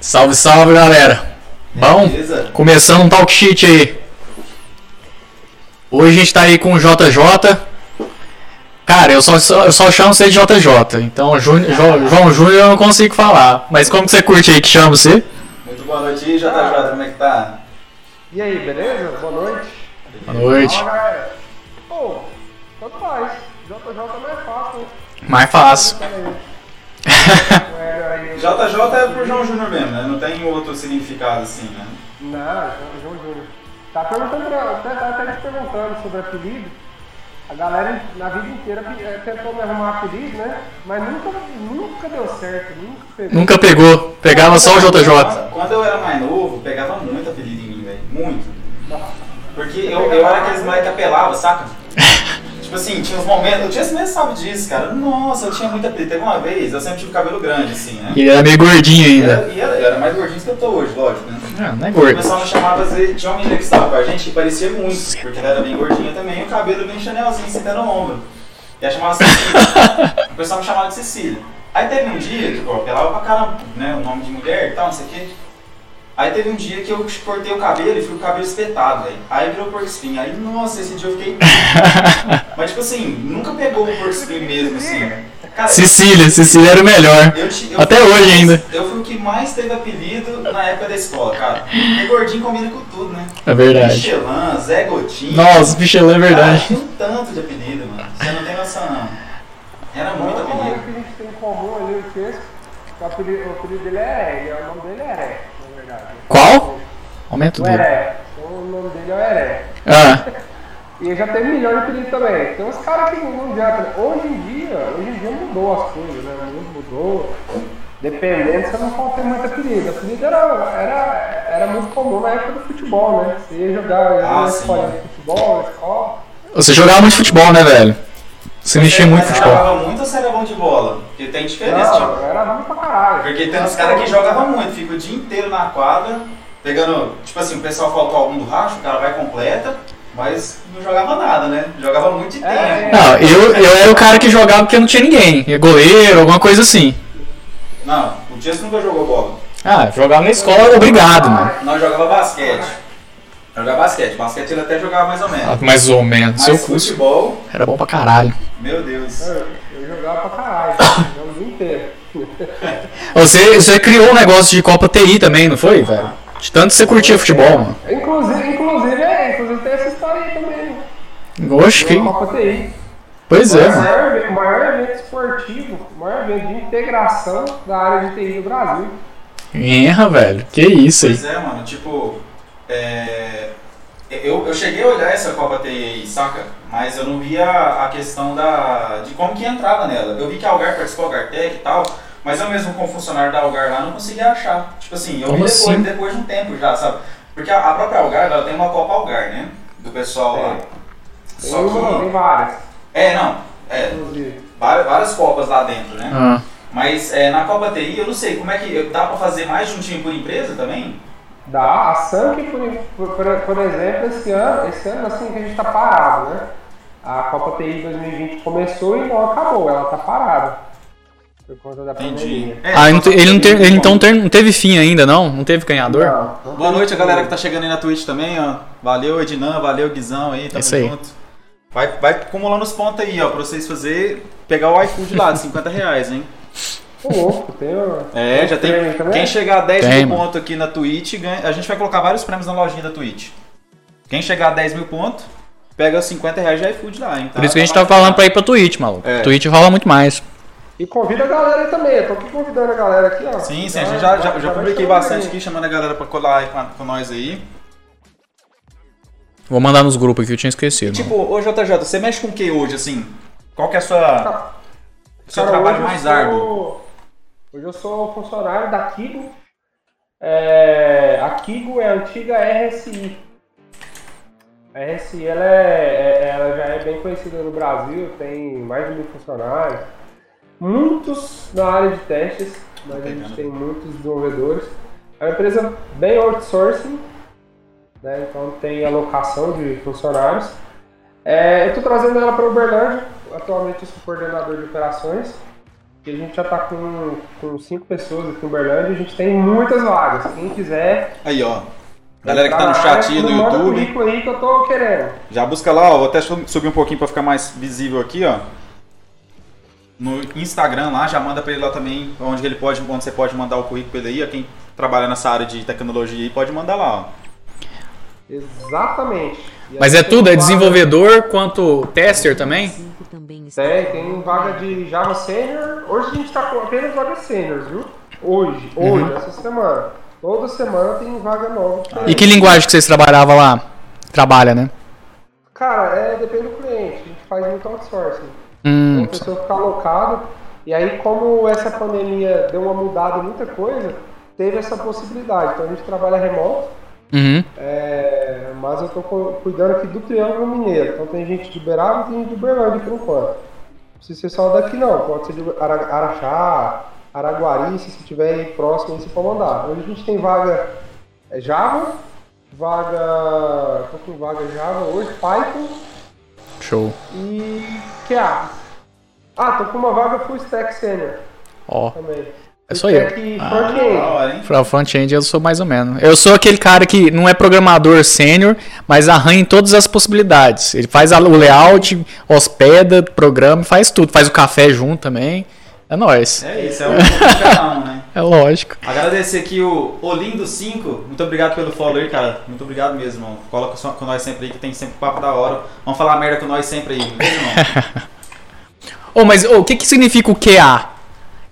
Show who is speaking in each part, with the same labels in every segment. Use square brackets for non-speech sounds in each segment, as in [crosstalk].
Speaker 1: Salve, salve galera! Bom,
Speaker 2: Beleza?
Speaker 1: começando um talk shit aí. Hoje a gente tá aí com o JJ. Cara, eu só, só- eu só chamo você de JJ, então Júnior- Jo- João Júnior eu não consigo falar. Mas como que você curte aí que chama você?
Speaker 2: Muito boa noite aí, JJ, como é que tá?
Speaker 3: E aí, beleza? Boa noite.
Speaker 1: Boa noite.
Speaker 3: Fala, galera. Pô, tanto faz. JJ não é fácil, [laughs] né?
Speaker 1: Mais fácil.
Speaker 3: É, é,
Speaker 2: JJ é pro João Júnior mesmo, né? Não tem outro significado assim, né?
Speaker 3: Não, João Júnior. Tá perguntando, pra- tá, tá até te perguntando sobre apelido. A galera na vida inteira pe- eh, tentou me arrumar apelido, né? Mas nunca, nunca deu certo, nunca pegou.
Speaker 1: Nunca pegou, pegava só o JJ.
Speaker 2: Quando- Quando eu era mais novo, pegava muito apelido em mim, velho. Muito. Porque eu, eu era aqueles moleque que apelava,
Speaker 1: [laughs]
Speaker 2: saca? tipo assim, tinha uns momentos. Eu tinha você nem sabe disso, cara. Nossa, eu tinha muito apelido. Teve uma vez, eu sempre tive cabelo grande, assim, né?
Speaker 1: E ele era meio gordinho
Speaker 2: E
Speaker 1: ainda.
Speaker 2: era, e era, eu era mais gordinho do que eu tô hoje, lógico, né?
Speaker 1: Ah, não é
Speaker 2: O
Speaker 1: gordo.
Speaker 2: pessoal me chamava, às vezes, tinha um menino que estava com a gente que parecia muito, porque ela era bem gordinha também, e o cabelo bem chanelzinho, sentando no ombro. E ela chamava Cecília. o pessoal me chamava de Cecília. Aí teve um dia, que eu apelava pra caramba, né, o nome de mulher e tal, não sei o quê. Aí teve um dia que eu cortei o cabelo e fui com o cabelo espetado, velho. Aí virou porco espinho. Aí, nossa, esse dia eu fiquei... Mas, tipo assim, nunca pegou o porco espinho mesmo, assim. Cara,
Speaker 1: Cecília, Cecília era o melhor.
Speaker 2: eu te- eu
Speaker 1: Até
Speaker 2: fui o que
Speaker 1: hoje
Speaker 2: mais-
Speaker 1: ainda.
Speaker 2: Eu fui o que mais teve apelido na época da escola, cara. E gordinho combina com tudo, né?
Speaker 1: É verdade.
Speaker 2: Michelin, Zé Gotinho.
Speaker 1: Nossa, Michelin é
Speaker 2: Cara,
Speaker 1: verdade.
Speaker 2: tinha um tanto de apelido, mano. Você não tem noção, não. Era muito
Speaker 3: O único
Speaker 2: apelido.
Speaker 3: que a gente tem em comum ali, o texto, o apelido, o apelido dele é Eré, e o nome dele é Eré, na verdade.
Speaker 1: Qual? Aumento
Speaker 3: O
Speaker 1: dele.
Speaker 3: Eré. Então, O nome dele é o Eré.
Speaker 1: Ah,
Speaker 3: E já tem milhões de apelidos também. Tem uns caras que não adianta. né? Hoje em dia, hoje em dia mudou as coisas, né? O mundo mudou. Dependendo, você não pode ter muito apelido. Apelido era, era, era muito comum na época do futebol, né? Você ia jogar ia
Speaker 2: Ah,
Speaker 3: na
Speaker 2: sim.
Speaker 3: escola de futebol, na escola.
Speaker 1: você jogava muito futebol, né, velho? Você mexia muito
Speaker 2: Mas
Speaker 1: com
Speaker 2: você
Speaker 1: futebol.
Speaker 2: jogava muito ou você era bom de bola? Porque tem diferença,
Speaker 3: Não,
Speaker 2: tipo.
Speaker 3: eu era ruim pra caralho.
Speaker 2: Porque tem uns caras que jogavam muito, fica o dia inteiro na quadra, pegando. Tipo assim, o pessoal faltou algum do racho, o cara vai e completa, mas não jogava nada, né? Jogava muito de tempo.
Speaker 3: É.
Speaker 1: Não, eu, eu era o cara que jogava porque não tinha ninguém. E Goleiro, alguma coisa assim.
Speaker 2: Não, o Tias nunca jogou bola.
Speaker 1: Ah, jogava na escola, obrigado, mano.
Speaker 2: Nós jogava basquete. Jogava basquete. Basquete ele até jogava mais ou menos.
Speaker 1: Mais ou menos,
Speaker 2: Mas
Speaker 1: Ah, seu curso.
Speaker 2: futebol,
Speaker 1: Era bom pra caralho.
Speaker 2: meu Deus.
Speaker 3: Eu, eu jogava pra caralho, jogava o dia inteiro.
Speaker 1: Você, você criou um negócio de Copa TI também, não foi, velho? De tanto que você curtia futebol, mano.
Speaker 3: Inclusive, inclusive, é, inclusive tem essa história aí também.
Speaker 1: Oxe, que...
Speaker 3: Tem Copa TI.
Speaker 1: Pois é,
Speaker 3: O
Speaker 1: mano.
Speaker 3: maior, o maior evento esportivo, o maior evento de integração da área de TI do Brasil.
Speaker 1: Erra, velho. Que isso aí.
Speaker 2: Pois é, mano, tipo, é, eu, eu cheguei a olhar essa Copa TI, saca? Mas eu não via a questão da, de como que entrava nela. Eu vi que a Algar participou, a Algartec e tal, mas eu mesmo como funcionário da Algar lá não conseguia achar. Tipo assim, eu vi
Speaker 1: Como
Speaker 2: depois,
Speaker 1: assim?
Speaker 2: depois de um tempo já, sabe? Porque a, a própria Algar, ela tem uma Copa Algar, né? Do pessoal lá.
Speaker 3: Tem
Speaker 2: Só
Speaker 3: uma, tem
Speaker 2: que...
Speaker 3: várias,
Speaker 2: É, não, é,
Speaker 3: inclusive.
Speaker 2: várias, várias Copas lá dentro, né?
Speaker 1: Ah,
Speaker 2: Mas é, na Copa TI, eu não sei, como é que... Dá pra fazer mais de um time por empresa também?
Speaker 3: Da a Sank, por, por, por- por exemplo, esse ano, esse ano assim que a gente está parado, né? A Copa TI 2020 começou e não acabou, ela está parada. Por conta da pandemia.
Speaker 2: É,
Speaker 1: Ah, não te- ele, não teve- ele então ter- não teve fim ainda, não? Não teve ganhador?
Speaker 3: Não, não
Speaker 2: Boa
Speaker 3: tem
Speaker 2: noite a
Speaker 3: como.
Speaker 2: galera que tá chegando aí na Twitch também, ó. Valeu, Ednan, valeu, Guizão aí, tamo
Speaker 1: Isso aí.
Speaker 2: junto. Vai, vai acumulando os pontos aí, ó, pra vocês fazer, pegar o iFood lá de 50 reais,
Speaker 1: [laughs]
Speaker 2: hein?
Speaker 3: Ô, louco, tem um- uma-
Speaker 2: É, já tem.
Speaker 3: prêmio também?
Speaker 2: Quem chegar a 10
Speaker 1: Tem,
Speaker 2: mil
Speaker 1: mano.
Speaker 2: pontos aqui na Twitch, ganha. A gente vai colocar vários prêmios na lojinha da Twitch. Quem chegar a 10 mil pontos, pega os 50 reais de iFood lá, hein? tá?
Speaker 1: Por isso que a gente tava falando pra ir pra Twitch, maluco.
Speaker 2: É.
Speaker 1: Twitch rola muito mais.
Speaker 3: E convida a galera aí também, eu tô aqui convidando a galera aqui, ó. Então é,
Speaker 2: Sim, sim, a gente já, já, já
Speaker 3: Vai-
Speaker 2: publiquei
Speaker 3: vai-
Speaker 2: bastante aqui, chamando a galera pra colar aí com, a- com nós aí.
Speaker 1: Vou mandar nos grupos aqui, eu tinha esquecido.
Speaker 2: Tipo, ô JJ, você mexe com o que hoje, assim? Qual que é a
Speaker 3: Tá.
Speaker 2: sua. Seu
Speaker 3: Cara,
Speaker 2: trabalho
Speaker 3: hoje eu
Speaker 2: mais
Speaker 3: sou-
Speaker 2: árduo?
Speaker 3: Hoje eu sou funcionário da Kigo. É, a Kigo é a antiga RSI. A RSI ela, é- é- ela já é bem conhecida no Brasil, tem mais de mil funcionários, muitos na área de testes, mas a gente tem muitos desenvolvedores. É uma empresa bem outsourcing, né? então tem alocação de funcionários. É, eu estou trazendo ela para Uberlândia, atualmente eu sou coordenador de operações. Porque a gente já tá com, com cinco pessoas aqui em Uberlândia e a gente tem muitas vagas. Quem quiser.
Speaker 2: Aí, ó. Galera que
Speaker 3: entrar
Speaker 2: tá no
Speaker 3: na
Speaker 2: chat
Speaker 3: área,
Speaker 2: aí do
Speaker 3: manda
Speaker 2: YouTube,
Speaker 3: currículo aí que eu tô querendo.
Speaker 2: já busca lá, ó. Vou até su- subir um pouquinho pra ficar mais visível aqui, ó. No Instagram lá, já manda pra ele lá também, onde ele pode, onde você pode mandar o currículo pra ele aí, ó. Quem trabalha nessa área de tecnologia aí pode mandar lá, ó.
Speaker 3: Exatamente. E
Speaker 1: Mas
Speaker 3: aí
Speaker 1: é
Speaker 3: tem
Speaker 1: tudo, é
Speaker 3: vaga-
Speaker 1: desenvolvedor quanto tester também?
Speaker 4: Cinco também está
Speaker 3: Tem, É, tem vaga de Java Senior. Hoje a gente tá com apenas vaga Senior, viu? Hoje,
Speaker 1: Uhum.
Speaker 3: hoje, essa semana. Toda semana tem vaga nova.
Speaker 2: Ah.
Speaker 1: E que linguagem que vocês trabalhavam lá? Trabalha, né?
Speaker 3: Cara, é, depende do cliente. A gente faz muito outsourcing.
Speaker 1: Hum,
Speaker 3: a pessoa fica alocada. E aí, como essa pandemia deu uma mudada em muita coisa, teve essa possibilidade. Então a gente trabalha remoto,
Speaker 1: uhum.
Speaker 3: é, mas eu tô cu- cuidando aqui do Triângulo Mineiro. Então tem gente de Uberaba e tem gente de Uberlândia por enquanto. Não precisa ser só daqui não, pode ser de Ara- Araxá, Araguari, se estiver aí próximo, aí se for mandar. Hoje a gente tem vaga é, Java, vaga. Tô com vaga Java hoje, Python
Speaker 1: show.
Speaker 3: e QA. Ah, tô com uma vaga full stack senior
Speaker 1: Ó,
Speaker 3: também.
Speaker 1: é só eu.
Speaker 3: Stack
Speaker 1: Ah.
Speaker 3: front-end.
Speaker 2: Da hora, hein?
Speaker 1: Pra front-end eu sou mais ou menos. Eu sou aquele cara que não é programador sênior, mas arranha em todas as possibilidades. Ele faz a- o layout, hospeda, programa, faz tudo. Faz o café junto também. É nóis.
Speaker 2: É isso, é
Speaker 3: [laughs]
Speaker 2: um pouco cada um, né?
Speaker 1: É lógico.
Speaker 2: Agradecer aqui o Olindo5. Muito obrigado pelo follow aí, cara. Muito obrigado mesmo, irmão. Coloca só com nós sempre aí, que tem sempre papo da hora. Vamos falar merda com nós sempre aí, beleza,
Speaker 1: [laughs]
Speaker 2: irmão?
Speaker 1: Ô, Oh, mas ô, o que, que significa o QA?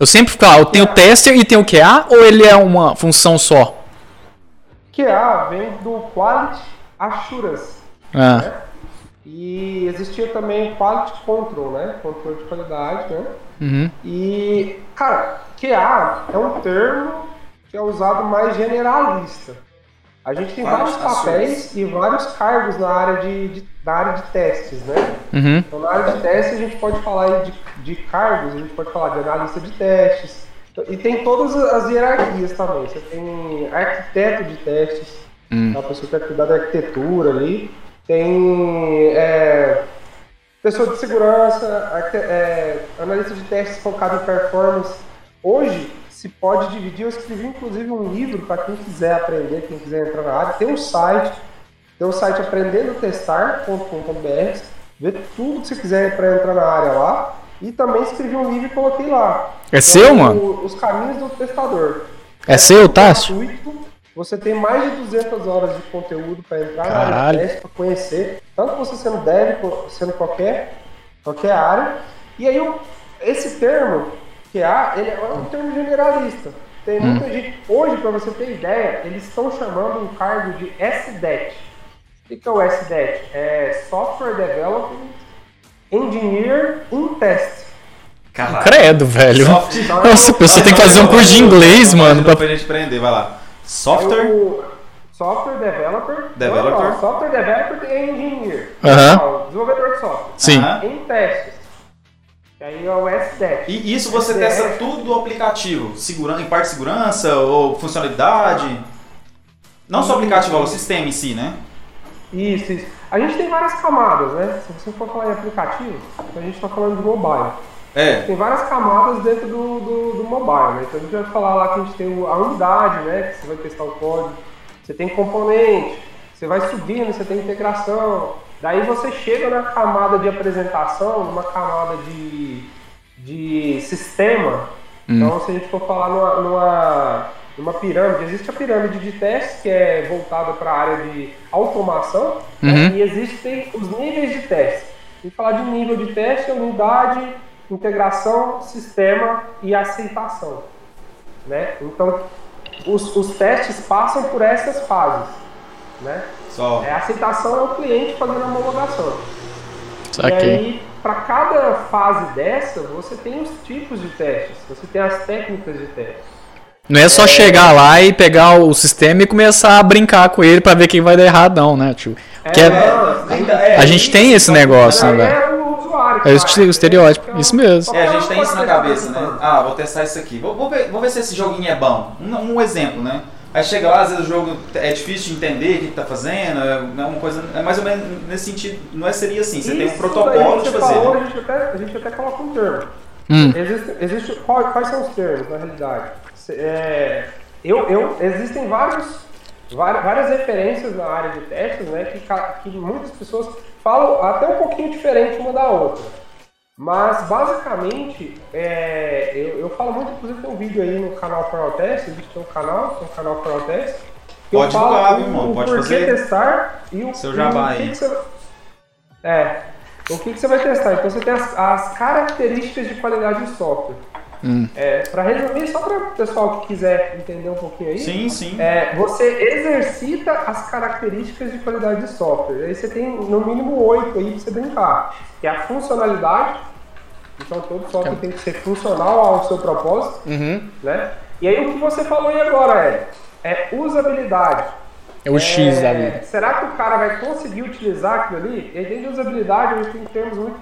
Speaker 1: Eu sempre fico, ah, eu tenho o tester e tenho o QA ou ele é uma função só?
Speaker 3: QA vem do Quality Assurance.
Speaker 1: Ah,
Speaker 3: E existia também Quality Control, né? Controle de qualidade, né?
Speaker 1: uhum.
Speaker 3: E, cara, QA é um termo que é usado mais generalista. A gente tem
Speaker 2: Vários
Speaker 3: vários papéis
Speaker 2: assuntos.
Speaker 3: e vários cargos na área de, de- na área de testes, né?
Speaker 1: Uhum.
Speaker 3: Então, na área de testes, a gente pode falar aí de, de cargos, a gente pode falar de analista de testes. E tem todas as hierarquias também. Você tem arquiteto de testes,
Speaker 1: Hum.
Speaker 3: é uma pessoa que vai cuidar da arquitetura ali. Tem é, pessoa de segurança, arquite- é, analista de testes focado em performance. Hoje se pode dividir. Eu escrevi inclusive um livro para quem quiser aprender, quem quiser entrar na área. Tem um site, tem um site aprendendotestar.com.br. Vê tudo que você quiser para entrar na área lá. E também escrevi um livro e coloquei lá.
Speaker 1: É
Speaker 3: Então,
Speaker 1: seu, mano?
Speaker 3: o- Os caminhos do testador
Speaker 1: É seu, Tássio?
Speaker 3: gratuito. Tá Você tem mais de 200 horas de conteúdo para entrar na área
Speaker 1: Caralho.
Speaker 3: de teste, para conhecer, tanto você sendo dev, co- sendo qualquer, qualquer área. E aí, o- esse termo, que há, ele é um termo generalista. Tem
Speaker 1: Hum.
Speaker 3: muita gente. Hoje, para você ter ideia, eles estão chamando um cargo de SDET. O que que é o SDET? É Software Development Engineer in Test.
Speaker 2: Caralho.
Speaker 1: Credo, velho.
Speaker 2: Soft-
Speaker 1: Nossa, a pessoa tem que fazer um curso de inglês, mano. pra-
Speaker 2: Pra gente aprender, vai lá.
Speaker 3: É
Speaker 2: Software.
Speaker 3: o software developer.
Speaker 2: Developer.
Speaker 3: Não, não, software developer é e engineer.
Speaker 1: Aham.
Speaker 3: Não, Ah, desenvolvedor de software.
Speaker 1: Sim.
Speaker 2: Aham.
Speaker 3: Em testes. E aí é o S10.
Speaker 2: E isso você testa tudo do aplicativo, segura- em parte de segurança ou funcionalidade. Não só o aplicativo, é o sistema em si, né?
Speaker 3: Isso, isso. A gente tem várias camadas, né? Se você for falar em aplicativo, a gente está falando de mobile.
Speaker 2: É.
Speaker 3: Tem várias camadas dentro do, do, do mobile, né? Então a gente vai falar lá que a gente tem o- a unidade, né? Que você vai testar o código. Você tem componente, você vai subindo, você tem integração. Daí você chega na camada de apresentação, numa camada de, de sistema. Então se a gente for falar numa, numa, numa pirâmide, existe a pirâmide de testes que é voltada para a área de automação
Speaker 1: Uhum.
Speaker 3: né? e existem os níveis de testes. E falar de nível de teste é unidade, integração, sistema e aceitação. Né? Então, os, os testes passam por essas fases. Né?
Speaker 2: Só.
Speaker 3: É, A aceitação é o cliente fazendo a homologação. E
Speaker 1: Saquei.
Speaker 3: aí, para cada fase dessa, você tem os tipos de testes, você tem as técnicas de teste.
Speaker 1: Não é só chegar lá e pegar o sistema e começar a brincar com ele pra ver quem vai dar errado, não, né, tio? Que é-
Speaker 3: não,
Speaker 2: ainda é.
Speaker 1: a gente tem esse negócio, né,
Speaker 3: daí
Speaker 1: velho?
Speaker 3: é o usuário.
Speaker 1: É o
Speaker 3: cara.
Speaker 1: este- o estereótipo,
Speaker 3: Então,
Speaker 1: isso mesmo.
Speaker 2: É, a gente
Speaker 3: qualquer
Speaker 2: tem
Speaker 3: um
Speaker 2: isso na
Speaker 3: pode
Speaker 2: cabeça,
Speaker 3: testar.
Speaker 2: né? Ah, vou testar isso aqui. Vou, vou ver, vou ver se esse joguinho é bom. Um, um exemplo, né? Aí chega lá, às vezes o jogo é difícil de entender o que que tá fazendo, é uma coisa. É mais ou menos nesse sentido. Não é seria assim, você tem um
Speaker 3: Isso
Speaker 2: protocolo
Speaker 3: daí
Speaker 2: de
Speaker 3: que você
Speaker 2: fazer.
Speaker 3: falou,
Speaker 2: né?
Speaker 3: a, gente até, a gente até coloca um termo.
Speaker 1: Hum.
Speaker 3: Existe, existe, qual- quais são os termos, na realidade? Se- é, eu, eu, existem vários, vari- várias referências na área de testes né, que, ca- que muitas pessoas falam até um pouquinho diferente uma da outra. Mas, basicamente, é, eu, eu falo muito, inclusive tem um vídeo aí no canal Coral Test, existe um canal, tem um canal Coral Test, que
Speaker 2: Pode
Speaker 3: eu falo
Speaker 2: divulgar,
Speaker 3: o-
Speaker 2: viu, irmão?
Speaker 3: o
Speaker 2: Pode
Speaker 3: porquê
Speaker 2: fazer
Speaker 3: testar e o,
Speaker 2: seu
Speaker 3: e
Speaker 2: jabá
Speaker 3: o que
Speaker 2: aí.
Speaker 3: que você- é. O que, que você vai testar? Então você tem as, as características de qualidade do software. para resumir, só para o pessoal que quiser entender um pouquinho aí.
Speaker 2: Sim, sim.
Speaker 3: É, você exercita as características de qualidade de software. Aí você tem no mínimo oito aí para você brincar. Que é a funcionalidade. Então todo software tem que ser funcional ao seu propósito
Speaker 1: Uhum.
Speaker 3: né? E aí o que você falou aí agora é, é usabilidade.
Speaker 1: É o X
Speaker 3: É,
Speaker 1: ali.
Speaker 3: Será que o cara vai conseguir utilizar aquilo ali? E aí, dentro de usabilidade, a gente tem termos muito,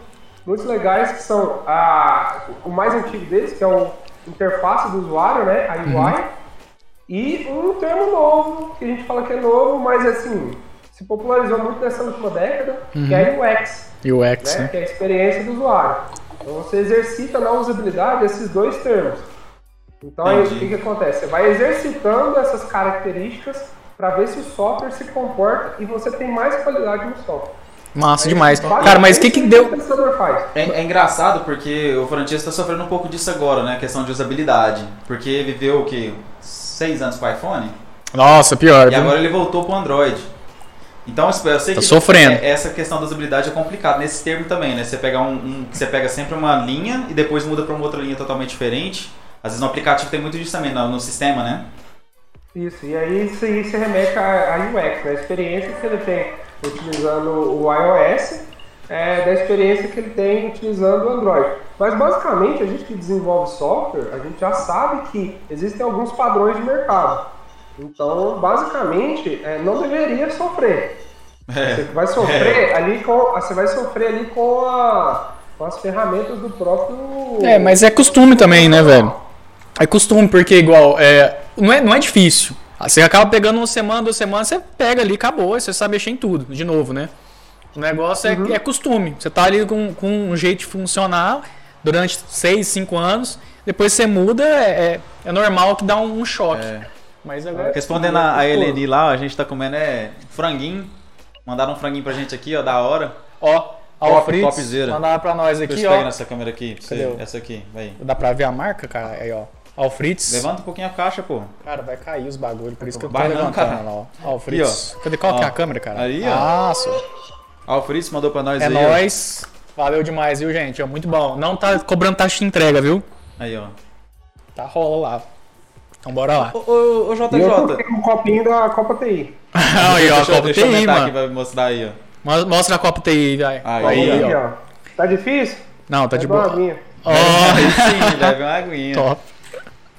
Speaker 3: muito legais que são a, o mais antigo deles, que é o interface do usuário, né? A
Speaker 1: Uhum.
Speaker 3: UI. E um termo novo, que a gente fala que é novo, mas assim, se popularizou muito nessa última década, que é
Speaker 1: Uhum.
Speaker 3: o UX
Speaker 1: E o X,
Speaker 3: né,
Speaker 1: né?
Speaker 3: que é a experiência do usuário. Então você exercita na usabilidade esses dois termos. Então aí, o
Speaker 2: Entendi.
Speaker 3: que, que acontece? Você vai exercitando essas características para ver se o software se comporta e você tem mais qualidade no software.
Speaker 1: Massa demais. Cara, mas o que que
Speaker 3: O
Speaker 1: deu?
Speaker 3: testador faz?
Speaker 2: É, é engraçado porque o Francesco está sofrendo um pouco disso agora, né? A questão de usabilidade. Porque viveu o quê? Seis anos com o iPhone?
Speaker 1: Nossa, pior.
Speaker 2: E
Speaker 1: viu?
Speaker 2: agora ele voltou pro Android. Então eu espero- eu sei
Speaker 1: Tá
Speaker 2: que
Speaker 1: sofrendo.
Speaker 2: é- essa questão da usabilidade é complicada nesse termo também, né? Você pega um, um- você pega sempre uma linha e depois muda para uma outra linha totalmente diferente. Às vezes no aplicativo tem muito disso também no, no sistema, né?
Speaker 3: Isso, e aí isso aí se remete à à UX, né? a experiência que ele tem utilizando o iOS, é, da experiência que ele tem utilizando o Android. Mas basicamente a gente que desenvolve software, a gente já sabe que existem alguns padrões de mercado. Então, basicamente, é, não deveria sofrer. Você vai sofrer ali com, você vai sofrer ali com, a- com as ferramentas do
Speaker 2: Tipo,
Speaker 3: próprio.
Speaker 1: É, mas é costume também, né, velho? É costume, porque igual, é, não, é, não é difícil. Ah, Você acaba pegando uma semana, duas semanas, você pega ali, acabou, e você sabe mexer em tudo, de novo, né? O negócio é,
Speaker 2: Uhum.
Speaker 1: é costume. Você tá ali com, com um jeito de funcionar durante seis, cinco anos, depois você muda, é, é- é normal que dá um, um choque.
Speaker 2: É.
Speaker 1: Mas agora.
Speaker 2: Respondendo a, a Eleni lá, ó, a gente tá comendo é franguinho. Mandaram um franguinho pra gente aqui, ó, da hora.
Speaker 1: Ó,
Speaker 2: Top,
Speaker 1: Alfritz,
Speaker 2: topzera.
Speaker 1: mandaram pra nós
Speaker 2: Deixa
Speaker 1: aqui,
Speaker 2: eu pegar
Speaker 1: ó.
Speaker 2: nessa câmera aqui, pra
Speaker 1: Cadê
Speaker 2: você,
Speaker 1: o-
Speaker 2: essa aqui, vai.
Speaker 1: Dá pra ver a marca, cara? Aí, ó. Alfritz.
Speaker 2: Levanta um pouquinho a caixa, pô.
Speaker 1: Cara, vai cair os bagulhos, por isso que eu tô
Speaker 2: Vai não,
Speaker 1: levantando
Speaker 2: cara.
Speaker 1: lá, ó. Ó, o Fritz. Cadê qual
Speaker 2: Ó.
Speaker 1: que é a câmera, cara?
Speaker 2: Aí,
Speaker 1: ó. Ah, só.
Speaker 2: Alfritz mandou pra nós
Speaker 1: É
Speaker 2: aí. ó.
Speaker 1: nóis. Valeu demais, viu, gente? É muito bom. Não tá cobrando taxa de entrega, viu?
Speaker 2: Aí, ó.
Speaker 1: Tá rola lá. Então bora lá.
Speaker 2: Ô, ô, ô, JJ.
Speaker 3: E eu coloquei um copinho da Copa TI.
Speaker 1: [laughs] aí, ó, a
Speaker 2: deixa, eu-
Speaker 1: Copa
Speaker 2: deixa eu
Speaker 1: TI,
Speaker 2: aumentar aqui
Speaker 1: mano.
Speaker 2: pra mostrar aí, ó.
Speaker 1: Mo- Mostra a Copa TI, vai.
Speaker 2: Aí,
Speaker 3: Aí,
Speaker 1: ó.
Speaker 3: ó. Tá difícil?
Speaker 1: Não, tá de
Speaker 3: Bebe uma
Speaker 1: boa.
Speaker 3: aguinha.
Speaker 1: Ó,
Speaker 2: Aí sim, leve uma aguinha.
Speaker 1: top.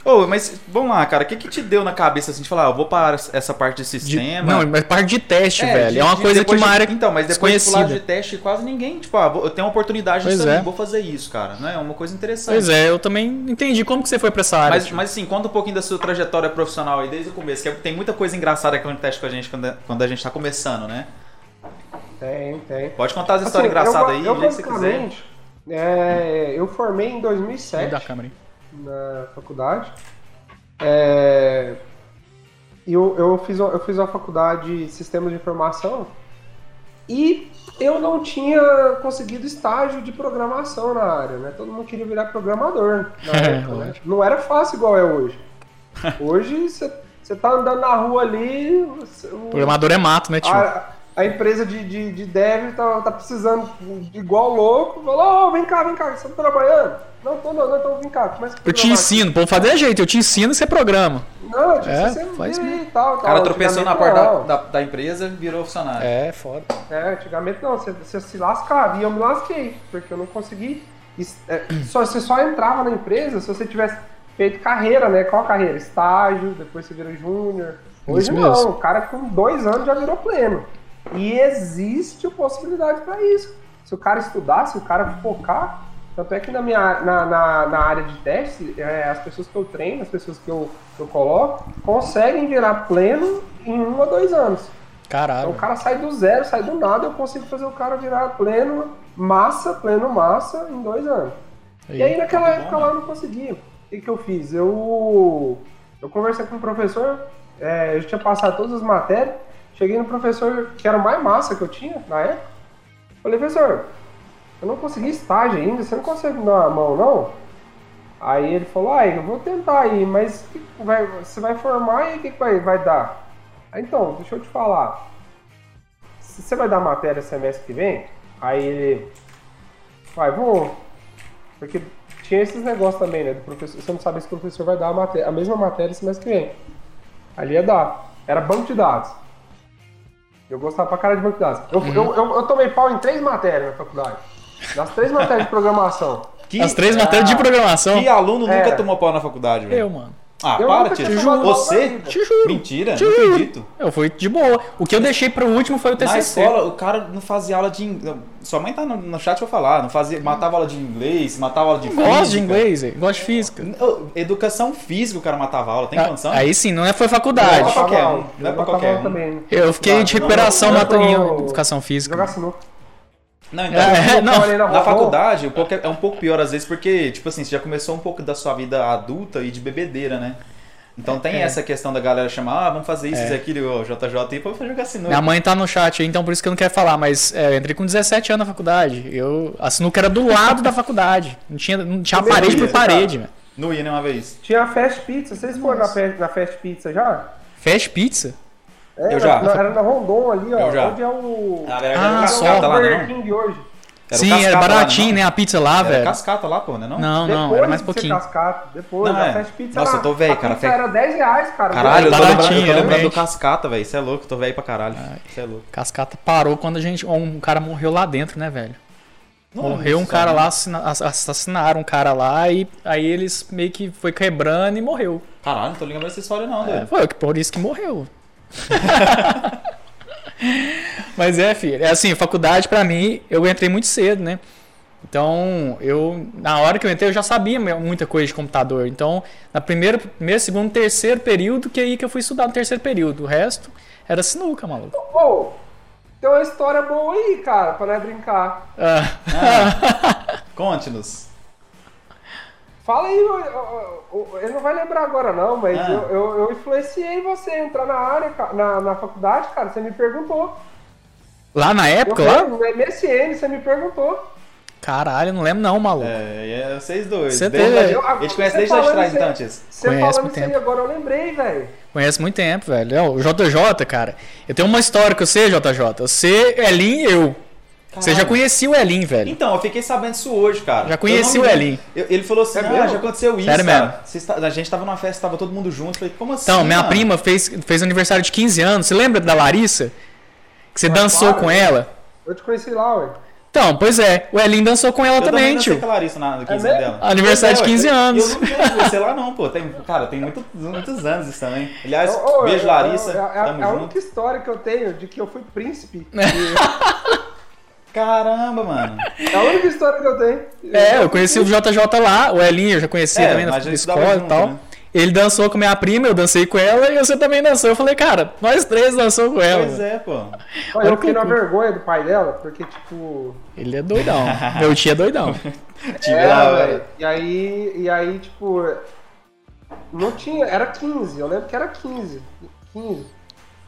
Speaker 2: Ô, mas vamos lá, cara. O que que te deu na cabeça assim de falar, ah, eu vou para essa parte é, de
Speaker 1: De-
Speaker 2: sistema?
Speaker 1: Não, mas parte de teste,
Speaker 2: É,
Speaker 1: velho.
Speaker 2: de-
Speaker 1: é uma
Speaker 2: de-
Speaker 1: coisa que
Speaker 2: depois
Speaker 1: uma
Speaker 2: de-
Speaker 1: área
Speaker 2: Então, mas depois do lado de
Speaker 1: desconhecida.
Speaker 2: teste, quase ninguém, tipo, ah, vou- eu tenho uma oportunidade
Speaker 1: Pois
Speaker 2: disso
Speaker 1: é.
Speaker 2: aqui, vou fazer isso, cara. Não é uma coisa interessante.
Speaker 1: Pois é, eu também entendi como que você foi pra essa área.
Speaker 2: Mas,
Speaker 1: tipo.
Speaker 2: mas assim, conta um pouquinho da sua trajetória profissional aí desde o começo, que é- tem muita coisa engraçada que acontece com a gente quando, quando a gente tá começando, né?
Speaker 3: Tem, tem. Assim,
Speaker 2: Pode contar as histórias engraçadas é aí, do jeito que você quiser.
Speaker 3: basicamente, é, eu formei em
Speaker 2: é.
Speaker 1: Muda a
Speaker 3: 2007
Speaker 1: câmera aí.
Speaker 3: na faculdade. É, e eu, eu, fiz, a- eu fiz a faculdade de Sistemas de Informação e eu não tinha conseguido estágio de programação na área, né? Todo mundo queria virar programador
Speaker 1: [laughs]
Speaker 3: na
Speaker 1: É,
Speaker 3: época, né? Não era fácil igual
Speaker 1: [laughs]
Speaker 3: é hoje. Hoje você tá andando na rua ali, você- o-
Speaker 1: Programador é mato, né, tio?
Speaker 3: a, a empresa de, de, de dev tá, tá precisando de igual louco. Falou, ô, vem cá, vem cá, você tá trabalhando? Não, tô não, não, então vem cá, começa
Speaker 1: Eu
Speaker 3: a
Speaker 1: te
Speaker 3: programar.
Speaker 1: ensino, pô, fazer jeito, eu te ensino e você programa.
Speaker 3: Não, eu te
Speaker 1: É,
Speaker 3: ensino,
Speaker 1: faz
Speaker 3: vem aí
Speaker 1: mesmo.
Speaker 3: e tal,
Speaker 2: O
Speaker 3: tal.
Speaker 2: cara tropeçou na porta
Speaker 3: Antigamente
Speaker 2: da,
Speaker 3: não.
Speaker 2: da- da empresa e virou funcionário.
Speaker 1: É, foda.
Speaker 3: É, antigamente não, você, você se lascava e eu me lasquei, porque eu não consegui. Isso- é, só, você só entrava na empresa se você tivesse feito carreira, né? Qual carreira? Estágio, depois você vira júnior. Hoje
Speaker 1: Isso
Speaker 3: não,
Speaker 1: mesmo.
Speaker 3: o cara com dois anos já virou pleno. E existe possibilidade para isso. Se o cara estudar, se o cara focar. Tanto é que na, minha, na, na, na área de teste, é, as pessoas que eu treino, as pessoas que eu, que eu coloco, conseguem virar pleno em um ou dois anos. Então
Speaker 1: Caralho.
Speaker 3: o cara sai do zero, sai do nada, eu consigo fazer o cara virar pleno massa, pleno massa em dois anos. E aí naquela época lá eu não conseguia. O que, que eu fiz? Eu, eu conversei com o professor, é, eu tinha passado todas as matérias, cheguei no professor que era o mais massa que eu tinha na época. Falei, professor, eu não consegui estágio ainda, você não consegue me dar uma mão não? Aí ele falou, ah, eu vou tentar aí, mas que que vai- você vai formar e o que, que vai, vai dar? Aí, então, deixa eu te falar. Se Você vai dar matéria semestre que vem? Aí ele. Vai, vou. Porque tinha esses negócios também, né? Do professor, você não sabe se o professor vai dar a, maté- a mesma matéria semestre que vem. Ali ia dar. Era banco de dados. Eu gostava pra cara de banco de dados. Eu, eu, eu, eu tomei pau em três matérias na faculdade. Nas três matérias
Speaker 2: [laughs]
Speaker 3: de programação.
Speaker 2: Que, é,
Speaker 1: As três matérias de programação.
Speaker 2: Ah, que aluno nunca
Speaker 3: É.
Speaker 2: tomou pau na faculdade, velho?
Speaker 1: Eu, mano.
Speaker 2: Ah,
Speaker 3: Eu
Speaker 2: para,
Speaker 3: nunca
Speaker 2: tio.
Speaker 3: tinha tomado pau na
Speaker 2: Você?
Speaker 3: vida.
Speaker 1: Te juro.
Speaker 2: Mentira,
Speaker 1: Te
Speaker 2: não
Speaker 1: juro.
Speaker 2: acredito.
Speaker 1: Eu fui de boa. O que eu deixei pro último foi o TCC.
Speaker 2: Na escola, o cara não fazia aula de inglês. Sua mãe tá no, no chat pra falar. Não fazia, matava aula de inglês, matava aula de
Speaker 1: Eu Gosto de
Speaker 2: física.
Speaker 1: inglês, eu gosto de física.
Speaker 2: Ô, Educação física o cara matava aula, tem
Speaker 1: Ah,
Speaker 2: condição?
Speaker 1: Aí sim, não é foi
Speaker 2: Não
Speaker 1: faculdade.
Speaker 2: é pra qualquer um,
Speaker 3: Eu
Speaker 2: não é pra
Speaker 3: gostava
Speaker 2: qualquer um.
Speaker 3: também.
Speaker 1: Eu fiquei de
Speaker 3: Não,
Speaker 1: recuperação
Speaker 3: eu
Speaker 1: na
Speaker 3: tô-
Speaker 1: em educação
Speaker 3: Jogar
Speaker 2: [laughs]
Speaker 1: física.
Speaker 3: sinuca.
Speaker 2: Não, então,
Speaker 1: É, não.
Speaker 3: Eu olhei
Speaker 2: na
Speaker 3: rua,
Speaker 2: faculdade um pouco- é um pouco pior às vezes, porque, tipo assim, você já começou um pouco da sua vida adulta e de bebedeira, né? Então tem
Speaker 1: É.
Speaker 2: essa questão da galera chamar, ah, vamos fazer isso, isso e aquilo, ó, JJ, e pô, vou jogar sinuca.
Speaker 1: Minha mãe tá no chat aí, então por isso que eu não quero falar, mas é, eu entrei com 17 anos na faculdade. Eu, a sinuca era do lado da faculdade. Não tinha, não tinha
Speaker 3: Primeiro
Speaker 1: parede
Speaker 2: dia,
Speaker 1: por parede, velho.
Speaker 2: Não ia nenhuma vez.
Speaker 3: Tinha a Fast Pizza, vocês foram na Fast, na Fast Pizza já?
Speaker 1: Fast pizza?
Speaker 3: É,
Speaker 2: Eu já.
Speaker 3: na- era na Rondon ali, ó.
Speaker 2: Eu já.
Speaker 3: Onde é o.
Speaker 2: Ah, era
Speaker 1: Ah,
Speaker 2: era um
Speaker 1: só.
Speaker 2: cascata lá,
Speaker 3: Burger
Speaker 2: não?
Speaker 3: King hoje.
Speaker 2: Era o
Speaker 1: Sim, era
Speaker 2: cascata lá,
Speaker 1: baratinho,
Speaker 2: não?
Speaker 1: né? A pizza lá,
Speaker 2: Era
Speaker 1: velho.
Speaker 2: cascata lá, pô, né? Não?
Speaker 1: Não, não,
Speaker 3: Depois
Speaker 1: era mais
Speaker 3: de ser
Speaker 1: pouquinho.
Speaker 3: Cascata, depois,
Speaker 2: Não,
Speaker 3: a
Speaker 2: é.
Speaker 3: Fast Pizza.
Speaker 2: Nossa,
Speaker 3: lá,
Speaker 2: eu tô velho,
Speaker 3: a
Speaker 2: cara,
Speaker 3: Pizza
Speaker 2: fe-
Speaker 3: era 10 reais, cara.
Speaker 2: Caralho, eu tô, lembrando,
Speaker 1: Baratinho,
Speaker 2: eu tô lembrando do
Speaker 1: realmente.
Speaker 2: cascata, velho. Você é louco, tô velho pra caralho. Você é louco.
Speaker 1: Cascata parou quando a gente. Um cara morreu lá dentro, né, velho?
Speaker 2: Não, é
Speaker 1: Morreu um
Speaker 2: não
Speaker 1: cara
Speaker 2: sabe.
Speaker 1: lá, assina- ass- assassinaram um cara lá e aí eles meio que foi quebrando e morreu.
Speaker 2: Caralho, não tô ligando pra essa história, não,
Speaker 1: É,
Speaker 2: doido.
Speaker 1: foi que- por isso que morreu. [laughs] Mas é, filho, é assim, faculdade pra mim, eu entrei muito cedo, né? Então, eu na hora que eu entrei eu já sabia me- muita coisa de computador. Então, na primeira, primeiro, segundo, terceiro período que é aí que eu fui estudar no terceiro período. O resto era sinuca, maluco.
Speaker 3: Pô, tem uma história boa aí, cara, pra não é brincar.
Speaker 1: Ah,
Speaker 2: Conte-nos.
Speaker 3: Fala aí, ô, ô, ô, ô, ele não vai lembrar agora não, mas
Speaker 2: Ah.
Speaker 3: eu, eu, eu influenciei você a entrar na área, ca- na, na faculdade, cara, você me perguntou.
Speaker 1: lá na
Speaker 3: Eu
Speaker 1: época, lá?
Speaker 3: lembro, no MSN, você me perguntou.
Speaker 1: Caralho, eu não lembro não, maluco.
Speaker 2: É, e é vocês dois.
Speaker 1: Você
Speaker 2: desde
Speaker 1: teve-
Speaker 2: a... a gente conhece desde
Speaker 3: Você
Speaker 2: lá de
Speaker 3: falando
Speaker 2: trás,
Speaker 3: isso aí-
Speaker 2: então, Tias.
Speaker 3: Você
Speaker 1: Conhece
Speaker 3: falando
Speaker 1: muito
Speaker 3: isso aí
Speaker 1: tempo.
Speaker 3: agora, eu lembrei, velho.
Speaker 1: Conheço muito tempo, velho. É, O JJ, cara. Eu tenho uma história com você, JJ. Você, é Elin e eu. Você já
Speaker 2: Caralho.
Speaker 1: conhecia o Elin, velho.
Speaker 2: Então, eu fiquei sabendo isso hoje, cara.
Speaker 1: Já conheci
Speaker 2: Eu não
Speaker 1: o
Speaker 2: me-
Speaker 1: Elin.
Speaker 2: Eu- ele falou assim,
Speaker 3: É
Speaker 2: ah,
Speaker 3: mesmo?
Speaker 2: já aconteceu isso,
Speaker 1: Sério
Speaker 2: cara.
Speaker 1: mesmo.
Speaker 2: Vocês ta- A gente tava numa festa, tava todo mundo junto. Falei, como assim,
Speaker 1: Então, minha
Speaker 2: mano?
Speaker 1: prima fez, fez aniversário de 15 anos. Você lembra da Larissa? Que você dançou
Speaker 3: claro.
Speaker 1: com ela?
Speaker 3: Eu te conheci lá, ué.
Speaker 1: Então, pois é. O Elin dançou com ela
Speaker 2: Eu também
Speaker 1: também,
Speaker 2: não sei
Speaker 1: tio.
Speaker 2: que a Larissa na no 15
Speaker 3: mesmo?
Speaker 2: dela.
Speaker 1: Aniversário de
Speaker 2: Pois é,
Speaker 1: 15
Speaker 2: eu-
Speaker 1: anos.
Speaker 2: Eu não lembro, sei lá não, pô. Tem, cara, tem muito- muitos anos isso também. Aliás,
Speaker 3: Ô, ô,
Speaker 2: beijo,
Speaker 3: é-
Speaker 2: Larissa.
Speaker 3: É, é- é
Speaker 2: Tamo
Speaker 3: a
Speaker 2: junto.
Speaker 3: única história que eu tenho de que eu fui
Speaker 1: [laughs]
Speaker 3: príncipe.
Speaker 2: Caramba, mano.
Speaker 3: É a única história que eu tenho.
Speaker 1: É, eu conheci o JJ lá. O Elin eu já conhecia
Speaker 2: É,
Speaker 1: também na
Speaker 2: mas a gente
Speaker 1: escola
Speaker 2: estudava
Speaker 1: e
Speaker 2: junto,
Speaker 1: tal.
Speaker 2: né?
Speaker 1: Ele dançou com minha prima, eu dancei com ela e você também dançou. Eu falei, cara, nós três dançou com ela.
Speaker 2: Pois é, pô.
Speaker 3: Olha,
Speaker 1: olha
Speaker 3: eu fiquei
Speaker 1: que
Speaker 3: na
Speaker 1: loucura.
Speaker 3: vergonha do pai dela, porque, tipo.
Speaker 1: Ele é
Speaker 2: [laughs]
Speaker 1: doidão. Meu tio é doidão.
Speaker 2: Tio,
Speaker 3: é,
Speaker 2: ah,
Speaker 3: velho. E aí, e aí, tipo. Não tinha. Era 15, eu lembro que era 15. 15.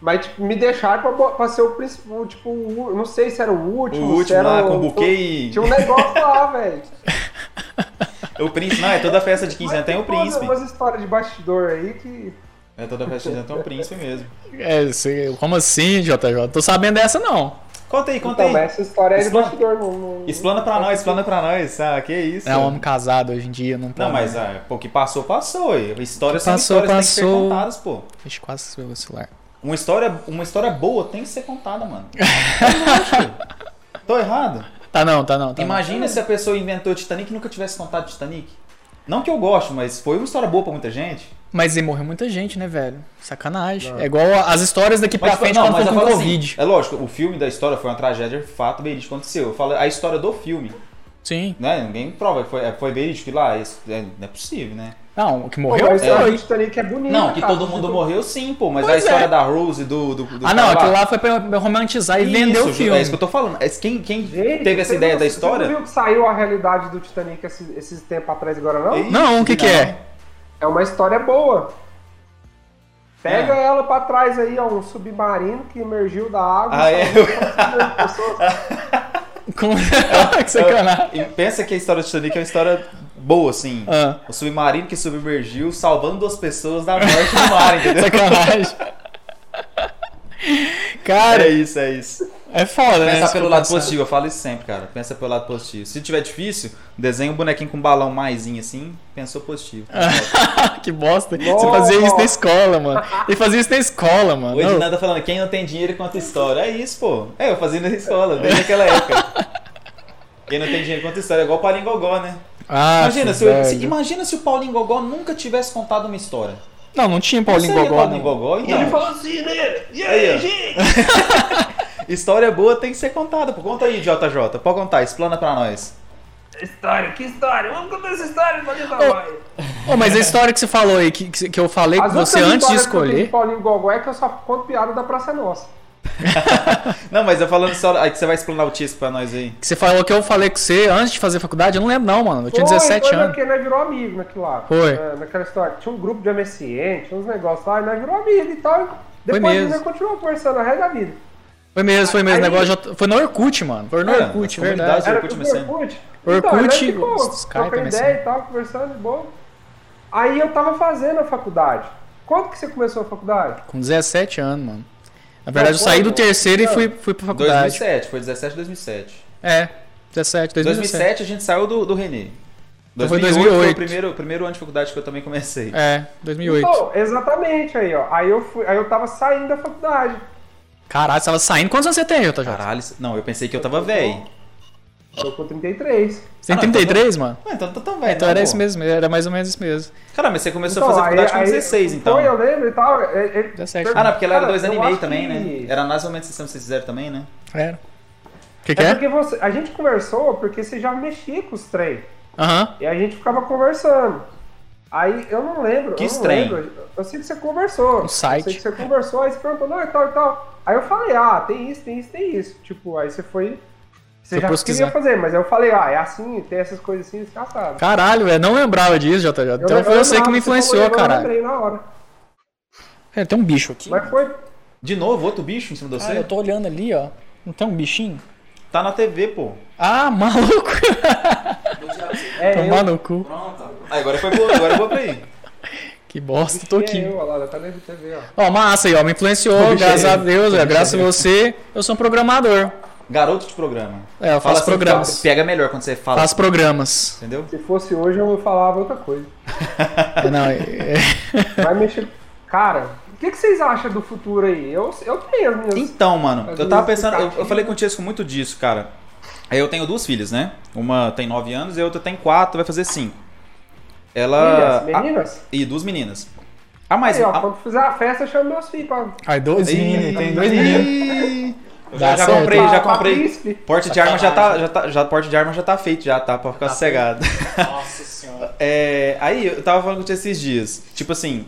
Speaker 3: Mas, tipo, me deixaram pra, bo- pra ser o principal. Tipo, o ú- não sei se era o
Speaker 2: O
Speaker 3: último. se
Speaker 2: último
Speaker 3: era
Speaker 2: lá
Speaker 3: o-
Speaker 2: com o buquê e...
Speaker 3: Tinha um
Speaker 2: [laughs]
Speaker 3: negócio lá, velho.
Speaker 2: O príncipe, não, é toda festa de 15 anos tem o príncipe.
Speaker 3: umas histórias de bastidor aí que.
Speaker 2: É toda festa de 15 anos tem o príncipe mesmo.
Speaker 1: É, você- como assim, JJ? Tô sabendo dessa não.
Speaker 2: Conta aí, conta
Speaker 3: Então, mas
Speaker 2: aí.
Speaker 3: essa história é de
Speaker 2: Explana-
Speaker 3: bastidor. Não, não-
Speaker 2: Explana pra nós, explana pra nós. Ah, que isso.
Speaker 1: É um homem casado hoje em dia, não tá pode.
Speaker 2: Não, mas ah, pô, o que passou, passou. e Histórias são
Speaker 1: Passou,
Speaker 2: histórias que tem que ser
Speaker 1: passou.
Speaker 2: contadas, pô.
Speaker 1: Deixa eu quase ver o celular.
Speaker 2: Uma história, uma história boa tem que ser contada, mano. [laughs] É lógico. Tô errado?
Speaker 1: Tá não, tá não. Tá
Speaker 2: Imagina se a pessoa inventou Titanic e nunca tivesse contado Titanic. Não que eu gosto, mas foi uma história boa pra muita gente.
Speaker 1: não. Mas e morreu muita gente, né, velho? Sacanagem. É igual as histórias daqui pra
Speaker 2: Mas, tipo,
Speaker 1: frente
Speaker 2: não,
Speaker 1: quando
Speaker 2: mas
Speaker 1: foi
Speaker 2: eu
Speaker 1: com
Speaker 2: falo assim,
Speaker 1: Covid.
Speaker 2: é lógico, o filme da história foi uma tragédia, fato, verídico, aconteceu. Eu falo a história do filme.
Speaker 1: Sim.
Speaker 2: Né? Ninguém prova, foi, foi verídico lá, isso é, não é possível, né?
Speaker 1: Não, o que
Speaker 3: Pô,
Speaker 1: morreu
Speaker 3: mas tem
Speaker 1: foi.
Speaker 3: uma Titanic é bonita.
Speaker 2: Não, que
Speaker 3: cara.
Speaker 2: todo mundo morreu sim, pô, mas a
Speaker 1: tipo, Pois
Speaker 2: história
Speaker 1: é.
Speaker 2: da Rose e do, do, do
Speaker 1: Ah, não,
Speaker 2: cara
Speaker 1: aquilo lá foi pra romantizar e
Speaker 2: Isso,
Speaker 1: vender o
Speaker 2: Ju,
Speaker 1: filme.
Speaker 2: É isso que eu tô falando. É, Quem, quem
Speaker 3: Gente,
Speaker 2: teve essa
Speaker 3: você
Speaker 2: ideia
Speaker 3: viu-
Speaker 2: da
Speaker 3: Você
Speaker 2: história?
Speaker 3: não viu que saiu a realidade do Titanic esses, esses tempos atrás agora, não?
Speaker 2: Ei.
Speaker 1: Não, o que que é?
Speaker 3: É uma história boa. Pega ela pra trás aí, ó, um submarino que emergiu da água.
Speaker 2: Ah, é?
Speaker 3: Pessoas-
Speaker 1: Como-
Speaker 2: É
Speaker 1: [laughs] que sacanagem.
Speaker 2: Então, E pensa que a história do Titanic é uma história boa, assim.
Speaker 1: Ah,
Speaker 2: O submarino que submergiu, salvando duas pessoas da morte do mar, entendeu? [laughs]
Speaker 1: sacanagem. Cara,
Speaker 2: É isso, é isso.
Speaker 1: é foda, né?
Speaker 2: Pensar pelo lado
Speaker 1: Essa-
Speaker 2: positivo, eu falo isso sempre, cara. Pensa pelo lado positivo. Se tiver difícil, desenha um bonequinho com um balão maisinho assim, pensou positivo.
Speaker 1: [laughs] que bosta. Você
Speaker 3: Nossa.
Speaker 1: fazia isso na escola, mano. Ele fazia isso na escola, mano.
Speaker 2: O
Speaker 1: Não.
Speaker 2: Ednanda falando, quem não tem dinheiro conta história. É isso, pô. É, eu fazia na escola, desde aquela época. Quem não tem dinheiro conta história, é igual o Paulinho Gogó, né?
Speaker 1: Ah,
Speaker 2: Imagina se,
Speaker 1: velho.
Speaker 2: eu- se- imagina se o Paulinho Gogó nunca tivesse contado uma história.
Speaker 1: Não, não tinha
Speaker 2: Não
Speaker 1: Paulinho
Speaker 2: seria
Speaker 1: Gogó.
Speaker 2: Paulinho
Speaker 1: não.
Speaker 2: Gogó, então.
Speaker 3: [laughs] Ele falou assim, né? E
Speaker 2: Aí,
Speaker 3: aí,
Speaker 2: ó.
Speaker 3: gente?
Speaker 2: História boa tem que ser contada. pô. Conta aí, JJ. Pode contar, explana pra nós.
Speaker 3: História, que história? Vamos contar essa história, Paulinho Gogó.
Speaker 1: Ô, mas a história que você falou aí, que, que que eu falei com
Speaker 3: As
Speaker 1: É, você
Speaker 3: únicas
Speaker 1: antes de
Speaker 3: histórias que eu tenho
Speaker 1: escolher.
Speaker 3: de Paulinho Gogó é que eu só conto piada da Praça é Nossa.
Speaker 2: Não, mas eu falando história. Aí que você vai explanar o título pra nós aí.
Speaker 1: Que você falou que eu falei com você antes de fazer faculdade, eu não lembro, não, mano. Eu tinha
Speaker 3: Foi,
Speaker 1: 17
Speaker 3: foi
Speaker 1: anos.
Speaker 3: Porque nós virou amigo naquilo lá.
Speaker 1: Foi.
Speaker 3: É, naquela história. Tinha um grupo de MSN, tinha uns negócios lá, e nós virou amigo e tal. Depois
Speaker 1: mesmo.
Speaker 3: nós continuamos conversando o resto da vida.
Speaker 1: Foi mesmo, foi mesmo.
Speaker 3: Aí-
Speaker 1: negócio de- Foi no Orkut, mano. Foi no
Speaker 2: É,
Speaker 1: Orkut,
Speaker 2: nas
Speaker 1: verdade.
Speaker 2: comunidades-
Speaker 3: Era
Speaker 2: Orkut
Speaker 3: tudo
Speaker 2: MSN.
Speaker 3: Orkut.
Speaker 1: Orkut,
Speaker 3: Então, aí nós ficou
Speaker 1: Skype,
Speaker 3: trocando
Speaker 1: MSN.
Speaker 3: ideia e tal, conversando, de boa. Aí eu tava fazendo a faculdade. Quando que você começou a faculdade?
Speaker 1: Com 17 anos, mano. Na verdade, eu
Speaker 3: foi,
Speaker 1: saí do
Speaker 3: mano.
Speaker 1: terceiro e fui, fui pra faculdade.
Speaker 2: 2007, foi 17, 2007.
Speaker 1: É, 17, 2017.
Speaker 2: 2007 a gente saiu do, do Renê.
Speaker 1: Então foi
Speaker 2: 2008 foi o
Speaker 1: 2008.
Speaker 2: primeiro, o primeiro ano de faculdade que eu também comecei.
Speaker 1: É, 2008.
Speaker 3: Então, exatamente aí, ó. Aí eu, fui, aí eu tava saindo da faculdade.
Speaker 1: Caralho, você tava saindo. Quantos anos você tem, JJ?
Speaker 2: Caralho, isso- não, eu pensei que eu tava velho.
Speaker 3: Tô com 33.
Speaker 1: Você tem
Speaker 2: Ah, não,
Speaker 1: 33, mano?
Speaker 2: Ué, então eu tô tão velho,
Speaker 1: Então
Speaker 2: não,
Speaker 1: era
Speaker 2: pô.
Speaker 1: isso mesmo, era mais ou menos isso mesmo.
Speaker 2: Cara, mas você começou a fazer faculdade com 16, então.
Speaker 3: Então, Foi, eu lembro e tal. Ele, ele-
Speaker 1: 17.
Speaker 2: Ah, não, porque ela era
Speaker 3: Cara,
Speaker 2: dois
Speaker 3: eu
Speaker 2: anos e meio
Speaker 3: acho
Speaker 2: também,
Speaker 3: que-
Speaker 2: né? Era mais ou menos 600 também, né?
Speaker 1: Era. O que, que
Speaker 3: É
Speaker 1: é?
Speaker 3: porque você, a gente conversou porque você já mexia com os trem.
Speaker 1: Aham.
Speaker 3: E a gente ficava conversando. Aí eu não lembro.
Speaker 2: Que
Speaker 3: eu não
Speaker 2: trem?
Speaker 3: lembro. Eu sei que você conversou.
Speaker 1: Um site.
Speaker 3: Eu sei que você conversou, aí você perguntou, não, e tal, e tal. Aí eu falei, ah, tem isso, tem isso, tem isso. Tipo, aí você foi. Você
Speaker 1: Foi
Speaker 3: já
Speaker 1: pesquisar.
Speaker 3: queria fazer, mas aí eu falei, ah, é assim, tem essas coisas assim, você já sabe.
Speaker 1: Caralho, velho, não lembrava disso, JJ. Então
Speaker 3: Eu-
Speaker 1: foi
Speaker 3: eu
Speaker 1: você que
Speaker 3: lembrava,
Speaker 1: me
Speaker 3: falou,
Speaker 1: influenciou,
Speaker 3: eu
Speaker 1: caralho.
Speaker 3: lembrei na hora.
Speaker 1: É, tem um bicho aqui.
Speaker 3: Mas foi.
Speaker 2: De novo, outro bicho em cima de você?
Speaker 1: Ah, eu tô olhando ali, ó. Não tem um bichinho?
Speaker 2: Tá na TV, pô.
Speaker 1: Ah, maluco! [laughs]
Speaker 3: É, eu,
Speaker 1: Tomar no cu.
Speaker 5: Pronto.
Speaker 2: Ah, agora foi boa, agora eu vou pra aí.
Speaker 1: Que bosta, tô
Speaker 3: é
Speaker 1: aqui.
Speaker 3: eu, olha lá, tá na TV, ó.
Speaker 1: Ó, massa aí, ó. Me influenciou,
Speaker 2: Tô
Speaker 1: graças a
Speaker 2: bicheiro,
Speaker 1: Deus,
Speaker 2: tô
Speaker 1: velho. Graças a você, é eu sou um programador.
Speaker 2: Garoto de programa.
Speaker 1: É,
Speaker 2: Fala
Speaker 1: eu faço
Speaker 2: assim,
Speaker 1: programas.
Speaker 2: Pega melhor quando você fala,
Speaker 1: Faço programas.
Speaker 2: entendeu?
Speaker 3: Se fosse hoje eu falava outra coisa.
Speaker 1: É, não, é- é-
Speaker 3: Vai mexer. Cara, o que, que vocês acham do futuro aí? Eu, eu tenho as minhas.
Speaker 2: Então, mano,
Speaker 3: As
Speaker 2: eu tava
Speaker 3: minhas
Speaker 2: pensando, eu, eu
Speaker 3: expectativas.
Speaker 2: falei com o Tiesco muito disso, cara. Aí eu tenho duas filhas, né? Uma tem 9 anos e a outra tem 4, vai fazer 5. Ela.
Speaker 3: Meninas,
Speaker 2: a-
Speaker 3: meninas.
Speaker 2: e duas meninas. Ah, A mais.
Speaker 3: Aí, ó,
Speaker 2: a-
Speaker 3: quando fizer a festa, chama meus filhos pra.
Speaker 1: Ai, dois
Speaker 2: Ih,
Speaker 1: meninos, é? tem
Speaker 2: ih,
Speaker 1: dois meninos.
Speaker 2: Eu já,
Speaker 1: Dá
Speaker 2: já
Speaker 1: certo.
Speaker 2: comprei,
Speaker 3: pra-
Speaker 2: já
Speaker 3: pra
Speaker 2: comprei.
Speaker 3: príncipe.
Speaker 2: Porte de arma já tá, já tá, já, porte de arma já tá feito, já tá, pra ficar sossegado. [laughs]
Speaker 5: Nossa senhora.
Speaker 2: É, aí eu tava falando com você esses dias. Tipo assim,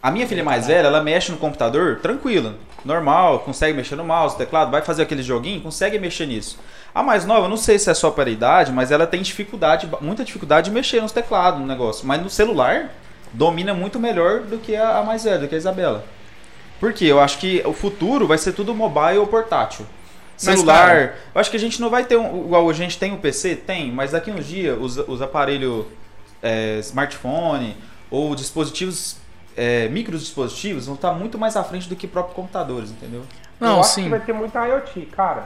Speaker 2: a minha filha mais velha, ela mexe no computador tranquila, normal, consegue mexer no mouse, teclado, vai fazer aquele joguinho, consegue mexer nisso. A mais nova, eu não sei se é só pela idade, mas ela tem dificuldade, muita dificuldade de mexer nos teclados, no negócio. Mas no celular, domina muito melhor do que a a mais velha, do que a Isabela. Por quê? Eu acho que o futuro vai ser tudo mobile ou portátil.
Speaker 1: Mas,
Speaker 2: Celular.
Speaker 1: cara-
Speaker 2: eu acho que a gente não vai ter um. Igual a gente tem o PC? Tem, mas daqui uns dias os, os aparelhos é, smartphone ou dispositivos. É, microdispositivos vão estar muito mais à frente do que próprios computadores, entendeu?
Speaker 3: eu
Speaker 1: Não,
Speaker 3: acho
Speaker 1: sim.
Speaker 3: que vai ter muita IoT, cara.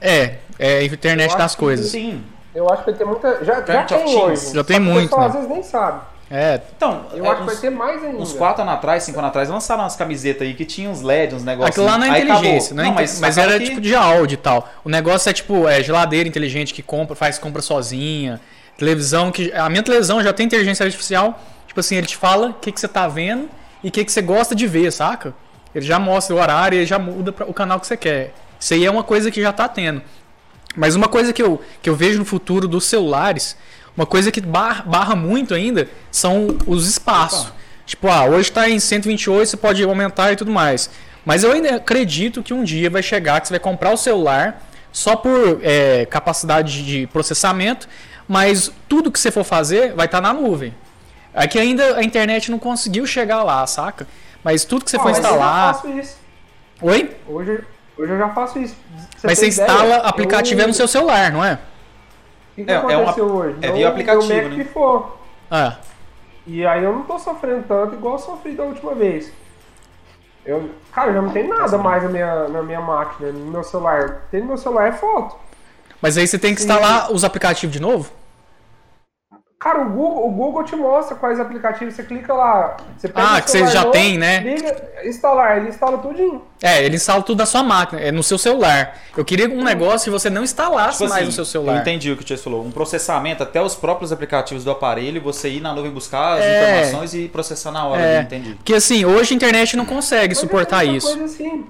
Speaker 1: É, é a internet
Speaker 3: Eu
Speaker 1: das
Speaker 3: acho que
Speaker 1: coisas.
Speaker 2: Sim.
Speaker 3: Eu acho que vai ter muita. Já, já
Speaker 2: Internet of
Speaker 3: tem
Speaker 2: Things,
Speaker 3: hoje.
Speaker 1: já tem
Speaker 3: Só que O
Speaker 1: muito,
Speaker 3: pessoal
Speaker 1: né?
Speaker 3: às vezes nem sabe.
Speaker 1: É,
Speaker 2: Então,
Speaker 3: Eu
Speaker 2: é,
Speaker 3: acho que vai
Speaker 2: uns,
Speaker 3: ter um, né? mais ainda.
Speaker 2: uns quatro anos atrás, cinco anos atrás, lançaram umas camisetas aí que tinha uns LEDs, uns negócios.
Speaker 1: Aquilo lá não é
Speaker 2: Aí acabou.
Speaker 1: inteligência, não é
Speaker 2: Não,
Speaker 1: inte- mas,
Speaker 2: mas
Speaker 1: era
Speaker 2: acaba que-
Speaker 1: tipo de áudio e tal. O negócio é tipo é, geladeira inteligente que compra, faz compra sozinha, televisão que. A minha televisão já tem inteligência artificial, tipo assim, ele te fala o que, que você tá vendo e o que, que você gosta de ver, saca? Ele já mostra o horário e ele já muda pra, o canal que você quer. Isso aí é uma coisa que já tá tendo. Mas uma coisa que eu, que eu vejo no futuro dos celulares, uma coisa que bar- barra muito ainda, são os espaços. Tipo, ah, hoje está em 128, você pode aumentar e tudo mais. Mas eu ainda acredito que um dia vai chegar que você vai comprar o celular só por é, capacidade de processamento, mas tudo que você for fazer vai estar na nuvem. É que ainda a internet não conseguiu chegar lá, saca? Mas tudo que você
Speaker 3: Ah,
Speaker 1: for
Speaker 3: mas eu já
Speaker 1: instalar.
Speaker 3: faço isso.
Speaker 1: Oi?
Speaker 3: Hoje, hoje eu já faço isso. Pra
Speaker 1: mas você
Speaker 3: ter
Speaker 1: instala
Speaker 3: ideia,
Speaker 1: aplicativo
Speaker 3: eu-
Speaker 1: é no seu celular, não é?
Speaker 3: O que, que
Speaker 2: É, é
Speaker 3: aconteceu hoje?
Speaker 2: é
Speaker 3: Não
Speaker 2: via aplicativo,
Speaker 3: deu medo
Speaker 2: né?
Speaker 3: que for.
Speaker 1: Ah.
Speaker 3: E aí eu não tô sofrendo tanto igual eu sofri da última vez. Eu, cara, já não
Speaker 1: Tá
Speaker 3: tem nada mais na minha, na minha máquina, no meu celular. Tem no meu celular é foto.
Speaker 1: Mas aí você tem que
Speaker 3: Sim.
Speaker 1: instalar os aplicativos de novo?
Speaker 3: Cara, o Google, o Google te mostra quais aplicativos, você clica lá. Você pega
Speaker 1: Ah,
Speaker 3: o
Speaker 1: que você
Speaker 3: celular
Speaker 1: já
Speaker 3: novo,
Speaker 1: tem, né?
Speaker 3: Liga, instalar, ele instala tudinho.
Speaker 1: É, ele instala tudo na sua máquina, é no seu celular. Eu queria um negócio que você não instalasse
Speaker 2: Tipo assim,
Speaker 1: mais no seu
Speaker 2: Eu
Speaker 1: celular.
Speaker 2: entendi o que o Chase falou. Um processamento, até os próprios aplicativos do aparelho, você ir na nuvem buscar as
Speaker 1: É.
Speaker 2: informações e processar na hora.
Speaker 1: É.
Speaker 2: eu Entendi.
Speaker 1: Porque assim, hoje a internet não consegue
Speaker 3: Mas é
Speaker 1: suportar
Speaker 3: muita
Speaker 1: isso.
Speaker 3: Coisa assim.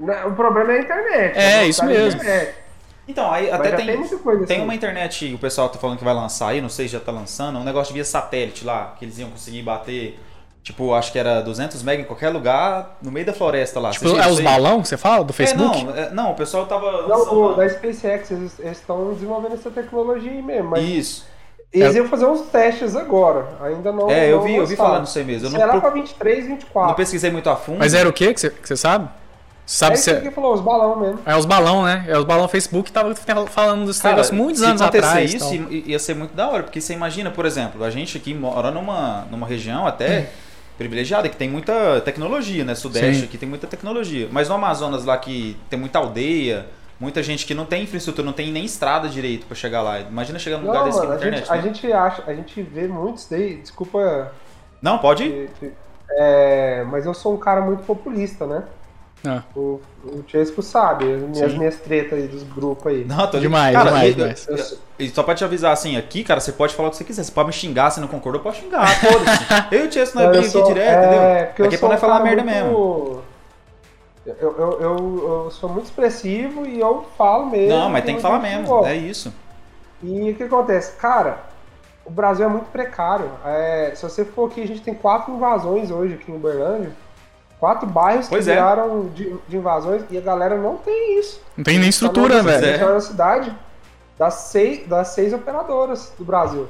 Speaker 3: Né, O problema é a internet.
Speaker 1: É,
Speaker 3: a velocidade
Speaker 1: isso
Speaker 3: da
Speaker 1: mesmo.
Speaker 3: internet.
Speaker 2: Então, aí
Speaker 3: Mas
Speaker 2: até
Speaker 3: já
Speaker 2: tem,
Speaker 3: tem muita coisa
Speaker 2: tem
Speaker 3: assim.
Speaker 2: uma internet, o pessoal tá falando que vai lançar aí, não sei se já tá lançando, um negócio via satélite lá, que eles iam conseguir bater, tipo, acho que era 200 mega em qualquer lugar, no meio da floresta lá.
Speaker 1: Tipo,
Speaker 2: Vocês viram
Speaker 1: é os
Speaker 2: isso aí?
Speaker 1: balão que você fala do Facebook?
Speaker 2: É, não, é, não, o pessoal tava lançando
Speaker 3: Não, o
Speaker 2: lá.
Speaker 3: da SpaceX, eles eles estão desenvolvendo essa tecnologia aí mesmo. Mas
Speaker 2: Isso.
Speaker 1: é-
Speaker 3: eles iam fazer uns testes agora. Ainda não.
Speaker 2: É, eu
Speaker 3: não
Speaker 2: vi, eu vi
Speaker 3: lançaram.
Speaker 2: falar disso aí mesmo. Eu não,
Speaker 3: Será
Speaker 2: pro-
Speaker 3: pra 23, 24.
Speaker 2: não pesquisei muito a fundo.
Speaker 1: Mas é era o que que você, que você sabe? Você
Speaker 3: é
Speaker 1: sabe
Speaker 3: isso
Speaker 1: se
Speaker 3: que falou, os balão mesmo.
Speaker 1: é os balão, né? É os balão Facebook que tava falando desse
Speaker 2: Cara,
Speaker 1: negócio muitos
Speaker 2: se
Speaker 1: anos
Speaker 2: acontecer
Speaker 1: atrás. e
Speaker 2: isso,
Speaker 1: tal.
Speaker 2: i- ia ser muito da hora, porque você imagina, por exemplo, a gente aqui mora numa, numa região
Speaker 1: Hum.
Speaker 2: até privilegiada, que tem muita tecnologia, né? Sudeste
Speaker 1: Sim.
Speaker 2: aqui tem muita tecnologia. Mas no Amazonas lá que tem muita aldeia, muita gente que não tem infraestrutura, não tem nem estrada direito pra chegar lá. Imagina chegar num
Speaker 3: Não,
Speaker 2: lugar desse
Speaker 3: mano,
Speaker 2: com
Speaker 3: a
Speaker 2: internet.
Speaker 3: gente, a
Speaker 2: né?
Speaker 3: gente acha, a gente vê muitos daí, desculpa.
Speaker 2: Não, pode ir?
Speaker 3: te- te- é, mas eu sou um cara muito populista, né?
Speaker 1: Ah.
Speaker 3: O, o Chesco sabe, as minhas,
Speaker 1: Sim.
Speaker 3: minhas tretas aí dos grupos aí.
Speaker 2: Não, tô
Speaker 1: Demais,
Speaker 2: cara,
Speaker 1: demais,
Speaker 2: e-
Speaker 1: demais.
Speaker 3: Eu sou-
Speaker 2: E só pra te avisar, assim, aqui, cara, você pode falar o que você quiser. Você pode me xingar, se não concordou, pode
Speaker 3: [laughs]
Speaker 2: xingar. Foda-se. Eu e o Tiesto não é
Speaker 3: eu
Speaker 2: briga aqui
Speaker 3: sou-
Speaker 2: direto,
Speaker 3: é,
Speaker 2: entendeu?
Speaker 3: porque eu
Speaker 2: Aqui é pra
Speaker 3: sou
Speaker 2: não
Speaker 3: um
Speaker 2: falar
Speaker 3: cara
Speaker 2: merda
Speaker 3: muito-
Speaker 2: mesmo.
Speaker 3: Eu, eu, eu, eu sou muito expressivo e eu falo mesmo. né,
Speaker 2: Não, mas
Speaker 3: e
Speaker 2: tem que
Speaker 3: muita
Speaker 2: falar
Speaker 3: gente não
Speaker 2: mesmo.
Speaker 3: gosta.
Speaker 2: É isso.
Speaker 3: E o que acontece? Cara, o Brasil é muito precário. É, se você for aqui, a gente tem quatro invasões hoje aqui em Uberlândia. Quatro bairros
Speaker 2: Pois
Speaker 3: que
Speaker 2: é.
Speaker 3: viraram de, de invasões e a galera não tem isso.
Speaker 1: Não tem nem estrutura,
Speaker 3: Tá na-
Speaker 1: velho.
Speaker 2: é.
Speaker 3: tá na cidade das seis, das seis operadoras do Brasil.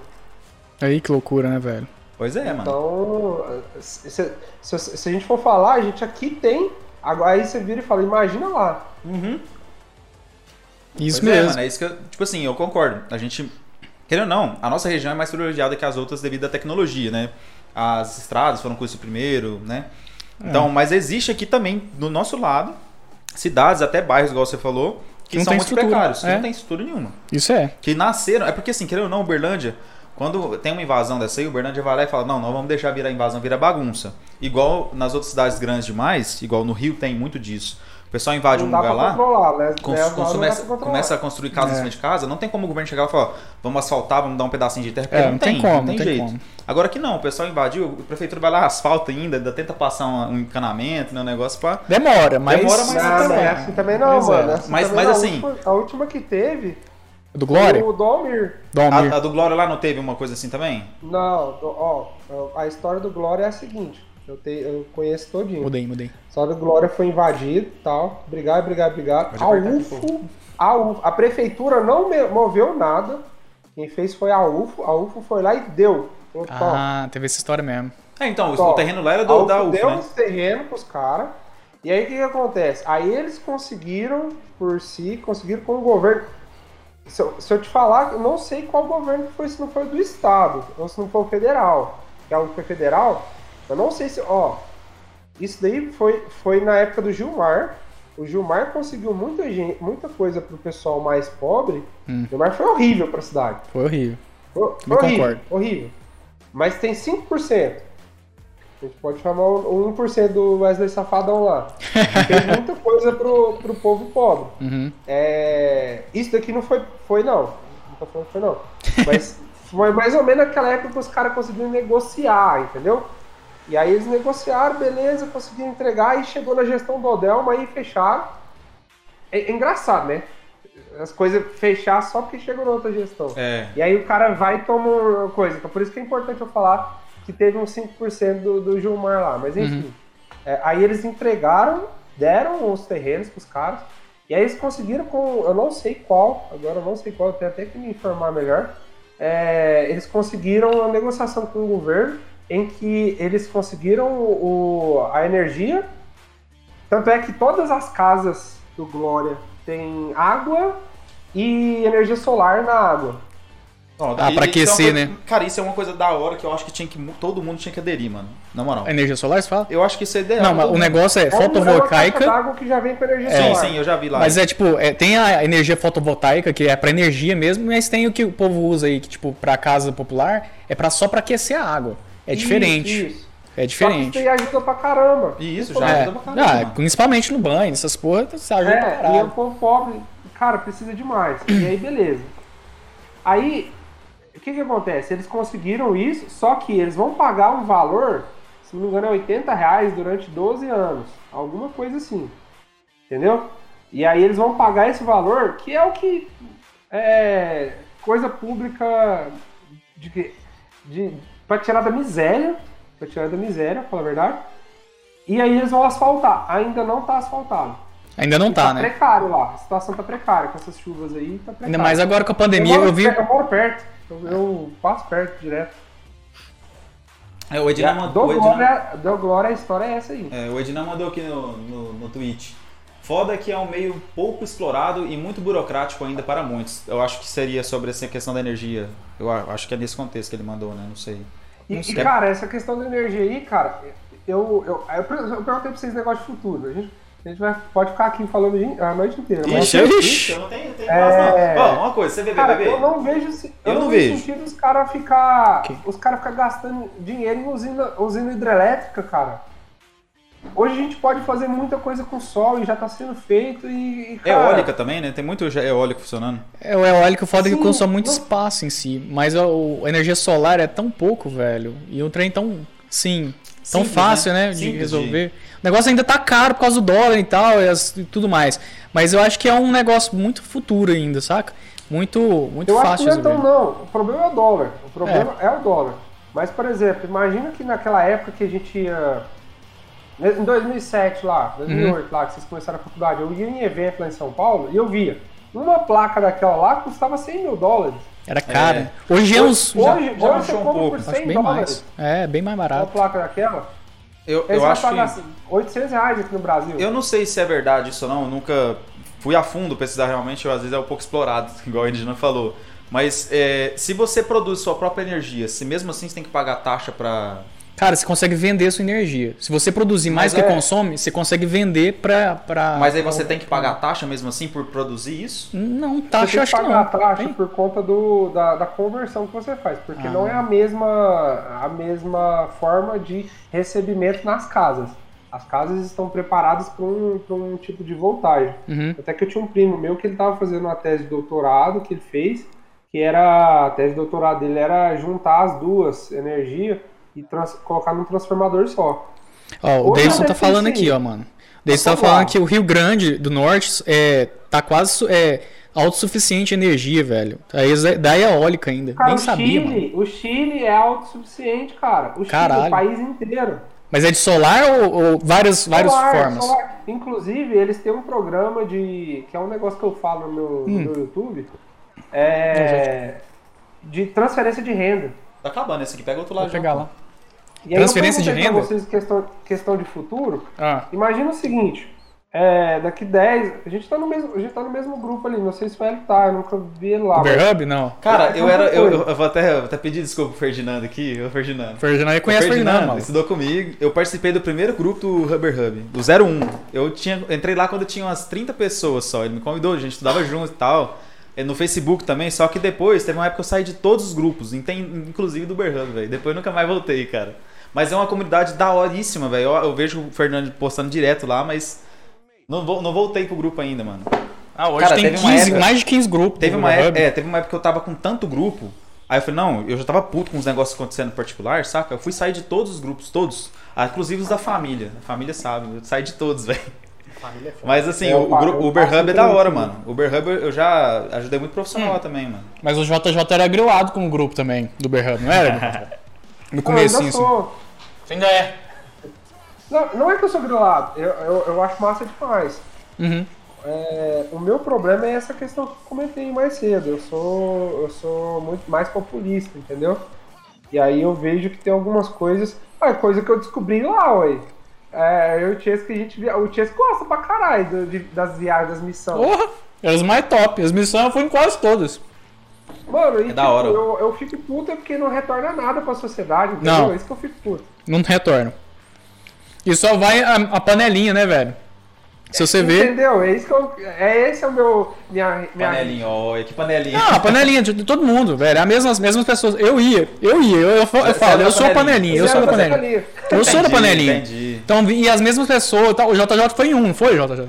Speaker 2: é.
Speaker 1: Aí que loucura, né, velho?
Speaker 2: Pois é, mano.
Speaker 3: Então, se, se- se- se a gente for falar, a gente aqui tem. Agora aí você vira e fala, imagina lá.
Speaker 2: Uhum.
Speaker 1: Isso
Speaker 2: Pois é,
Speaker 1: mesmo.
Speaker 2: mano, é isso que eu, tipo assim, eu concordo. A gente, querendo ou não, a nossa região é mais privilegiada que as outras devido à tecnologia, né? As estradas foram com isso primeiro, né?
Speaker 1: É.
Speaker 2: Então, mas existe aqui também, do nosso lado, cidades, até bairros, igual você falou, que
Speaker 1: Não
Speaker 2: são
Speaker 1: tem
Speaker 2: muito
Speaker 1: estrutura,
Speaker 2: precários, que
Speaker 1: é.
Speaker 2: não tem estrutura nenhuma.
Speaker 1: Isso é.
Speaker 2: Que nasceram, é porque assim, querendo ou não, Uberlândia, quando tem uma invasão dessa aí, Uberlândia vai lá e fala, não, não vamos deixar virar invasão, virar bagunça. Igual nas outras cidades grandes demais, igual no Rio tem muito disso. O pessoal invade
Speaker 3: não
Speaker 2: um
Speaker 3: dá pra
Speaker 2: lugar lá,
Speaker 3: controlar, né?
Speaker 2: Cons-
Speaker 3: Né,
Speaker 2: cons-
Speaker 3: agora não dá
Speaker 2: começa,
Speaker 3: pra controlar.
Speaker 2: começa a construir casa em
Speaker 1: É.
Speaker 2: cima de casa, não tem como o governo chegar e falar, vamos asfaltar, vamos dar um pedacinho de terra, porque
Speaker 1: É,
Speaker 2: não, tem,
Speaker 1: como,
Speaker 2: não tem jeito.
Speaker 1: como.
Speaker 2: Agora que não, o pessoal invadiu, o prefeitura vai lá, asfalta ainda, ainda tenta passar um, um encanamento, né, um negócio pra...
Speaker 1: Demora, mas.
Speaker 2: Demora, mas-
Speaker 3: Não, não é assim também não,
Speaker 1: Pois é.
Speaker 3: mano. É assim
Speaker 2: Mas- mas
Speaker 3: também não.
Speaker 2: assim-
Speaker 3: A última, a última que teve,
Speaker 1: Do Glória?
Speaker 3: o Domir.
Speaker 1: Domir.
Speaker 2: A, a do Glória lá não teve uma coisa assim também?
Speaker 3: Não, do- ó, a história do Glória é a seguinte. Eu, te, eu conheço todinho.
Speaker 1: Mudei, mudei.
Speaker 3: A história do Glória foi invadido e tal. Obrigado, obrigado, obrigado.
Speaker 2: Pode
Speaker 3: A
Speaker 2: apertar aqui,
Speaker 3: UFO, a UFO, a prefeitura não me- moveu nada. Quem fez foi a UFO. A UFO foi lá e deu. Falou, "Toma".
Speaker 1: Ah, teve essa história mesmo.
Speaker 2: É, então, o-
Speaker 3: Ó,
Speaker 2: o terreno lá era
Speaker 3: a
Speaker 2: do,
Speaker 3: UFO
Speaker 2: da UF,
Speaker 3: deu
Speaker 2: né?
Speaker 3: esse terreno pros caras. E aí o que, que acontece? Aí eles conseguiram por si, conseguiram com o governo. Se eu, se eu te falar, eu não sei qual governo que foi, se não foi o do Estado, ou se não foi o federal. Que é o que foi federal. Eu não sei se. Ó, isso daí foi, foi na época do Gilmar. O Gilmar conseguiu muita, gente, muita coisa pro pessoal mais pobre.
Speaker 1: Hum.
Speaker 3: O Gilmar foi horrível pra cidade.
Speaker 1: Foi horrível.
Speaker 3: Hor-
Speaker 1: Eu
Speaker 3: horrível,
Speaker 1: concordo.
Speaker 3: horrível. Mas tem 5%. A gente pode chamar o um, o 1% do Wesley
Speaker 1: [laughs]
Speaker 3: Safadão lá. Fez muita coisa pro, pro povo pobre.
Speaker 1: Uhum.
Speaker 3: É, isso daqui não foi, foi não. Não tô falando que foi não.
Speaker 1: [laughs]
Speaker 3: Mas foi mais ou menos aquela época que os caras conseguiram negociar, entendeu? E aí eles negociaram, beleza, conseguiram entregar e chegou na gestão do Odelma aí fecharam. É, é engraçado, né? as coisas fechar só porque chegou na outra gestão.
Speaker 2: É.
Speaker 3: E aí o cara vai e toma uma coisa. Então por isso que é importante eu falar que teve um uns 5% do, do Gilmar lá. Mas enfim. É, aí eles entregaram, deram os terrenos pros caras. E aí eles conseguiram com. Eu não sei qual, agora eu não sei qual, eu tenho até que me informar melhor. É, eles conseguiram uma negociação com o governo em que eles conseguiram o, a energia. Tanto é que todas as casas do Glória têm água e energia solar na água.
Speaker 2: Não,
Speaker 1: Ah,
Speaker 2: e-
Speaker 1: pra
Speaker 2: e isso é uma
Speaker 1: aquecer,
Speaker 2: coisa-
Speaker 1: né?
Speaker 2: Cara, isso é uma coisa da hora que eu acho que tinha que mu- todo mundo tinha que aderir, mano. Na moral.
Speaker 1: Energia solar, você fala?
Speaker 2: Eu acho que isso é ideal.
Speaker 1: É. Não, mas
Speaker 2: todo
Speaker 1: o
Speaker 2: mundo.
Speaker 1: negócio é
Speaker 3: É uma- é uma caixa
Speaker 1: fotovoltaica.
Speaker 3: d'água que já vem com energia
Speaker 2: Sim,
Speaker 1: É.
Speaker 3: solar.
Speaker 2: sim, eu já vi lá.
Speaker 1: Mas é tipo, é, tem a energia fotovoltaica, que é pra energia mesmo, mas tem o que o povo usa aí, que tipo, pra casa popular, é pra, só pra aquecer a água. É
Speaker 3: Isso,
Speaker 1: diferente.
Speaker 3: isso.
Speaker 1: É
Speaker 3: Só que
Speaker 1: diferente.
Speaker 3: isso aí ajuda pra caramba.
Speaker 2: E isso já
Speaker 1: É,
Speaker 2: ajuda pra caramba,
Speaker 1: ah,
Speaker 2: mano.
Speaker 1: principalmente no banho, essas porra, você ajuda pra
Speaker 3: É, e o
Speaker 1: caralho.
Speaker 3: povo pobre, cara, precisa demais. E aí, beleza. Aí, o que que acontece? Eles conseguiram isso, só que eles vão pagar um valor, se não me engano é 80 reais durante 12 anos. Alguma coisa assim. Entendeu? E aí eles vão pagar esse valor, que é o que é coisa pública de, que- de, pra tirar da miséria, pra tirar da miséria, pra falar a verdade. E aí eles vão asfaltar. Ainda não tá asfaltado.
Speaker 1: Ainda não tá,
Speaker 3: Tá
Speaker 1: né?
Speaker 3: precário lá. A situação tá precária com essas chuvas aí. Tá precário.
Speaker 1: Ainda mais agora com a
Speaker 3: eu
Speaker 1: pandemia,
Speaker 3: moro,
Speaker 1: eu vi.
Speaker 3: perto, eu moro perto. Eu, eu passo perto direto.
Speaker 2: É, o Edna mandou.
Speaker 3: Dou
Speaker 2: o Edna-
Speaker 3: glória, dou glória, a história é essa aí.
Speaker 2: né? É, o Edna mandou aqui no, no, no tweet. Foda que é um meio pouco explorado e muito burocrático ainda para muitos. Eu acho que seria sobre essa questão da energia. Eu a- acho que é nesse contexto que ele mandou, né? Não sei.
Speaker 3: E,
Speaker 2: Não
Speaker 3: e,
Speaker 2: sei.
Speaker 3: cara, essa questão da energia aí, cara, eu, eu, eu, per- eu perguntei pra vocês negócio de futuro. A gente, a gente vai, pode ficar aqui falando a noite inteira. mas-
Speaker 1: Ixi,
Speaker 2: Ixi, eu não tenho, tenho mais
Speaker 3: É.
Speaker 2: não. Ó, uma coisa, você bebê,
Speaker 3: Cara,
Speaker 2: bebê?
Speaker 3: eu não vejo, se- eu
Speaker 2: Eu
Speaker 3: não
Speaker 2: não
Speaker 3: vejo
Speaker 2: vejo.
Speaker 3: sentido os caras ficar,
Speaker 1: Ok.
Speaker 3: os cara ficar gastando dinheiro em usina, usina hidrelétrica, cara. Hoje a gente pode fazer muita coisa com sol e já tá sendo feito e, e
Speaker 2: É
Speaker 3: cara,
Speaker 2: Eólica também, né? Tem muito ge- eólico funcionando.
Speaker 1: É, o eólico foda que
Speaker 3: Sim,
Speaker 1: consome muito
Speaker 3: não-
Speaker 1: espaço em si, mas a, o- a energia solar é tão pouco, velho, e um trem tão, sim, tão
Speaker 2: Simples,
Speaker 1: fácil, né, de
Speaker 2: Simples
Speaker 1: resolver. O negócio ainda tá caro por causa do dólar e tal, e, as- e tudo mais, mas eu acho que é um negócio muito futuro ainda, saca? Muito, muito
Speaker 3: eu acho
Speaker 1: fácil
Speaker 3: que não
Speaker 1: de
Speaker 3: é tão
Speaker 1: resolver.
Speaker 3: não. O problema é o dólar. O problema é. o dólar. Mas, por exemplo, imagina que naquela época que a gente ia. Em 2007 lá, 2008 lá, que vocês começaram a faculdade, eu ia em evento lá em São Paulo e eu via. Uma placa daquela lá custava 100 mil dólares.
Speaker 1: Era caro. Hoje é uns...
Speaker 3: hoje
Speaker 2: já
Speaker 3: hoje
Speaker 2: baixou
Speaker 3: você
Speaker 2: um
Speaker 3: compra
Speaker 2: pouco,
Speaker 3: por
Speaker 1: acho
Speaker 3: 100
Speaker 1: bem
Speaker 3: dólares.
Speaker 1: mais. É, bem mais
Speaker 3: Uma
Speaker 1: barato.
Speaker 3: placa daquela.
Speaker 2: Eu,
Speaker 3: Eles
Speaker 2: eu
Speaker 3: vão
Speaker 2: acho
Speaker 3: pagar
Speaker 2: que...
Speaker 3: 800 reais aqui no Brasil.
Speaker 2: Eu não sei se é verdade isso ou não, eu nunca fui a fundo pesquisar realmente, eu, às vezes é um pouco explorado, [laughs] igual a Indina falou. Mas é, se você produz sua própria energia, se mesmo assim você tem que pagar taxa pra.
Speaker 1: Cara, você consegue vender sua energia. Se você produzir
Speaker 2: Mas
Speaker 1: mais do que
Speaker 2: é-
Speaker 1: consome, você consegue vender pra... pra...
Speaker 2: mas aí você tem que pagar taxa mesmo assim por produzir isso?
Speaker 1: Não,
Speaker 3: Você tem
Speaker 1: taxa eu
Speaker 3: que
Speaker 1: acho que
Speaker 3: pagar tá?
Speaker 1: não.
Speaker 3: a taxa
Speaker 1: Tem?
Speaker 3: por conta do, da, da conversão que você faz, porque
Speaker 1: Ah.
Speaker 3: não é a mesma, a mesma forma de recebimento nas casas. As casas estão preparadas para um, pra um tipo de voltagem.
Speaker 1: Uhum.
Speaker 3: Até que eu tinha um primo meu que ele estava fazendo uma tese de doutorado que ele fez, que era a tese de doutorado dele era juntar as duas energia e trans- colocar num transformador só.
Speaker 1: Ó, o
Speaker 3: Porra,
Speaker 1: Davidson tá
Speaker 3: deve
Speaker 1: falando
Speaker 3: ser
Speaker 1: aqui,
Speaker 3: é isso.
Speaker 1: ó, mano. O Davidson tá
Speaker 3: Mas vamos
Speaker 1: falando
Speaker 3: lá.
Speaker 1: que o Rio Grande do Norte é, tá quase su- é, autossuficiente em energia, velho. Aí é da eólica ainda.
Speaker 3: Cara,
Speaker 1: Nem
Speaker 3: o
Speaker 1: sabia, mano.
Speaker 3: Chile, o Chile é autossuficiente, cara. O Chile,
Speaker 1: Caralho.
Speaker 3: o país inteiro.
Speaker 1: Mas é de solar ou, ou várias, várias
Speaker 3: Solar,
Speaker 1: formas?
Speaker 3: solar. Inclusive, eles têm um programa de. que é um negócio que eu falo no meu, no
Speaker 1: Hum.
Speaker 3: meu YouTube. É, de transferência de renda.
Speaker 2: Tá acabando esse aqui, pega outro lado.
Speaker 1: Vou pegar lá.
Speaker 3: E aí eu
Speaker 1: Transferência de
Speaker 3: perguntei pra
Speaker 1: renda?
Speaker 3: vocês questão, questão de futuro.
Speaker 1: Ah,
Speaker 3: Imagina o seguinte. é, daqui 10. A gente tá no mesmo, a gente tá no mesmo grupo ali. Não sei se o Hélio tá, eu nunca vi ele lá. mas-
Speaker 1: Uberhub? Não.
Speaker 2: Cara, eu era. Eu,
Speaker 3: Outra coisa.
Speaker 2: eu vou até, eu vou até pedir desculpa pro Ferdinando aqui, o Ferdinando.
Speaker 1: Ferdinando, eu
Speaker 2: O
Speaker 1: conheço o Ferdinando, mano.
Speaker 2: estudou comigo. Eu participei do primeiro grupo do Hubber Hub, do 01. Eu tinha, entrei lá quando tinha umas 30 pessoas só. Ele me convidou, a gente estudava junto e tal. É, No Facebook também, só que depois teve uma época que eu saí de todos os grupos, inten- inclusive do Uber Hub, velho. Depois eu nunca mais voltei, cara. Mas é uma comunidade daoríssima, velho. Eu, eu vejo o Fernando postando direto lá, mas não, vol- não voltei pro grupo ainda, mano.
Speaker 1: Ah, hoje
Speaker 2: Cara,
Speaker 1: tem
Speaker 2: teve uma
Speaker 1: 15,
Speaker 2: época-
Speaker 1: mais de 15 grupos.
Speaker 2: Teve
Speaker 1: no
Speaker 2: uma,
Speaker 1: Uberhub.
Speaker 2: época, é, teve uma época que eu tava com tanto grupo. Aí eu falei, não, eu já tava puto com os negócios acontecendo em particular, saca? Eu fui sair de todos [laughs] os grupos, todos. Ah, Inclusive os da família. A família sabe, eu saí de todos, velho.
Speaker 1: família é foda.
Speaker 2: Mas assim,
Speaker 3: É,
Speaker 2: o,
Speaker 3: o pa-
Speaker 2: gru-
Speaker 3: o
Speaker 2: Uber Hub é da
Speaker 3: passo né?
Speaker 2: hora,
Speaker 3: tudo.
Speaker 2: mano. Uber Hub eu já ajudei muito profissional
Speaker 3: Hum.
Speaker 2: lá também, mano.
Speaker 1: Mas o JJ era grilado com o grupo também, do Uber Hub, não [laughs] era? No começo,
Speaker 3: eu ainda
Speaker 1: assim.
Speaker 3: sou.
Speaker 1: Você ainda é.
Speaker 3: Não, não é que eu sou grilado, eu, eu, eu acho massa demais.
Speaker 1: Uhum.
Speaker 3: É, o meu problema é essa questão que eu comentei mais cedo. Eu sou, eu sou muito mais populista, entendeu? E aí eu vejo que tem algumas coisas. Ah, coisa que eu descobri lá, ué. É, eu e o Chesco, a gente via... O Chesco gosta pra caralho do- de- das viagens, das missões.
Speaker 1: Porra, eram os mais top. As missões eu fui em quase todas.
Speaker 3: Mano, e, tipo,
Speaker 2: É da hora.
Speaker 3: eu, eu fico puto é porque não retorna nada pra sociedade, entendeu?
Speaker 1: Não.
Speaker 3: É isso que eu fico puto.
Speaker 1: Não retorno. E só vai a, a panelinha, né, velho? Se você vê.
Speaker 3: Entendeu? É isso que eu... É esse é o meu... Minha... minha...
Speaker 2: Panelinha, ó, que panelinha.
Speaker 1: Não, a panelinha de, de todo mundo, velho. É A mesma, as mesmas pessoas. Eu ia, eu ia, eu, eu, fa- eu
Speaker 2: Você
Speaker 1: falo,
Speaker 2: era
Speaker 1: eu
Speaker 2: da
Speaker 1: sou a panelinha,
Speaker 2: panelinha.
Speaker 1: eu
Speaker 3: Você
Speaker 1: sou
Speaker 3: era
Speaker 1: da
Speaker 3: da
Speaker 1: panelinha.
Speaker 3: panelinha.
Speaker 1: Eu sou da
Speaker 2: Entendi,
Speaker 1: panelinha.
Speaker 2: Entendi.
Speaker 1: Então, e as mesmas pessoas, tá? o JJ foi em um, não foi, JJ?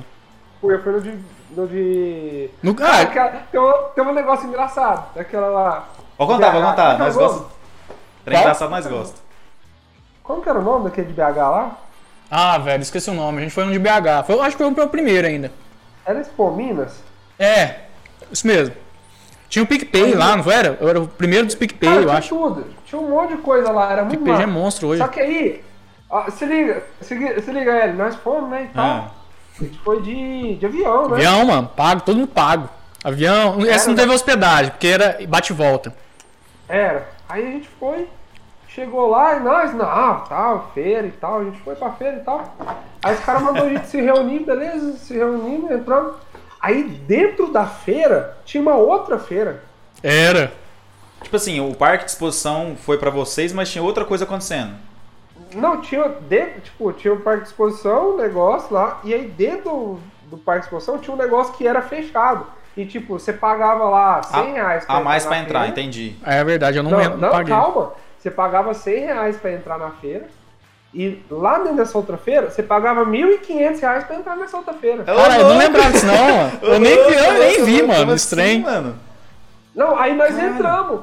Speaker 3: Fui, eu fui no de... No de...
Speaker 1: No,
Speaker 3: Ah,
Speaker 1: ah,
Speaker 3: aquela- tem, um, tem um negócio engraçado, daquela lá.
Speaker 2: Vou contar, vou
Speaker 3: BH,
Speaker 2: contar.
Speaker 3: como
Speaker 2: Nós
Speaker 3: que era o
Speaker 2: gostamos.
Speaker 3: nome?
Speaker 2: Trem
Speaker 1: Qual?
Speaker 2: engraçado, nós gosta.
Speaker 3: Como que era o nome daquele de BH lá?
Speaker 1: ah, velho, esqueci o nome. A gente foi um de BH. Foi, acho que foi o primeiro ainda.
Speaker 3: Era Expo Minas?
Speaker 1: É, isso mesmo. Tinha o PicPay lá, não era? Eu era o primeiro dos PicPay,
Speaker 3: Cara,
Speaker 1: eu
Speaker 3: tinha
Speaker 1: acho.
Speaker 3: tudo. Tinha um monte de coisa lá, era muito
Speaker 1: PicPay já é
Speaker 3: massa.
Speaker 1: monstro hoje.
Speaker 3: Só que aí, ó, se liga, se, liga- se liga, ele, nós fomos, né, e tal.
Speaker 2: Ah.
Speaker 3: A gente foi de, de avião, né?
Speaker 1: Avião, mano, pago, todo mundo pago. Avião, essa não teve hospedagem, porque era bate e volta.
Speaker 3: Era. Aí a gente foi, chegou lá e nós, não, tal, feira e tal, a gente foi pra feira e tal. Aí os caras mandaram a gente se reunir, beleza, se reunimos, entramos. Aí dentro da feira tinha uma outra feira.
Speaker 1: Era.
Speaker 2: Tipo assim, o parque de exposição foi pra vocês, mas tinha outra coisa acontecendo.
Speaker 3: Não, tinha dentro, tipo, tinha o parque de exposição, um negócio lá, e aí dentro do, do parque de exposição tinha um negócio que era fechado. E tipo, você pagava lá 100 reais
Speaker 2: A mais
Speaker 3: na
Speaker 2: pra entrar,
Speaker 3: feira.
Speaker 2: entendi.
Speaker 1: É verdade, eu não,
Speaker 3: Não,
Speaker 1: lembro,
Speaker 3: não,
Speaker 1: paguei.
Speaker 3: calma. Você pagava 100 reais pra entrar na feira. E lá dentro dessa outra feira, você pagava 1.500 reais pra entrar nessa outra feira.
Speaker 1: Cara, eu não lembrava disso não, mano. Eu nem, vi- eu nem vi, mano,
Speaker 2: Como
Speaker 1: esse trem.
Speaker 2: assim, mano.
Speaker 3: Não, aí nós entramos.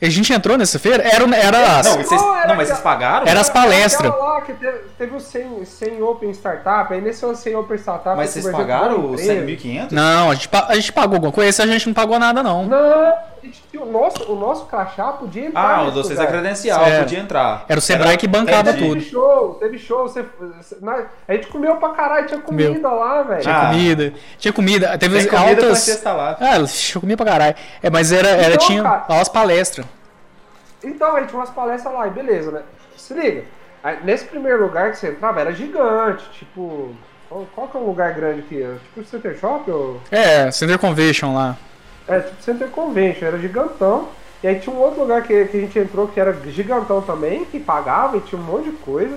Speaker 1: A gente entrou nessa feira? Era, era as...
Speaker 2: Não, e vocês,
Speaker 3: Não, era
Speaker 2: não, mas
Speaker 3: aquela-
Speaker 2: vocês pagaram?
Speaker 1: Era as palestras.
Speaker 3: Aquela lá que teve, teve o 100, 100 Open Startup, aí nesse ano 100 Open Startup...
Speaker 2: Mas
Speaker 3: eu
Speaker 2: vocês
Speaker 3: conversei com
Speaker 2: pagaram
Speaker 3: uma
Speaker 2: os
Speaker 3: empresa.
Speaker 2: 100.500?
Speaker 1: Não, a gente, pa- a gente pagou alguma coisa, esse a gente não pagou nada não.
Speaker 3: Não, a gente tinha o nosso, o nosso crachá podia entrar.
Speaker 2: Ah, o
Speaker 3: nesse
Speaker 2: de vocês é
Speaker 3: lugar.
Speaker 2: credencial,
Speaker 1: Sério.
Speaker 2: podia entrar.
Speaker 1: Era o Sebrae que bancava
Speaker 3: Teve
Speaker 2: Entendi.
Speaker 1: tudo.
Speaker 3: show, teve show. você- você- nós- a gente comeu pra caralho, tinha comida lá, velho.
Speaker 2: Ah,
Speaker 1: Comida. Tinha comida, teve
Speaker 2: Tem comida pra
Speaker 1: altas...
Speaker 2: cesta lá.
Speaker 1: Ah, eu comia pra caralho. É, mas era, era
Speaker 3: Então,
Speaker 1: tinha
Speaker 3: cara.
Speaker 1: lá as palestras.
Speaker 3: Então, aí tinha umas palestras lá, e beleza, né? Se liga. Aí, nesse primeiro lugar que você entrava era gigante, tipo. Qual, qual que é um lugar grande aqui? É Tipo Center Shop ou.
Speaker 1: É, Center Convention lá.
Speaker 3: É, tipo Center Convention, era gigantão. E aí tinha um outro lugar que, que a gente entrou que era gigantão também, que pagava e tinha um monte de coisa.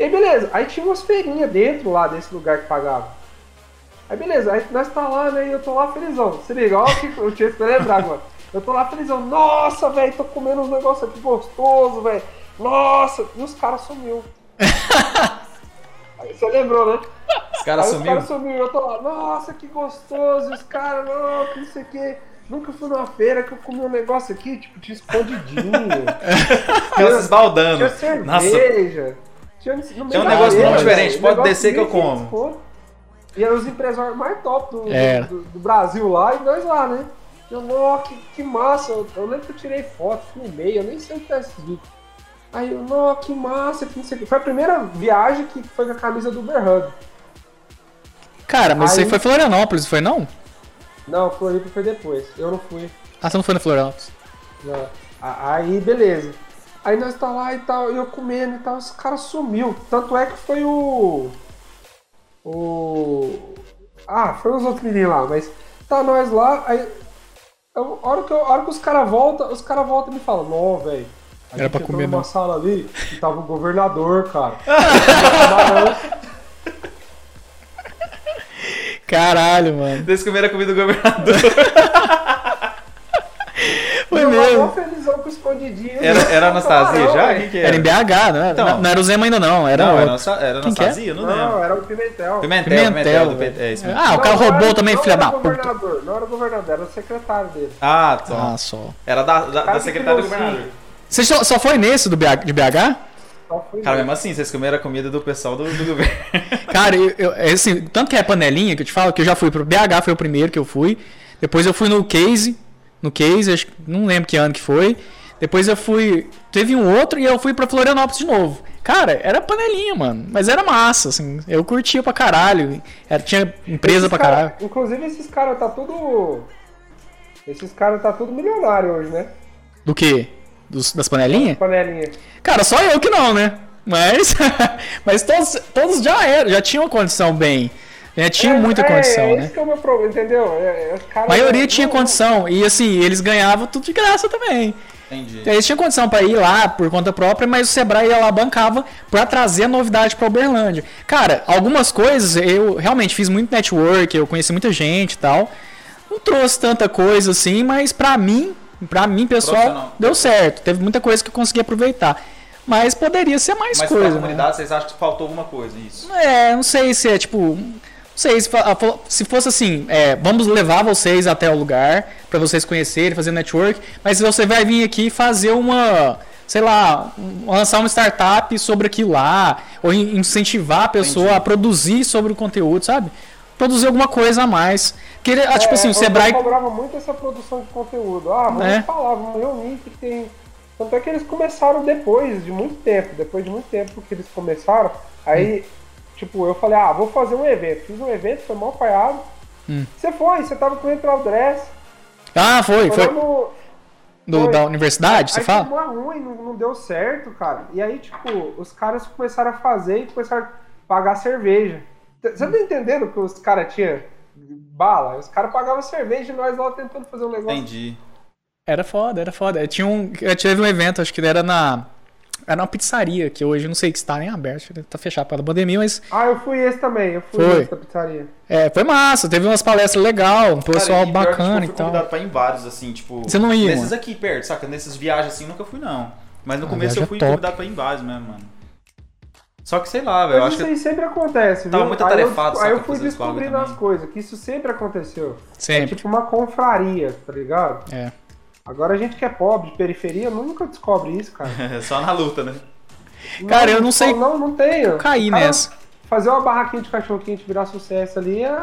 Speaker 3: E aí, beleza, aí tinha umas feirinhas dentro lá desse lugar que pagava. Aí beleza, aí nós tá lá, né? E eu tô lá felizão. Se liga, olha o que eu tinha que lembrar agora. Eu tô lá felizão, nossa, velho, tô comendo uns negócios aqui gostoso, velho. Nossa, e os caras sumiu. Aí você lembrou, né?
Speaker 2: Os caras
Speaker 3: Aí os
Speaker 2: sumiram.
Speaker 3: caras sumiram, eu tô lá, nossa, que gostoso, e os caras, não, que não sei o quê. Nunca fui numa feira que eu comi um negócio aqui, tipo, de escondidinho.
Speaker 2: [laughs] Ficam se esbaldando.
Speaker 3: tinha cerveja.
Speaker 2: Nossa,
Speaker 3: Tinha, no meio
Speaker 2: Tinha um
Speaker 3: da
Speaker 2: negócio
Speaker 3: feira,
Speaker 2: muito diferente,
Speaker 3: velho,
Speaker 2: pode
Speaker 3: negócio
Speaker 2: descer que eu
Speaker 3: 1.500
Speaker 2: como.
Speaker 3: conto. E eram os empresários mais top do,
Speaker 1: É.
Speaker 3: do- do Brasil lá e nós lá, né? Eu, nossa, que, que massa. Eu, eu lembro que eu tirei foto, filmei, eu nem sei o que tá esses vídeos. Aí eu, nossa, que massa, que não sei o que. Foi a primeira viagem que foi com a camisa do Uber Hub.
Speaker 1: Cara, mas
Speaker 3: Aí-
Speaker 1: você foi em Florianópolis, foi não?
Speaker 3: Não, Floripa foi depois. Eu não fui.
Speaker 1: Ah, você não foi na Florianópolis.
Speaker 3: Não. Né? A- Aí, beleza. Aí nós tá lá e tal, eu comendo e tal, os caras sumiu. Tanto é que foi o. O. Ah, foi os outros meninos lá, mas tá nós lá, aí. eu- a, hora que eu- a hora que os caras voltam, os caras voltam e me falam, não, velho. a
Speaker 1: Era
Speaker 3: gente
Speaker 1: pra
Speaker 3: entrou
Speaker 1: comer,
Speaker 3: numa
Speaker 1: não."
Speaker 3: sala ali e tava o
Speaker 2: [laughs]
Speaker 3: governador, cara. Camarão.
Speaker 1: Caralho, mano.
Speaker 2: Vocês comeram a comida do governador.
Speaker 1: Foi
Speaker 3: eu
Speaker 1: mesmo.
Speaker 3: tava felizão com o escondidinho.
Speaker 2: Era, era
Speaker 3: Camarão,
Speaker 2: Anastasia já?
Speaker 3: velho.
Speaker 2: Quem que é
Speaker 1: Era em
Speaker 2: era?
Speaker 1: BH, não era?
Speaker 2: Então.
Speaker 1: não, não era o Zema ainda não, era
Speaker 2: Não,
Speaker 1: o
Speaker 2: era Anasta- era
Speaker 1: Quem que é?
Speaker 2: Anastasia, não lembro.
Speaker 3: Não, era o Pimentel.
Speaker 2: Pimentel, Pimentel.
Speaker 1: Pimentel.
Speaker 2: do P- É isso mesmo.
Speaker 1: ah, o cara
Speaker 3: Não, não
Speaker 1: roubou
Speaker 3: era-
Speaker 1: também,
Speaker 3: não
Speaker 1: filha
Speaker 3: era
Speaker 1: da
Speaker 3: o
Speaker 1: puta.
Speaker 3: governador, Não era o governador, era o secretário dele.
Speaker 2: Ah, tá.
Speaker 1: Ah, só.
Speaker 2: Era da, da, da
Speaker 3: Cara, que
Speaker 2: secretária do
Speaker 3: mocinho.
Speaker 2: governador.
Speaker 1: Você só, só foi nesse do BH, de BH?
Speaker 3: Então foi.
Speaker 2: Cara,
Speaker 3: mesmo.
Speaker 2: mesmo assim, vocês comeram a comida do pessoal do, do governo.
Speaker 1: Cara, eu, eu- é assim, tanto que é panelinha que eu te falo, que eu já fui pro BH, foi o primeiro que eu fui. Depois eu fui no Case, no Case, acho, que- não lembro que ano que foi. Depois eu fui, teve um outro e eu fui pra Florianópolis de novo. Cara, era panelinha, mano, mas era massa, assim, eu curtia pra caralho, era, tinha empresa
Speaker 3: Esses
Speaker 1: pra
Speaker 3: cara-
Speaker 1: caralho.
Speaker 3: Inclusive, esses caras tá tudo. Esses caras tá tudo milionário hoje, né?
Speaker 1: Do que? das panelinhas?
Speaker 3: Panelinha.
Speaker 1: Cara, só eu que não, né? Mas, [laughs] mas todos, todos já eram, já tinham condição bem, já tinham
Speaker 3: É,
Speaker 1: muita
Speaker 3: é,
Speaker 1: condição,
Speaker 3: é
Speaker 1: né?
Speaker 3: Esse que é o meu problema, entendeu? É, é, os
Speaker 1: A
Speaker 3: caras-
Speaker 1: maioria tinha
Speaker 3: não-
Speaker 1: condição. E assim, eles ganhavam tudo de graça também.
Speaker 2: Entendi.
Speaker 1: Então, Eles tinham condição pra ir lá por conta própria, mas o Sebrae ia lá bancava pra trazer a novidade pra Uberlândia. Cara, algumas coisas eu realmente fiz muito network, eu conheci muita gente e tal. Não trouxe tanta coisa assim, mas pra mim, pra mim
Speaker 2: Trouxe não.
Speaker 1: pessoal, deu certo. Teve muita coisa que eu consegui aproveitar. Mas poderia ser mais
Speaker 2: Mas
Speaker 1: coisa.
Speaker 2: pra
Speaker 1: né?
Speaker 2: comunidade, vocês acham que faltou alguma coisa? Isso.
Speaker 1: É, não sei se é tipo. Não sei se, fa- fo- se fosse assim, é, vamos levar vocês até o lugar pra vocês conhecerem, fazer network, mas você vai vir aqui fazer uma, sei lá, um- lançar uma startup sobre aquilo lá, ou in- incentivar a pessoa
Speaker 2: Entendi.
Speaker 1: a produzir sobre o conteúdo, sabe? Produzir alguma coisa a mais. Que, ele- ah, tipo
Speaker 3: É,
Speaker 1: assim, o
Speaker 3: eu
Speaker 1: Sebrae.
Speaker 3: cobrava muito essa produção de conteúdo. Ah, vamos
Speaker 1: É.
Speaker 3: falar, vamos reunir que tem. Tanto é que eles começaram depois de muito tempo. Depois de muito tempo que eles começaram, aí,
Speaker 1: Hum.
Speaker 3: tipo, eu falei, ah, vou fazer um evento. Fiz um evento, foi mal falhado.
Speaker 1: Hum.
Speaker 3: Você foi, você tava com o Entral Dress.
Speaker 1: Ah, foi,
Speaker 3: Foi,
Speaker 1: foi.
Speaker 3: no,
Speaker 1: Do, da universidade, você
Speaker 3: aí
Speaker 1: fala?
Speaker 3: ficou ruim, não, não deu certo, cara. E aí, tipo, os caras começaram a fazer e começaram a pagar cerveja. T- Você
Speaker 1: Hum.
Speaker 3: tá entendendo que os caras tinham bala? Os caras pagavam cerveja e nós lá tentando fazer um negócio.
Speaker 2: Entendi.
Speaker 1: Era foda, era foda. Tinha um, eu teve um evento, acho que era na. Era uma pizzaria, que hoje eu não sei que está nem aberto, tá fechado por causa da pandemia, mas
Speaker 3: Ah, eu fui esse também, eu fui
Speaker 1: Foi.
Speaker 3: esse da pizzaria.
Speaker 1: é, foi massa, teve umas palestras legal, um pessoal
Speaker 2: Cara, e pior que, tipo,
Speaker 1: bacana e
Speaker 2: Eu fui
Speaker 1: tal.
Speaker 2: convidado pra ir em vários, assim, tipo.
Speaker 1: Você não ia,
Speaker 2: Nesses
Speaker 1: mano?
Speaker 2: aqui perto, saca? Nesses viagens assim, nunca fui, não. Mas no
Speaker 1: Ah,
Speaker 2: começo
Speaker 1: viagem
Speaker 2: eu
Speaker 1: é
Speaker 2: fui
Speaker 1: top.
Speaker 2: convidado pra ir em vários mesmo, mano. Só que sei lá, velho. eu
Speaker 3: Mas
Speaker 2: Acho
Speaker 3: isso
Speaker 2: que
Speaker 3: aí sempre acontece,
Speaker 2: Tava
Speaker 3: viu?
Speaker 2: muito
Speaker 3: Aí eu-
Speaker 2: atarefado,
Speaker 3: Aí eu,
Speaker 2: saca,
Speaker 3: fui
Speaker 2: fazer esse bagulho
Speaker 3: descobrindo as
Speaker 2: também.
Speaker 3: coisas, que isso sempre aconteceu. É
Speaker 1: Sempre.
Speaker 3: tipo uma confraria, tá ligado?
Speaker 1: É.
Speaker 3: Agora a gente que é pobre, de periferia, nunca descobre isso, cara.
Speaker 2: só na luta, né?
Speaker 1: [laughs] Cara, eu não sei-
Speaker 3: Não, não tenho.
Speaker 2: Ah,
Speaker 1: Caí
Speaker 3: Cara,
Speaker 1: nessa.
Speaker 3: fazer uma barraquinha de cachorro quente virar sucesso ali é,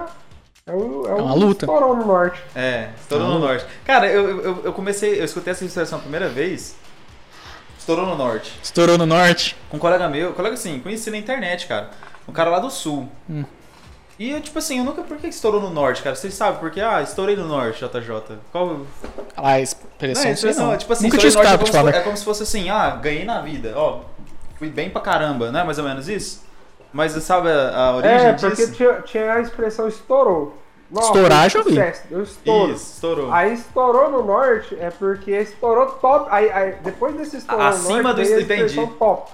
Speaker 3: é, um, é, um
Speaker 1: uma luta.
Speaker 3: estourão no norte.
Speaker 2: É, estourou no norte. Cara, eu, eu, eu comecei, eu escutei essa expressão a primeira vez. Estourou no norte.
Speaker 1: Estourou no norte.
Speaker 2: com um colega meu, colega assim, conheci na internet, cara. Um cara lá do sul.
Speaker 3: Hum.
Speaker 2: E eu, tipo assim, eu nunca. Por que estourou no norte, cara? Vocês sabem porque, ah, estourei no norte, JJ. Qual.
Speaker 1: Ah, a
Speaker 2: não,
Speaker 1: expressão. não
Speaker 3: um
Speaker 1: sei
Speaker 2: expressão,
Speaker 1: não.
Speaker 2: tipo assim,
Speaker 1: Nunca tinha
Speaker 2: estourei no
Speaker 1: escutado,
Speaker 2: norte
Speaker 1: te
Speaker 2: é como, se,
Speaker 1: falar.
Speaker 3: né?
Speaker 2: é como se fosse assim, ah, ganhei na vida, ó. Fui bem pra caramba, não é mais ou menos isso? Mas sabe a, a origem
Speaker 3: É, porque
Speaker 2: disso?
Speaker 3: tinha, tinha a expressão estourou. Nossa,
Speaker 1: Estourar,
Speaker 3: que
Speaker 1: já vi.
Speaker 3: sucesso, Deu estouro.
Speaker 2: Isso, estourou.
Speaker 3: Aí estourou no norte é porque estourou top. Aí, aí, depois desse estourou
Speaker 2: Acima
Speaker 3: no norte,
Speaker 2: do-
Speaker 3: veio a
Speaker 2: entendi.
Speaker 3: expressão top.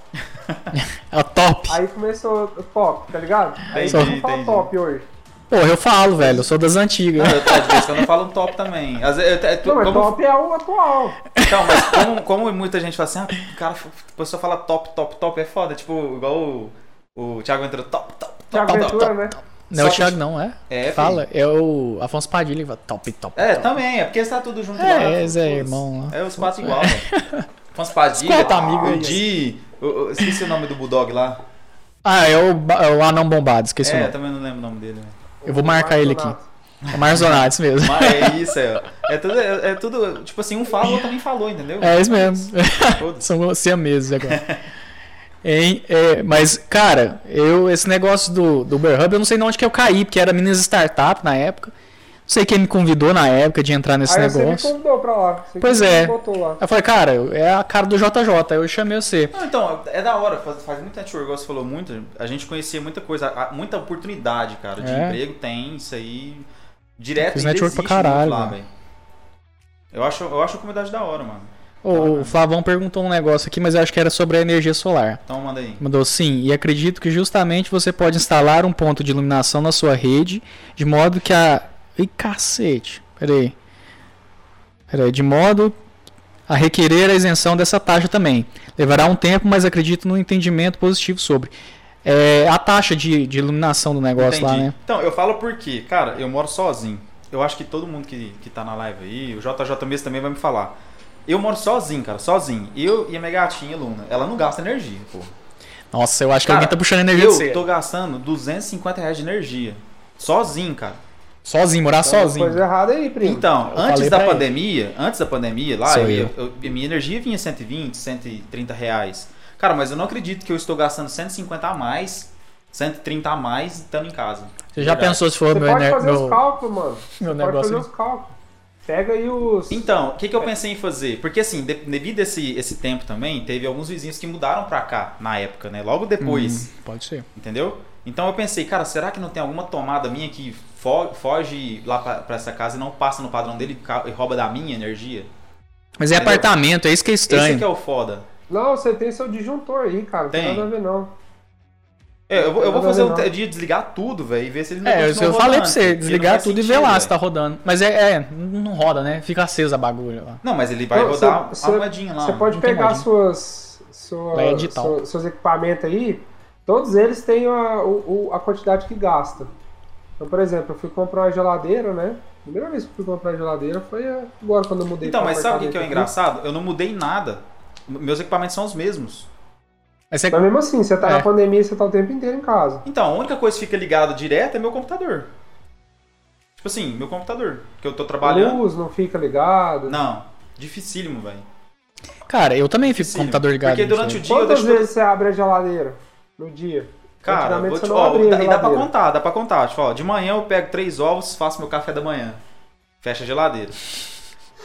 Speaker 1: É o top.
Speaker 3: Aí começou o top, tá ligado? Aí
Speaker 2: Entendi,
Speaker 3: vamos falar
Speaker 2: entendi.
Speaker 3: top hoje.
Speaker 1: Porra, eu falo, velho, eu sou das
Speaker 2: Não,
Speaker 1: antigas.
Speaker 2: eu, tá, de vez em quando eu falo um top também. Às vezes, eu, eu-
Speaker 1: Então
Speaker 3: Não, mas
Speaker 2: como-
Speaker 3: top é o atual.
Speaker 2: Então, mas como, como muita gente fala assim, ah, o cara, a pessoa fala top, top, top, é foda. Tipo, igual o, o Thiago entrou top, top,
Speaker 1: Então,
Speaker 3: De
Speaker 2: top, top,
Speaker 3: aventura,
Speaker 2: top.
Speaker 3: né?
Speaker 1: Não é
Speaker 2: só
Speaker 1: o
Speaker 2: que-
Speaker 1: Thiago, não, é?
Speaker 2: É, filho.
Speaker 1: Fala, é o Afonso Padilha que fala top, top.
Speaker 2: É,
Speaker 1: top.
Speaker 2: também, é porque está tudo junto
Speaker 1: É,
Speaker 2: lá.
Speaker 1: eles é
Speaker 2: Putz,
Speaker 1: irmão lá. É.
Speaker 2: É os quatro igual, né? mano. Fãs Padilha,
Speaker 1: quatro amigos aí,
Speaker 2: o Di, o- o- esqueci o nome do Bulldog lá.
Speaker 1: Ah, é o, ba- é o Anão Bombado, esqueci o
Speaker 2: é,
Speaker 1: nome.
Speaker 2: também não lembro o nome dele. né?
Speaker 1: Eu vou marcar ele aqui. É Marzonato,
Speaker 2: [laughs]
Speaker 1: isso mesmo.
Speaker 2: Mas é isso, é. É tudo, é, é tudo, tipo assim, um fala, o outro nem falou, entendeu?
Speaker 1: É isso mesmo.
Speaker 2: Foda-se.
Speaker 1: São siameses agora. [laughs] Hein? É, mas, cara, eu esse negócio do, do Uber Hub, eu não sei de onde que eu caí, porque era Minas Startup na época. Não sei quem me convidou na época de entrar nesse
Speaker 3: Aí Ah, você me
Speaker 1: negócio.
Speaker 3: convidou pra lá. Você
Speaker 1: Pois
Speaker 3: que me
Speaker 1: é.
Speaker 3: botou lá.
Speaker 1: Eu falei, cara, é a cara do JJ, eu chamei você.
Speaker 2: Não, então, é da hora, faz, faz muito network, igual você falou muito, a gente conhecia muita coisa, a- muita oportunidade, cara, de
Speaker 1: É.
Speaker 2: emprego tem, isso aí, direto
Speaker 1: Fiz
Speaker 2: ainda
Speaker 1: network pra
Speaker 2: existe muito
Speaker 1: caralho,
Speaker 2: lá,
Speaker 1: mano.
Speaker 2: velho. Eu acho, eu acho a comunidade da hora, mano.
Speaker 1: O, o Flavão perguntou um negócio aqui, mas eu acho que era sobre a energia solar.
Speaker 2: Então manda aí.
Speaker 1: Mandou sim, e acredito que justamente você pode instalar um ponto de iluminação na sua rede, de modo que a. Ih, cacete! Peraí. Peraí, de modo a requerer a isenção dessa taxa também. Levará um tempo, mas acredito no entendimento positivo sobre. É, a taxa de, de iluminação do negócio lá, né?
Speaker 2: Então, eu falo porque, cara, eu moro sozinho. Eu acho que todo mundo que, que tá na live aí, o JJ mesmo também vai me falar. Eu moro sozinho, cara, sozinho. Eu e a minha gatinha, Luna, ela não gasta energia, pô.
Speaker 1: Nossa, eu acho que alguém tá puxando energia de
Speaker 2: Eu
Speaker 1: você.
Speaker 2: tô gastando 250 reais de energia. Sozinho, cara.
Speaker 1: Sozinho, morar
Speaker 2: é
Speaker 1: sozinho.
Speaker 3: Coisa errada aí, primo.
Speaker 2: Então,
Speaker 1: Eu
Speaker 2: antes
Speaker 1: falei
Speaker 2: da
Speaker 1: pra ele.
Speaker 2: pandemia, antes da pandemia, lá,
Speaker 1: Sou
Speaker 2: eu, ia- eu- minha energia vinha 120, 130 reais. Cara, mas eu não acredito que eu estou gastando 150 a mais, 130 a mais estando em casa.
Speaker 1: Você já
Speaker 2: Verdade.
Speaker 1: pensou se for
Speaker 3: Você
Speaker 1: meu,
Speaker 3: pode
Speaker 1: ener-
Speaker 3: fazer os
Speaker 1: meu,
Speaker 3: cálculos, mano.
Speaker 1: meu
Speaker 3: Pode fazer
Speaker 1: negócio? é
Speaker 3: os cálculos. Pega aí os.
Speaker 2: Então, o que, que eu pensei em fazer? Porque assim, de- devido a esse, esse tempo também, teve alguns vizinhos que mudaram pra cá na época, né? Logo depois.
Speaker 1: Hum, pode ser.
Speaker 2: Entendeu? Então eu pensei, cara, será que não tem alguma tomada minha que fo- foge lá pra, pra essa casa e não passa no padrão dele e ca- e rouba da minha energia?
Speaker 1: Mas é
Speaker 2: Entendeu?
Speaker 1: apartamento, é isso que é
Speaker 2: Esse
Speaker 1: estranho.
Speaker 2: aqui é o foda.
Speaker 3: Não, você tem seu disjuntor aí, cara. Não
Speaker 2: Tem.
Speaker 3: tem nada a ver, não.
Speaker 2: É, eu vou, eu vou
Speaker 3: Não,
Speaker 2: fazer
Speaker 3: não,
Speaker 2: um
Speaker 3: não.
Speaker 2: te- de desligar tudo, velho, e ver se ele não
Speaker 1: É, isso
Speaker 2: continua
Speaker 1: eu falei
Speaker 2: rodando,
Speaker 1: pra você,
Speaker 2: porque não
Speaker 1: desligar
Speaker 2: faz
Speaker 1: tudo e
Speaker 2: sentido,
Speaker 1: ver lá se
Speaker 2: velho.
Speaker 1: tá rodando. Mas é, é, não roda, né? Fica acesa a bagulha lá.
Speaker 2: Não, mas ele vai
Speaker 3: Não,
Speaker 2: rodar
Speaker 3: você-
Speaker 2: uma
Speaker 3: você-
Speaker 2: arrumadinha lá.
Speaker 3: você
Speaker 2: mano.
Speaker 1: não
Speaker 3: pode
Speaker 1: tem
Speaker 3: pegar
Speaker 1: modinho.
Speaker 3: suas, sua-
Speaker 1: Lá é digital.
Speaker 3: sua- seus equipamentos aí. Todos eles têm a, o- o- a quantidade que gasta. Então, por exemplo, eu fui comprar uma geladeira, né? Primeira vez que eu fui comprar uma geladeira foi eh, agora quando eu mudei
Speaker 2: Então,
Speaker 3: pra
Speaker 2: mas sabe o que, que é o
Speaker 3: apartamento aqui.
Speaker 2: engraçado? Eu não mudei nada. M- Meus equipamentos são os mesmos.
Speaker 1: Mas você
Speaker 3: Mas mesmo assim, você tá
Speaker 1: É.
Speaker 3: na pandemia, você tá o tempo inteiro em casa.
Speaker 2: Então, a única coisa que fica ligada direto é meu computador. Tipo assim, meu computador. Que eu tô trabalhando.
Speaker 3: Luz não fica ligado.
Speaker 2: Não, dificílimo, velho.
Speaker 1: Cara, eu também fico com o
Speaker 2: Sim,
Speaker 1: computador ligado.
Speaker 2: Porque
Speaker 1: não
Speaker 2: durante
Speaker 1: sei.
Speaker 2: o dia eu
Speaker 3: Quantas
Speaker 2: deixo.
Speaker 3: vezes
Speaker 2: Vezes...
Speaker 3: você abre a geladeira no dia?
Speaker 2: Cara,
Speaker 3: Antigamente
Speaker 2: vou
Speaker 3: você
Speaker 2: te...
Speaker 3: não
Speaker 2: ó,
Speaker 3: abria
Speaker 2: dá-
Speaker 3: a
Speaker 2: e dá pra
Speaker 3: geladeira.
Speaker 2: contar, dá pra contar. Tipo, ó, de manhã eu pego três ovos, faço meu café da manhã. Fecha a geladeira.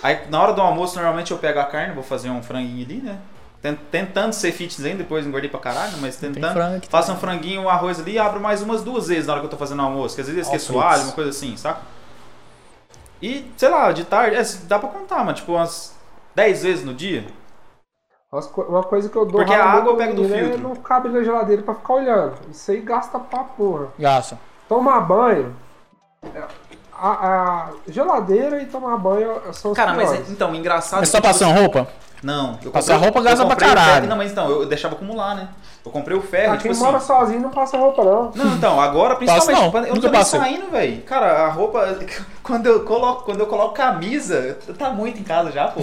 Speaker 2: Aí na hora do almoço, normalmente eu pego a carne, vou fazer um franguinho ali, né? Ten- Tentando ser fitzinho, depois engordei pra caralho, mas
Speaker 1: Tem
Speaker 2: tentando.
Speaker 1: frango aqui.
Speaker 2: Faço um franguinho, um arroz ali e abro mais umas duas vezes na hora que eu tô fazendo o almoço. Que às vezes eu esqueço
Speaker 1: Alfredo.
Speaker 2: alho, uma coisa assim, saca? E, sei lá, de tarde, é, dá pra contar, mano. Tipo, umas 10 vezes no dia.
Speaker 3: As co- Uma coisa que eu dou
Speaker 2: Porque a
Speaker 3: ralo
Speaker 2: água
Speaker 3: muito
Speaker 2: eu pego do
Speaker 3: menino é
Speaker 2: filtro.
Speaker 3: Não cabe na geladeira pra ficar olhando. Isso aí gasta pra porra.
Speaker 1: Gasto.
Speaker 2: Ah,
Speaker 3: Tomar banho. é, A, a geladeira e tomar banho são os
Speaker 2: Cara, mas
Speaker 3: piores.
Speaker 2: então, engraçado.
Speaker 1: Mas só
Speaker 2: que, tipo,
Speaker 1: passando roupa?
Speaker 2: Não, eu
Speaker 1: Passar roupa
Speaker 2: eu
Speaker 1: gasta pra
Speaker 2: comprei o
Speaker 1: caralho.
Speaker 2: ferro- Não, mas então, eu deixava acumular, né? Eu comprei o ferro,
Speaker 3: Ah,
Speaker 2: tipo
Speaker 3: quem
Speaker 2: assim.
Speaker 3: mora sozinho não passa roupa, não.
Speaker 2: Não, então, agora
Speaker 1: Passa
Speaker 2: principalmente,
Speaker 1: não,
Speaker 2: quando eu não
Speaker 1: nunca
Speaker 2: tô nem
Speaker 1: passei.
Speaker 2: saindo, velho. Cara, a roupa [laughs] quando eu coloco, quando eu coloco camisa, tá muito em casa já, pô.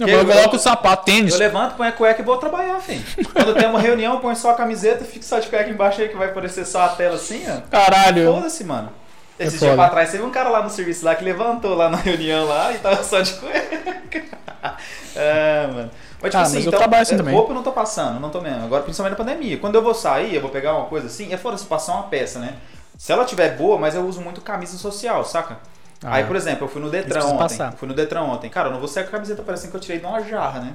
Speaker 1: Eu,
Speaker 2: Que-
Speaker 1: coloco o sapato, tênis.
Speaker 2: Eu levanto, ponho a cueca e vou trabalhar, filho. Quando tem uma reunião, eu ponho só a camiseta, fico só de cueca embaixo aí que vai aparecer só a tela assim, ó.
Speaker 1: Caralho.
Speaker 2: Foda-se, mano.
Speaker 1: É
Speaker 2: Esse dia
Speaker 1: foda.
Speaker 2: pra trás teve um cara lá no serviço lá que levantou lá na [laughs] reunião lá e tava só de cueca. [laughs] ah, mano. Mas, tipo
Speaker 1: Ah,
Speaker 2: assim,
Speaker 1: mas eu
Speaker 2: então,
Speaker 1: trabalho assim
Speaker 2: é,
Speaker 1: também.
Speaker 2: roupa eu não tô passando, não tô mesmo. Agora, principalmente na pandemia. Quando eu vou sair, eu vou pegar uma coisa assim, é fora se passar uma peça, né? Se ela tiver boa, mas eu uso muito camisa social, saca?
Speaker 1: Ah,
Speaker 2: Aí, por exemplo, eu fui no Detran
Speaker 1: precisa
Speaker 2: ontem.
Speaker 1: passar.
Speaker 2: Fui no Detran ontem. Cara, eu não vou sair com a camiseta parecendo que eu tirei de uma jarra, né?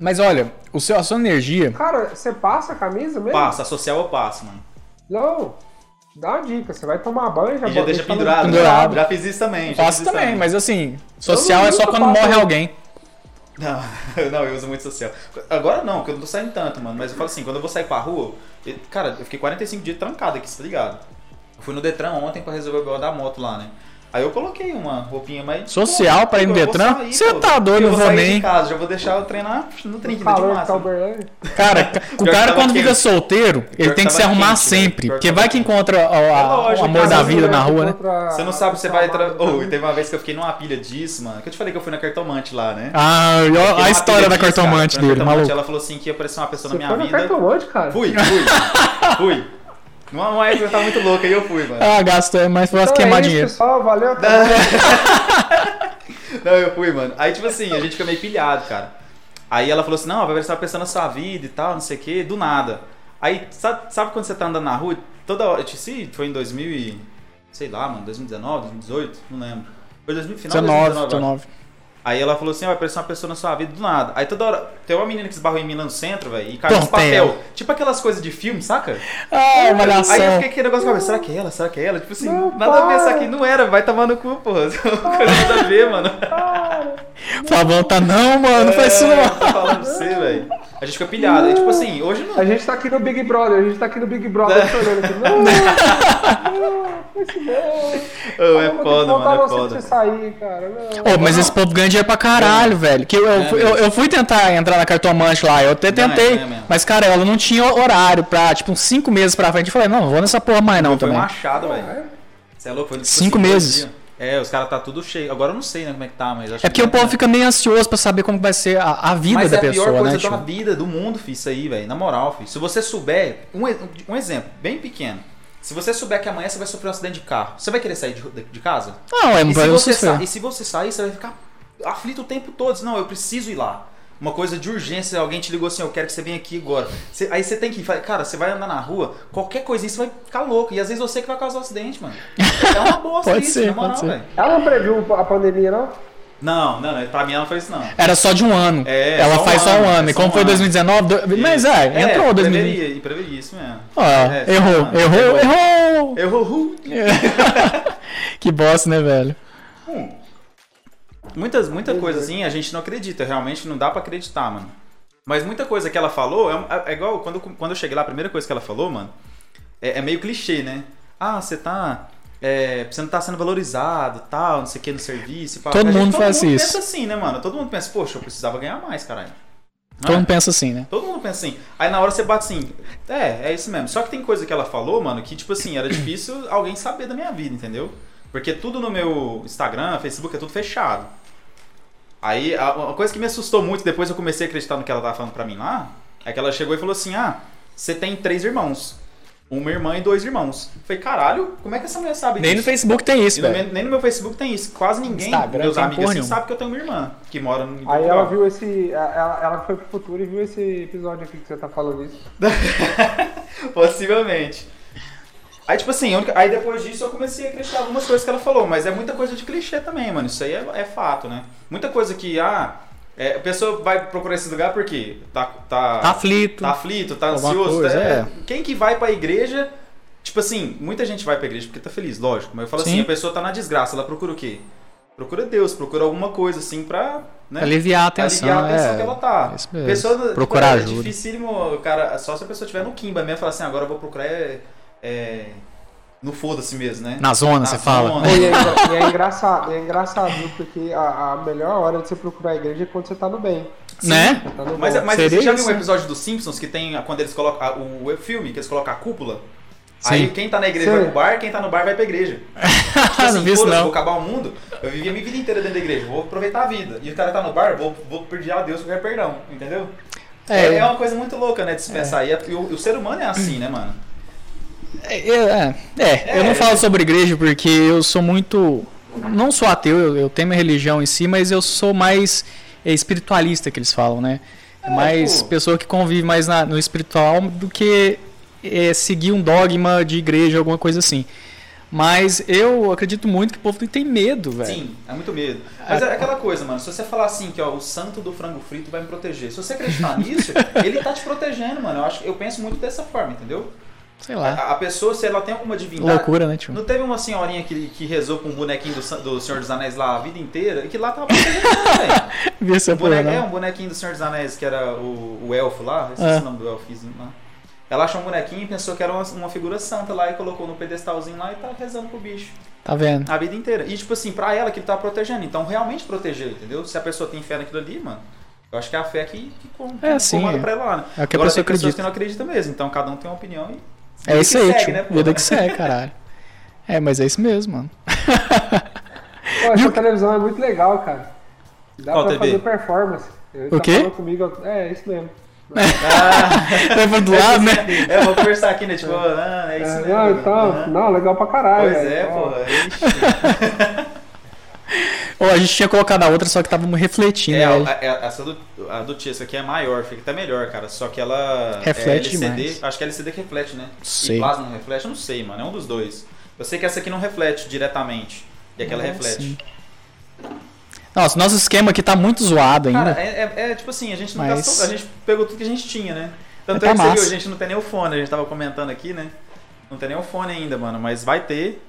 Speaker 1: Mas olha, o seu, a sua energia.
Speaker 3: Cara, você passa a camisa
Speaker 1: É.
Speaker 3: mesmo?
Speaker 2: Passa, a social eu passo, mano.
Speaker 3: Não. Dá uma dica, você vai tomar banho já
Speaker 2: E já
Speaker 3: bota-
Speaker 2: deixa
Speaker 3: tá no-
Speaker 2: pendurado. né?
Speaker 1: pendurado.
Speaker 2: Já fiz isso também.
Speaker 1: Eu
Speaker 2: já
Speaker 1: faço
Speaker 2: fiz isso
Speaker 1: também, mas assim, social
Speaker 3: Eu
Speaker 1: é só
Speaker 3: nunca
Speaker 1: quando
Speaker 3: passo.
Speaker 1: morre alguém.
Speaker 2: Não, [laughs] não, eu uso muito social. Agora não, porque eu não tô saindo tanto, mano. Mas eu falo assim, quando eu vou sair pra rua, eu- cara, eu fiquei 45 dias trancado aqui, tá ligado? Eu fui no Detran ontem pra resolver o BO da moto lá, né? Aí eu coloquei uma roupinha mais.
Speaker 1: Social pra ir no
Speaker 2: eu vou
Speaker 1: Detran?
Speaker 2: sair,
Speaker 1: Cê
Speaker 2: pô.
Speaker 1: tá doido,
Speaker 2: eu
Speaker 1: não vou
Speaker 2: sair
Speaker 1: nem.
Speaker 2: de casa, já vou deixar eu treinar no trinque, ainda de
Speaker 3: Calor que tá
Speaker 2: massa.
Speaker 3: Uberlândia.
Speaker 2: [laughs]
Speaker 1: Cara, ca-
Speaker 2: que
Speaker 1: o cara
Speaker 2: tava
Speaker 1: quando fica
Speaker 2: quente.
Speaker 1: solteiro, ele
Speaker 2: que
Speaker 1: tem que se
Speaker 2: tava
Speaker 1: arrumar
Speaker 2: quente, velho.
Speaker 1: sempre.
Speaker 2: Pior que
Speaker 1: Porque
Speaker 2: tava
Speaker 1: vai que
Speaker 2: quente. É
Speaker 1: encontra ó, a-
Speaker 2: lógico,
Speaker 1: o amor
Speaker 2: cara,
Speaker 1: da
Speaker 2: às vezes
Speaker 1: vida na rua, né?
Speaker 3: Outra-
Speaker 2: Você não sabe, você vai. Tra... Oh, e
Speaker 3: Não,
Speaker 2: teve uma vez que eu fiquei numa pilha disso, mano. Que eu te falei que eu fui na cartomante lá, né?
Speaker 1: Ah, e ó,
Speaker 2: Fiquei
Speaker 1: a
Speaker 2: numa
Speaker 1: história
Speaker 2: pilha
Speaker 1: da
Speaker 2: disso, cara.
Speaker 1: cartomante
Speaker 2: Fui na
Speaker 1: dele,
Speaker 2: cartomante,
Speaker 1: maluco.
Speaker 2: Ela falou assim que ia aparecer uma pessoa
Speaker 3: Você
Speaker 2: na
Speaker 3: foi
Speaker 2: minha
Speaker 3: no
Speaker 2: vida.
Speaker 3: cartomante, cara?
Speaker 2: Fui, fui, fui. Numa uma época eu tava tá muito louco, aí eu fui, mano.
Speaker 1: Ah, gastou, é mais fácil
Speaker 3: Então
Speaker 1: queimar
Speaker 3: é isso,
Speaker 1: dinheiro.
Speaker 3: pessoal. Valeu. até
Speaker 2: Não, eu fui, mano. Aí, tipo assim, a gente fica meio pilhado, cara. Aí ela falou assim, não, vai ver você tá pensando na sua vida e tal, não sei o que, do nada. Aí, sabe, sabe quando você tá andando na rua, toda hora, se foi em 2000 e, sei lá, mano, 2019, 2018, não lembro. Foi 2000, final de
Speaker 1: 19,
Speaker 2: 2019.
Speaker 1: 19.
Speaker 2: Aí ela falou assim, ó, vai aparecer uma pessoa na sua vida do nada. Aí toda hora, tem uma menina que se esbarrou em mim lá no centro, velho, e caiu uns
Speaker 1: Tom, tem
Speaker 2: papel.
Speaker 1: ela.
Speaker 2: Tipo aquelas coisas de filme, saca?
Speaker 1: Ah,
Speaker 2: Aí eu
Speaker 1: malhação.
Speaker 2: fiquei com aquele negócio na cabeça, será que é ela? Será que é ela? Tipo assim,
Speaker 3: Não,
Speaker 2: nada a ver,
Speaker 3: para.
Speaker 2: isso aqui não era, vai tomar no cu, [laughs] porra. Nada a ver, mano.
Speaker 1: Flavão tá, não, mano, não faz isso
Speaker 2: É,
Speaker 1: não.
Speaker 2: tô falando pra você, velho. A gente fica pilhado. É tipo assim, hoje não.
Speaker 3: A gente tá aqui no Big Brother, a gente tá aqui no Big Brother chorando aqui. Não, não, não, isso não.
Speaker 2: Oh, é
Speaker 3: Eu vou ter que
Speaker 2: foda,
Speaker 3: voltar
Speaker 2: mano, é
Speaker 3: você pra
Speaker 2: foda.
Speaker 3: você sair, cara. Não.
Speaker 1: Ô, mas esse povo ganha dinheiro pra
Speaker 2: É.
Speaker 1: caralho, velho. Que eu, eu, fui- eu, eu fui tentar entrar na cartomante lá, eu até
Speaker 2: Não, é,
Speaker 1: tentei.
Speaker 2: não é mesmo.
Speaker 1: mas, cara, ela não tinha horário pra, tipo, uns 5 meses pra frente. Eu falei, não, não vou nessa porra mais não
Speaker 2: Foi um
Speaker 1: também.
Speaker 2: achado, velho.
Speaker 3: É.
Speaker 2: Você é louco? Foi, tipo,
Speaker 1: Cinco
Speaker 2: assim, dois
Speaker 1: meses.
Speaker 2: dias. É, os caras tá tudo cheio. Agora eu não sei, né, como é que tá, mas acho
Speaker 1: É porque
Speaker 2: que-
Speaker 1: o povo fica meio ansioso pra saber como vai ser a, a vida
Speaker 2: Mas
Speaker 1: da
Speaker 2: é a
Speaker 1: pessoa,
Speaker 2: pior coisa
Speaker 1: né?
Speaker 2: da
Speaker 1: Tipo,
Speaker 2: vida do mundo, fi, isso aí, velho. Na moral, fi. Se você souber, um, e- um exemplo bem pequeno. Se você souber que amanhã você vai sofrer um acidente de carro, você vai querer sair de, de casa?
Speaker 1: Não, é
Speaker 2: E
Speaker 1: um
Speaker 2: se,
Speaker 1: problema
Speaker 2: você
Speaker 1: social.
Speaker 2: sa- e se você sair, você vai ficar aflito o tempo todo. Diz, Não, eu preciso ir lá. Uma coisa de urgência, alguém te ligou assim, eu quero que você venha aqui agora. Você- aí você tem que ir. Fala, Cara, você vai andar na rua, qualquer coisinha você vai ficar louco. E às vezes você que vai causar o acidente, mano. É uma bosta
Speaker 1: [laughs] Pode
Speaker 2: isso,
Speaker 1: ser,
Speaker 2: na moral,
Speaker 1: pode ser.
Speaker 2: velho.
Speaker 3: Ela não previu a pandemia, não?
Speaker 2: Não, não, não, pra mim ela não fez isso, não.
Speaker 1: Era só de um ano.
Speaker 2: É,
Speaker 1: Ela
Speaker 2: só um
Speaker 1: faz só
Speaker 2: ano,
Speaker 1: um ano.
Speaker 2: é
Speaker 1: E
Speaker 2: só um
Speaker 1: como foi
Speaker 2: ano.
Speaker 1: 2019, do- mas é, entrou 2020.
Speaker 2: Preveria, preveria isso mesmo.
Speaker 1: Ó,
Speaker 2: É, só
Speaker 1: errou,
Speaker 2: um ano.
Speaker 1: errou,
Speaker 2: Errou.
Speaker 1: errou, [laughs]
Speaker 2: Errou.
Speaker 1: Que bosta, né, velho?
Speaker 2: Hum. Muitas, muita coisa assim a gente não acredita, realmente não dá pra acreditar, mano. Mas muita coisa que ela falou, é, um- é igual quando, quando eu cheguei lá, a primeira coisa que ela falou, mano, é, é meio clichê, né? Ah, você tá. é, você não tá sendo valorizado, tal, não sei o que no serviço. pá.
Speaker 1: Todo
Speaker 2: A
Speaker 1: mundo faz
Speaker 2: Todo mundo
Speaker 1: isso.
Speaker 2: pensa assim, né, mano? Todo mundo pensa, poxa, eu precisava ganhar mais, caralho. Não
Speaker 1: Todo
Speaker 2: é?
Speaker 1: mundo pensa assim, né?
Speaker 2: Todo mundo pensa assim. Aí na hora você bate assim. É, é isso mesmo. Só que tem coisa que ela falou, mano, que tipo assim, era
Speaker 1: [coughs]
Speaker 2: difícil alguém saber da minha vida, entendeu? Porque tudo no meu Instagram, Facebook, é tudo fechado. Aí a- uma coisa que me assustou muito, depois eu comecei a acreditar no que ela tava falando pra mim lá, é que ela chegou e falou assim: Ah, você tem três irmãos. Uma irmã e dois irmãos. Eu falei, caralho, como é que essa mulher sabe
Speaker 1: Nem no
Speaker 2: disso?
Speaker 1: Facebook tem isso,
Speaker 2: E no
Speaker 1: velho.
Speaker 2: meu- nem no meu Facebook tem isso. Quase ninguém,
Speaker 1: Instagram
Speaker 2: meus
Speaker 1: tem
Speaker 2: amigos
Speaker 1: porra
Speaker 2: assim,
Speaker 1: nenhuma.
Speaker 2: sabe que eu tenho uma irmã que mora no.
Speaker 3: Aí ela viu esse. Ela, ela foi pro futuro e viu esse episódio aqui que você tá falando isso.
Speaker 2: [laughs] Possivelmente. Aí, tipo assim, a única- aí depois disso eu comecei a acreditar em algumas coisas que ela falou, mas é muita coisa de clichê também, mano. Isso aí é, é fato, né? Muita coisa que, ah, é, a pessoa vai procurar esse lugar porque tá. Tá,
Speaker 1: Tá aflito.
Speaker 2: tá aflito, tá
Speaker 1: Alguma
Speaker 2: ansioso.
Speaker 1: coisa,
Speaker 2: tá-
Speaker 1: é.
Speaker 2: Quem que vai pra igreja. Tipo assim, muita gente vai pra igreja porque tá feliz, lógico. Mas eu falo assim,
Speaker 1: Sim.
Speaker 2: a pessoa tá na desgraça, ela procura o quê? Procura Deus, procura alguma coisa assim pra. Né?
Speaker 1: Aliviar a tá atenção.
Speaker 2: aliviar a tensão
Speaker 1: é.
Speaker 2: que ela tá.
Speaker 1: isso mesmo.
Speaker 2: Pessoa, tipo,
Speaker 1: Procurar
Speaker 2: É
Speaker 1: ajuda.
Speaker 2: dificílimo, cara, só se a pessoa tiver no Kimba mesmo, falar assim, agora eu vou procurar é, é, no foda-se mesmo, né?
Speaker 1: Na zona,
Speaker 2: Na
Speaker 1: você
Speaker 2: zona.
Speaker 1: fala.
Speaker 3: E
Speaker 2: [laughs]
Speaker 3: é, engra- e é engraçado, é engraçado, viu? porque a, a melhor hora de você procurar a igreja é quando você tá no bem.
Speaker 1: Né?
Speaker 3: Você tá no
Speaker 2: Mas,
Speaker 3: bom.
Speaker 2: mas
Speaker 1: Seria
Speaker 2: você já
Speaker 1: isso,
Speaker 2: viu um
Speaker 1: né?
Speaker 2: episódio dos Simpsons que tem a- quando eles colocam a- o filme, que eles colocam a cúpula?
Speaker 1: Sim.
Speaker 2: Aí quem tá na igreja
Speaker 3: Sim.
Speaker 2: vai pro bar, quem tá no bar vai pra
Speaker 1: [laughs]
Speaker 2: igreja. Tipo
Speaker 1: Não vi isso,
Speaker 2: foda-se,
Speaker 1: não.
Speaker 2: vou acabar o mundo, eu vivi a minha vida inteira dentro da igreja, vou aproveitar a vida. E o cara tá no bar, vou, vou pedir a Deus qualquer perdão, entendeu? É,
Speaker 1: É,
Speaker 2: é uma coisa muito louca, né, de se pensar. E, a- e o- e o ser humano é assim, né, mano?
Speaker 1: É, é, é, eu não falo sobre igreja porque eu sou muito. Não sou ateu, eu, eu tenho minha religião em si, mas eu sou mais é, espiritualista, que eles falam, né?
Speaker 2: É,
Speaker 1: mais
Speaker 2: pô.
Speaker 1: pessoa que convive mais na- no espiritual do que é, seguir um dogma de igreja, alguma coisa assim. Mas eu acredito muito que o povo tem medo, velho.
Speaker 2: Sim, é muito medo. Mas é aquela coisa, mano. Se você falar assim que ó, o santo do frango frito vai me proteger. Se você acreditar [laughs] nisso, ele tá te protegendo, mano. Eu, acho, eu penso muito dessa forma, entendeu?
Speaker 1: Sei lá.
Speaker 2: A, a pessoa, se ela tem alguma divindade.
Speaker 1: Loucura, né, tio? [laughs]
Speaker 2: Não teve uma senhorinha que, que rezou com um bonequinho do, san- do Senhor dos Anéis lá a vida inteira e que lá tava protegendo,
Speaker 1: [laughs]
Speaker 2: velho.
Speaker 1: Vi essa
Speaker 2: Um
Speaker 1: porra,
Speaker 2: boneco, é
Speaker 1: não.
Speaker 2: um bonequinho do Senhor dos Anéis, que era o, o elfo lá, eu esqueci
Speaker 1: É.
Speaker 2: o nome do elfizinho lá. Ela achou um bonequinho e pensou que era uma, uma figura santa lá e colocou no pedestalzinho lá e tá rezando pro bicho.
Speaker 1: Tá vendo?
Speaker 2: A vida inteira. E, tipo assim, pra ela que ele tá protegendo. Então, realmente proteger, entendeu? Se a pessoa tem fé naquilo ali, mano, eu acho que é a fé que, que, com- que
Speaker 1: É, sim,
Speaker 2: comanda
Speaker 1: é.
Speaker 2: pra ela lá, né?
Speaker 1: É o que a
Speaker 2: Agora, tem pessoas
Speaker 1: pessoa
Speaker 2: que
Speaker 1: acredita.
Speaker 2: não acreditam mesmo. Então, cada um tem uma opinião e...
Speaker 1: É isso
Speaker 2: que
Speaker 1: aí,
Speaker 2: segue,
Speaker 1: tio.
Speaker 2: né, pô?
Speaker 1: Vida que segue, caralho. É, mas é isso mesmo, [laughs] mano.
Speaker 3: Pô, essa televisão é muito legal, cara. Dá
Speaker 2: Qual
Speaker 3: pra
Speaker 2: TV?
Speaker 3: fazer performance. Ele
Speaker 1: O
Speaker 3: tá
Speaker 1: quê?
Speaker 3: falando Comigo, eu- é, isso mesmo.
Speaker 1: Leva do lado, né?
Speaker 2: É, vou conversar aqui, né? Tipo, ah, é isso
Speaker 3: É,
Speaker 2: mesmo.
Speaker 3: não, né? então,
Speaker 2: Aham.
Speaker 3: não, legal pra caralho.
Speaker 2: Pois é,
Speaker 3: velho.
Speaker 2: pô.
Speaker 3: Ó,
Speaker 2: Ixi.
Speaker 1: Ou a gente tinha colocado a outra, só que tava refletindo.
Speaker 2: É,
Speaker 1: né?
Speaker 2: a- a- essa do, a do Tia, essa aqui é maior, fica até melhor, cara. Só que ela.
Speaker 1: Reflete
Speaker 2: é LCD,
Speaker 1: demais.
Speaker 2: Acho que é LCD que reflete, né?
Speaker 1: Sei.
Speaker 2: E plasma não reflete? Eu não sei, mano. É um dos dois. Eu sei que essa aqui não reflete diretamente. E aquela
Speaker 1: Ah,
Speaker 2: reflete.
Speaker 1: sim. Nossa, nosso esquema aqui tá muito zoado ainda.
Speaker 2: Cara, é, é- é tipo assim, a gente não
Speaker 1: Mas-
Speaker 2: gastou. A gente pegou tudo que a gente tinha, né? Tanto é
Speaker 1: Mas tá
Speaker 2: que você viu, a
Speaker 1: massa.
Speaker 2: gente não tem nem o fone, a gente tava comentando aqui, né? Não tem nem o fone ainda, mano. Mas vai ter.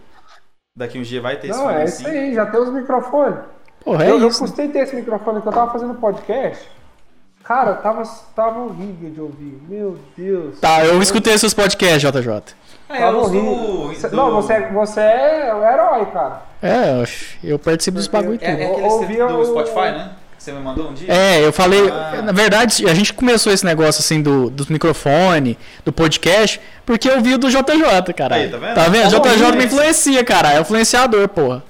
Speaker 2: Daqui uns dias vai ter esse
Speaker 3: Não,
Speaker 2: fone
Speaker 3: é
Speaker 2: assim.
Speaker 3: isso aí, já tem os microfones.
Speaker 1: Porra, é
Speaker 3: eu, eu
Speaker 1: isso.
Speaker 3: custei ter esse microfone que eu tava fazendo podcast. Cara, tava, tava horrível de ouvir. Meu Deus.
Speaker 1: Tá, eu escutei seus podcasts, JJ.
Speaker 2: Ah, é,
Speaker 3: Tava
Speaker 2: os do-
Speaker 3: horrível. Cê-
Speaker 2: do-
Speaker 3: Não, você, você é o herói, cara.
Speaker 1: É, oxe, eu participo dos bagulho
Speaker 2: É,
Speaker 1: tudo.
Speaker 2: é
Speaker 3: Eu
Speaker 2: aquele
Speaker 3: ouvi o-
Speaker 2: do Spotify, né? Que você me mandou um dia?
Speaker 1: É, eu falei.
Speaker 2: Ah.
Speaker 1: Na verdade, a gente começou esse negócio assim do, do microfone, do podcast, porque eu vi o do JJ, cara.
Speaker 2: Aí, tá vendo?
Speaker 1: Tá vendo?
Speaker 2: Tá bom,
Speaker 1: JJ
Speaker 2: né?
Speaker 1: me influencia, cara. É influenciador, porra.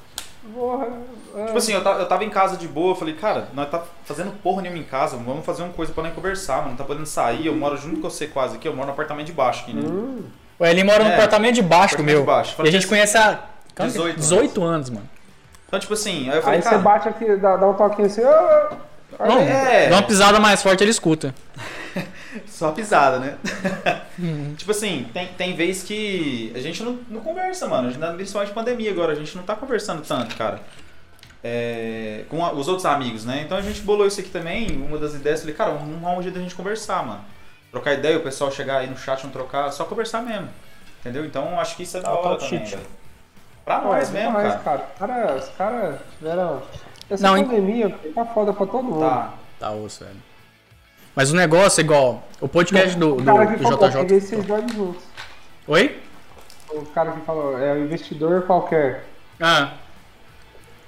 Speaker 3: Porra, ah,
Speaker 2: Tipo assim, eu ta- eu tava em casa de boa, eu falei, cara, nós tá fazendo porra nenhuma em casa, vamos fazer uma coisa pra nós conversar, mano. Não tá podendo sair, eu moro junto com você quase aqui, eu moro no apartamento de baixo aqui, né?
Speaker 3: hum,
Speaker 1: O Eli mora no
Speaker 2: É,
Speaker 1: apartamento de baixo do
Speaker 2: apartamento
Speaker 1: meu.
Speaker 2: de baixo.
Speaker 1: E a gente conhece há
Speaker 2: 18 anos.
Speaker 1: 18 anos, mano.
Speaker 2: Então, tipo assim, aí eu falei,
Speaker 3: aí você
Speaker 2: cara,
Speaker 3: bate aqui, dá, dá um toquinho assim. ah, ah,
Speaker 1: Não,
Speaker 2: É.
Speaker 1: dá uma pisada mais forte, ele escuta.
Speaker 2: só pisada, né?
Speaker 1: Uhum.
Speaker 2: [laughs] tipo assim, tem, tem vez que a gente não, não conversa, mano. A gente, tá, principalmente pandemia agora, a gente não tá conversando tanto, cara. É, com a- os outros amigos, né? Então a gente bolou isso aqui também, uma das ideias, falei, cara, vamos arrumar um jeito da gente conversar, mano. Trocar ideia, o pessoal chegar aí no chat, não trocar, só conversar mesmo. Entendeu? Então acho que isso é da
Speaker 1: É o tal
Speaker 2: hora
Speaker 1: de
Speaker 2: também,
Speaker 1: chit.
Speaker 2: velho. Pra
Speaker 3: Ué,
Speaker 2: nós Tá mesmo,
Speaker 3: é demais,
Speaker 2: cara.
Speaker 3: cara. Cara, Os caras tiveram. Essa
Speaker 1: Não, em-
Speaker 3: pandemia tá foda pra todo mundo.
Speaker 2: Tá.
Speaker 1: Tá osso, velho. Mas o negócio é igual. O podcast do, do,
Speaker 3: o cara que
Speaker 1: do
Speaker 3: falou, peguei
Speaker 1: JJ.
Speaker 3: esses dois juntos.
Speaker 1: Oi?
Speaker 3: O cara que falou, é um investidor qualquer.
Speaker 1: Ah.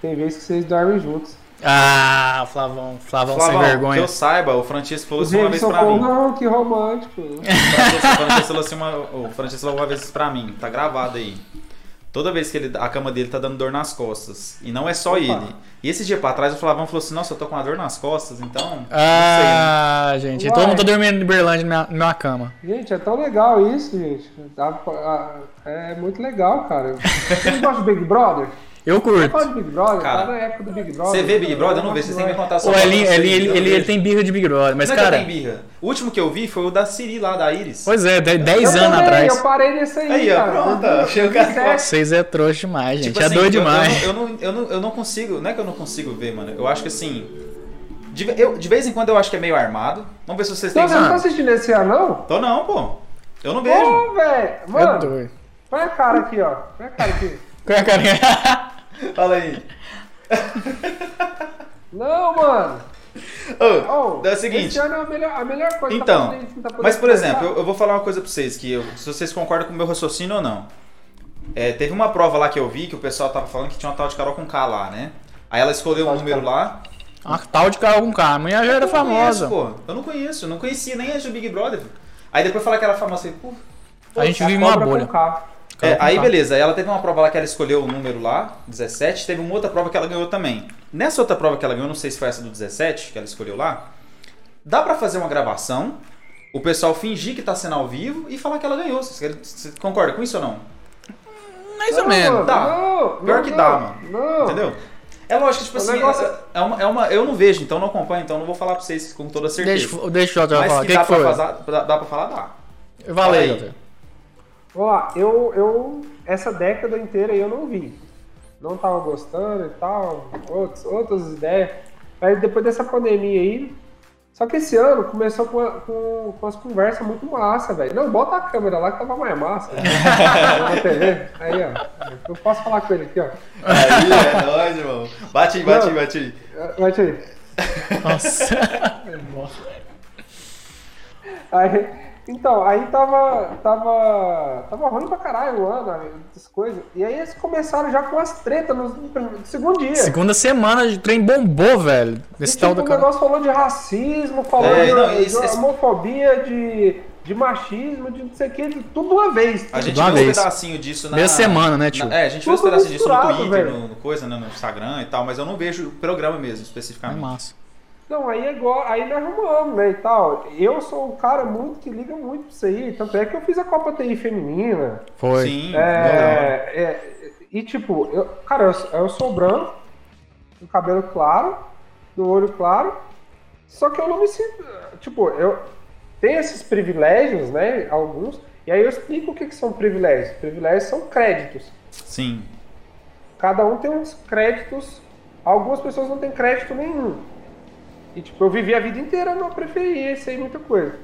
Speaker 3: Tem vezes que vocês dormem juntos.
Speaker 1: Ah, Flavão, Flavão,
Speaker 2: Flavão,
Speaker 1: sem
Speaker 2: que eu
Speaker 1: vergonha.
Speaker 2: saiba, o Francisco falou isso uma
Speaker 3: James
Speaker 2: vez pra
Speaker 3: Socorro,
Speaker 2: mim.
Speaker 3: não, que romântico.
Speaker 2: Francesco- Francesco falou assim uma- o Francesco falou uma vez isso pra mim, tá gravado aí. Toda vez que ele, a cama dele tá dando dor nas costas. E não é só ele. E esse dia pra trás o Flavão falou assim: Nossa, eu tô com uma dor nas costas, então. não
Speaker 1: Ah, gente, todo
Speaker 3: Uai.
Speaker 1: mundo tá dormindo em Berlândia na minha, na minha cama.
Speaker 3: Gente, é tão legal isso, gente. Dá pra- ah, É muito legal, cara. Vocês gostam do Big Brother?
Speaker 1: Eu curto.
Speaker 3: Fala de Big Brother,
Speaker 2: Cara,
Speaker 3: cara, na época do Big Brother.
Speaker 2: sei. Você vê Big Brother? Eu não vejo, vocês têm que me contar então,
Speaker 1: O
Speaker 2: só.
Speaker 1: Eli, ele, ele, ele, ele tem birra de Big Brother,
Speaker 2: Mas,
Speaker 1: mas
Speaker 2: cara,
Speaker 1: cara.
Speaker 2: tem birra. O último que eu vi foi o da Siri lá, da Iris.
Speaker 1: Pois é, de-
Speaker 3: Eu
Speaker 1: 10 anos
Speaker 3: também,
Speaker 1: atrás.
Speaker 3: Eu parei nesse aí,
Speaker 2: Aí, ó,
Speaker 3: cara.
Speaker 2: pronto,
Speaker 3: Eu-
Speaker 2: achei o cara que
Speaker 3: eu-
Speaker 1: Vocês é trouxa demais, gente.
Speaker 2: Tipo
Speaker 1: é
Speaker 2: assim,
Speaker 1: doido
Speaker 2: eu- eu
Speaker 1: demais.
Speaker 2: não- Eu não, eu, não, eu não consigo, não é que eu não consigo ver, mano. Eu acho que assim. De, ve- eu- de vez em quando eu acho que é meio armado. Vamos ver se vocês
Speaker 3: Então,
Speaker 2: têm.
Speaker 3: Você não tá assistindo esse ano, não?
Speaker 2: Tô não, pô. Eu não vejo.
Speaker 3: Pô, velho.
Speaker 1: Eu tô
Speaker 3: Mano,
Speaker 1: É doido.
Speaker 3: põe a cara aqui, ó. Põe a cara aqui.
Speaker 1: Qual é a carinha? [laughs]
Speaker 2: Fala aí.
Speaker 3: Não, mano.
Speaker 2: Ô,
Speaker 3: Oh,
Speaker 2: é o seguinte.
Speaker 3: Esse ano é a melhor, a melhor coisa que
Speaker 2: Então,
Speaker 3: podendo- que tá podendo
Speaker 2: mas por
Speaker 3: começar.
Speaker 2: exemplo, eu, eu vou falar uma coisa pra vocês, que eu- se vocês concordam com o meu raciocínio ou não. É, teve uma prova lá que eu vi que o pessoal tava falando que tinha uma tal de Carol com K lá, né? Aí ela escolheu um
Speaker 3: Tal de
Speaker 2: número
Speaker 3: Carol.
Speaker 2: lá.
Speaker 1: Uma tal de Carol com K. A mulher já era
Speaker 2: Eu não
Speaker 1: famosa.
Speaker 2: Conheço, pô. Eu não conheço, eu não conhecia nem a do Big Brother. Aí depois falar que ela é famosa, eu falei, pô,
Speaker 1: a gente
Speaker 3: É
Speaker 1: vive numa
Speaker 3: cobra com
Speaker 1: bolha.
Speaker 3: K.
Speaker 2: É, aí
Speaker 1: Tá.
Speaker 2: beleza, ela teve uma prova lá que ela escolheu o número lá, 17, teve uma outra prova que ela ganhou também. Nessa outra prova que ela ganhou, não sei se foi essa do 17 que ela escolheu lá, dá pra fazer uma gravação, o pessoal fingir que tá sendo ao vivo e falar que ela ganhou. Vocês querem- Você concorda com isso ou não?
Speaker 1: Mais ou
Speaker 3: Não,
Speaker 1: menos.
Speaker 3: mano,
Speaker 2: Dá.
Speaker 3: não,
Speaker 2: Pior
Speaker 3: não,
Speaker 2: que dá,
Speaker 3: não,
Speaker 2: mano.
Speaker 3: Não.
Speaker 2: Entendeu? É lógico, tipo
Speaker 3: O
Speaker 2: assim,
Speaker 3: negócio-
Speaker 2: essa- é uma, é uma- eu não vejo, então não acompanho, então não vou falar pra vocês com toda certeza.
Speaker 1: Deixa, deixa o Jota
Speaker 2: Mas
Speaker 1: falar. O
Speaker 2: que,
Speaker 1: que,
Speaker 2: dá,
Speaker 1: que foi?
Speaker 2: pra fazer- dá- dá pra falar, dá.
Speaker 1: Valeu,
Speaker 2: Fala aí.
Speaker 1: Jota.
Speaker 3: Vamos lá, eu, eu essa década inteira aí eu não vi. Não tava gostando e tal, outros, outras ideias. Aí depois dessa pandemia aí. Só que esse ano começou com, a- com, com as conversas muito massa, velho. Não, bota a câmera lá que tava mais massa. Na TV. Aí, ó. Eu posso falar com ele aqui, ó.
Speaker 2: Aí, é nóis, irmão. Bate, aí, bate, aí, bate. aí.
Speaker 3: Bate aí.
Speaker 1: Nossa.
Speaker 3: Aí, então, aí tava, tava, tava ruim pra caralho o ano, essas coisas. E aí eles começaram já com as tretas no, no segundo dia.
Speaker 1: Segunda semana de trem bombou, velho. Esse
Speaker 3: E,
Speaker 1: tal
Speaker 3: tipo,
Speaker 2: um
Speaker 1: da
Speaker 3: o
Speaker 1: cara.
Speaker 3: negócio falou de racismo, falou
Speaker 2: É,
Speaker 3: de,
Speaker 2: não,
Speaker 3: de
Speaker 2: esse- esse-
Speaker 3: homofobia, de, de machismo, de não sei o que, de tudo uma vez.
Speaker 2: A gente
Speaker 1: uma
Speaker 2: viu um
Speaker 1: vez.
Speaker 2: pedacinho disso na.
Speaker 1: Meia semana, né, tio?
Speaker 2: Ah, na- é, a gente viu esse
Speaker 3: Tudo
Speaker 2: pedacinho disso no
Speaker 3: misturado,
Speaker 2: Twitter,
Speaker 3: velho.
Speaker 2: no, no coisa, né, no Instagram e tal, mas eu não vejo o programa mesmo,
Speaker 1: É
Speaker 2: especificamente.
Speaker 1: massa.
Speaker 3: Não, aí agora, aí nós arrumamos, né, e tal. Eu sou um cara muito que liga muito pra isso aí, tanto é que eu fiz a Copa TI feminina.
Speaker 1: Foi.
Speaker 2: Sim, legal.
Speaker 3: É, é, e tipo, eu, cara, eu, sou- eu sou branco, com cabelo claro, do olho claro, só que eu não me sinto. Tipo, eu tenho esses privilégios, né? Alguns, e aí eu explico o que, que são privilégios. Privilégios são créditos.
Speaker 2: Sim.
Speaker 3: Cada um tem uns créditos, algumas pessoas não têm crédito nenhum. E tipo, eu vivi a vida inteira numa preferia, sei muita coisa.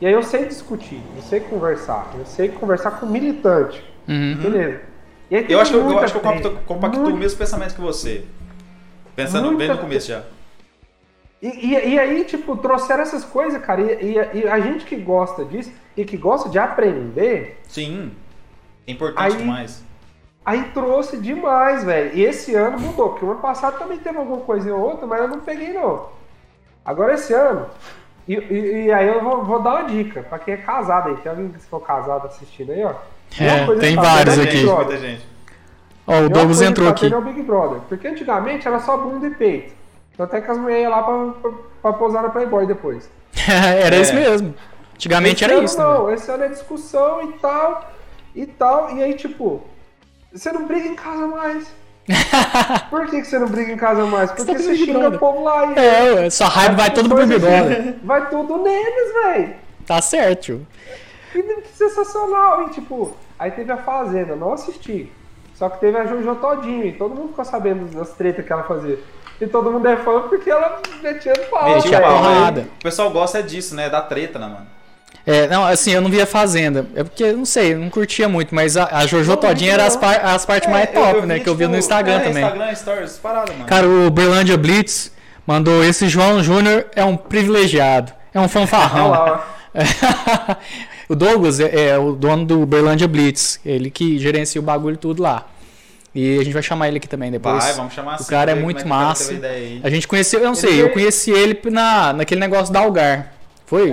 Speaker 3: E aí eu sei discutir, eu sei conversar, eu sei conversar com militante.
Speaker 1: Uhum.
Speaker 3: Beleza. E aí tem
Speaker 2: Eu acho que eu, eu
Speaker 3: muita
Speaker 2: acho que eu
Speaker 3: treta,
Speaker 2: compacto, compacto o
Speaker 3: muito-
Speaker 2: mesmo pensamento que você. Pensando
Speaker 3: Muita
Speaker 2: bem no começo já.
Speaker 3: E, e- e aí, tipo, trouxeram essas coisas, cara. E, e- e a gente que gosta disso e que gosta de aprender,
Speaker 2: Sim. É importante
Speaker 3: Aí-
Speaker 2: demais.
Speaker 3: aí trouxe demais, velho. E esse ano mudou, porque o ano passado também teve alguma coisa ou outra, mas eu não peguei, não. Agora esse ano. E, e- e aí eu vou, vou dar uma dica pra quem é casado aí. Tem alguém que for casado assistindo aí, ó. Uma
Speaker 1: É,
Speaker 3: coisa
Speaker 1: tem
Speaker 3: só,
Speaker 1: vários
Speaker 2: Muita
Speaker 3: né,
Speaker 1: aqui.
Speaker 2: gente,
Speaker 3: Jota?
Speaker 2: muita gente.
Speaker 1: Ó, o
Speaker 3: Pior
Speaker 1: Douglas
Speaker 3: coisa
Speaker 1: entrou
Speaker 3: que tá
Speaker 1: aqui.
Speaker 3: tendo É o Big Brother. Porque antigamente era só bunda e peito. Então até que as mulheres iam lá pra, pra, pra posar na Playboy depois.
Speaker 1: [laughs] era
Speaker 2: É.
Speaker 1: isso mesmo. Antigamente
Speaker 3: Esse
Speaker 1: era
Speaker 3: ano
Speaker 1: isso. né?
Speaker 3: Não, esse ano é discussão e tal, e tal, e aí tipo, você não briga em
Speaker 1: [laughs]
Speaker 3: casa mais. Por que, que você não briga em casa mais? Porque
Speaker 1: tá
Speaker 3: você
Speaker 1: Big
Speaker 3: xinga
Speaker 1: Brother.
Speaker 3: o povo lá e
Speaker 1: É, ué, sua raiva vai todo pro Big Brother.
Speaker 3: vai tudo neles, velho.
Speaker 1: Tá certo, tio.
Speaker 3: Que, que sensacional, e tipo, aí teve a Fazenda, não assisti. Só que teve a Jojo Todinho, e todo mundo ficou sabendo das tretas que ela fazia. E todo mundo é fã porque ela metia no pau,
Speaker 1: Metia
Speaker 3: velho.
Speaker 1: pau, porrada.
Speaker 2: é, O pessoal gosta disso, né? Da treta, né, mano?
Speaker 1: É, não, assim, eu não via Fazenda. É porque, não sei, eu não curtia muito, mas a, a Jojo
Speaker 3: Não, É,
Speaker 1: Todinha era
Speaker 3: não.
Speaker 1: as, par- as partes mais top, né? que eu vi
Speaker 3: tipo,
Speaker 1: no
Speaker 3: é,
Speaker 1: Instagram também.
Speaker 2: Instagram, stories, parada, mano.
Speaker 1: Cara, o Berlândia Blitz mandou esse João Júnior é um privilegiado, é um
Speaker 3: [laughs] Olha lá,
Speaker 1: fanfarrão.
Speaker 3: ó.
Speaker 1: [laughs] o Douglas é, é o dono do Berlândia Blitz, ele que gerencia o bagulho tudo lá. E a gente vai chamar ele aqui também depois.
Speaker 2: Vai, vamos chamar assim.
Speaker 1: o cara é
Speaker 2: ver como
Speaker 1: muito
Speaker 2: que o cara
Speaker 1: massa.
Speaker 2: teve a ideia
Speaker 1: A gente conheceu, eu não sei,
Speaker 3: Ele-
Speaker 1: eu conheci ele na, naquele negócio da Algar. Foi?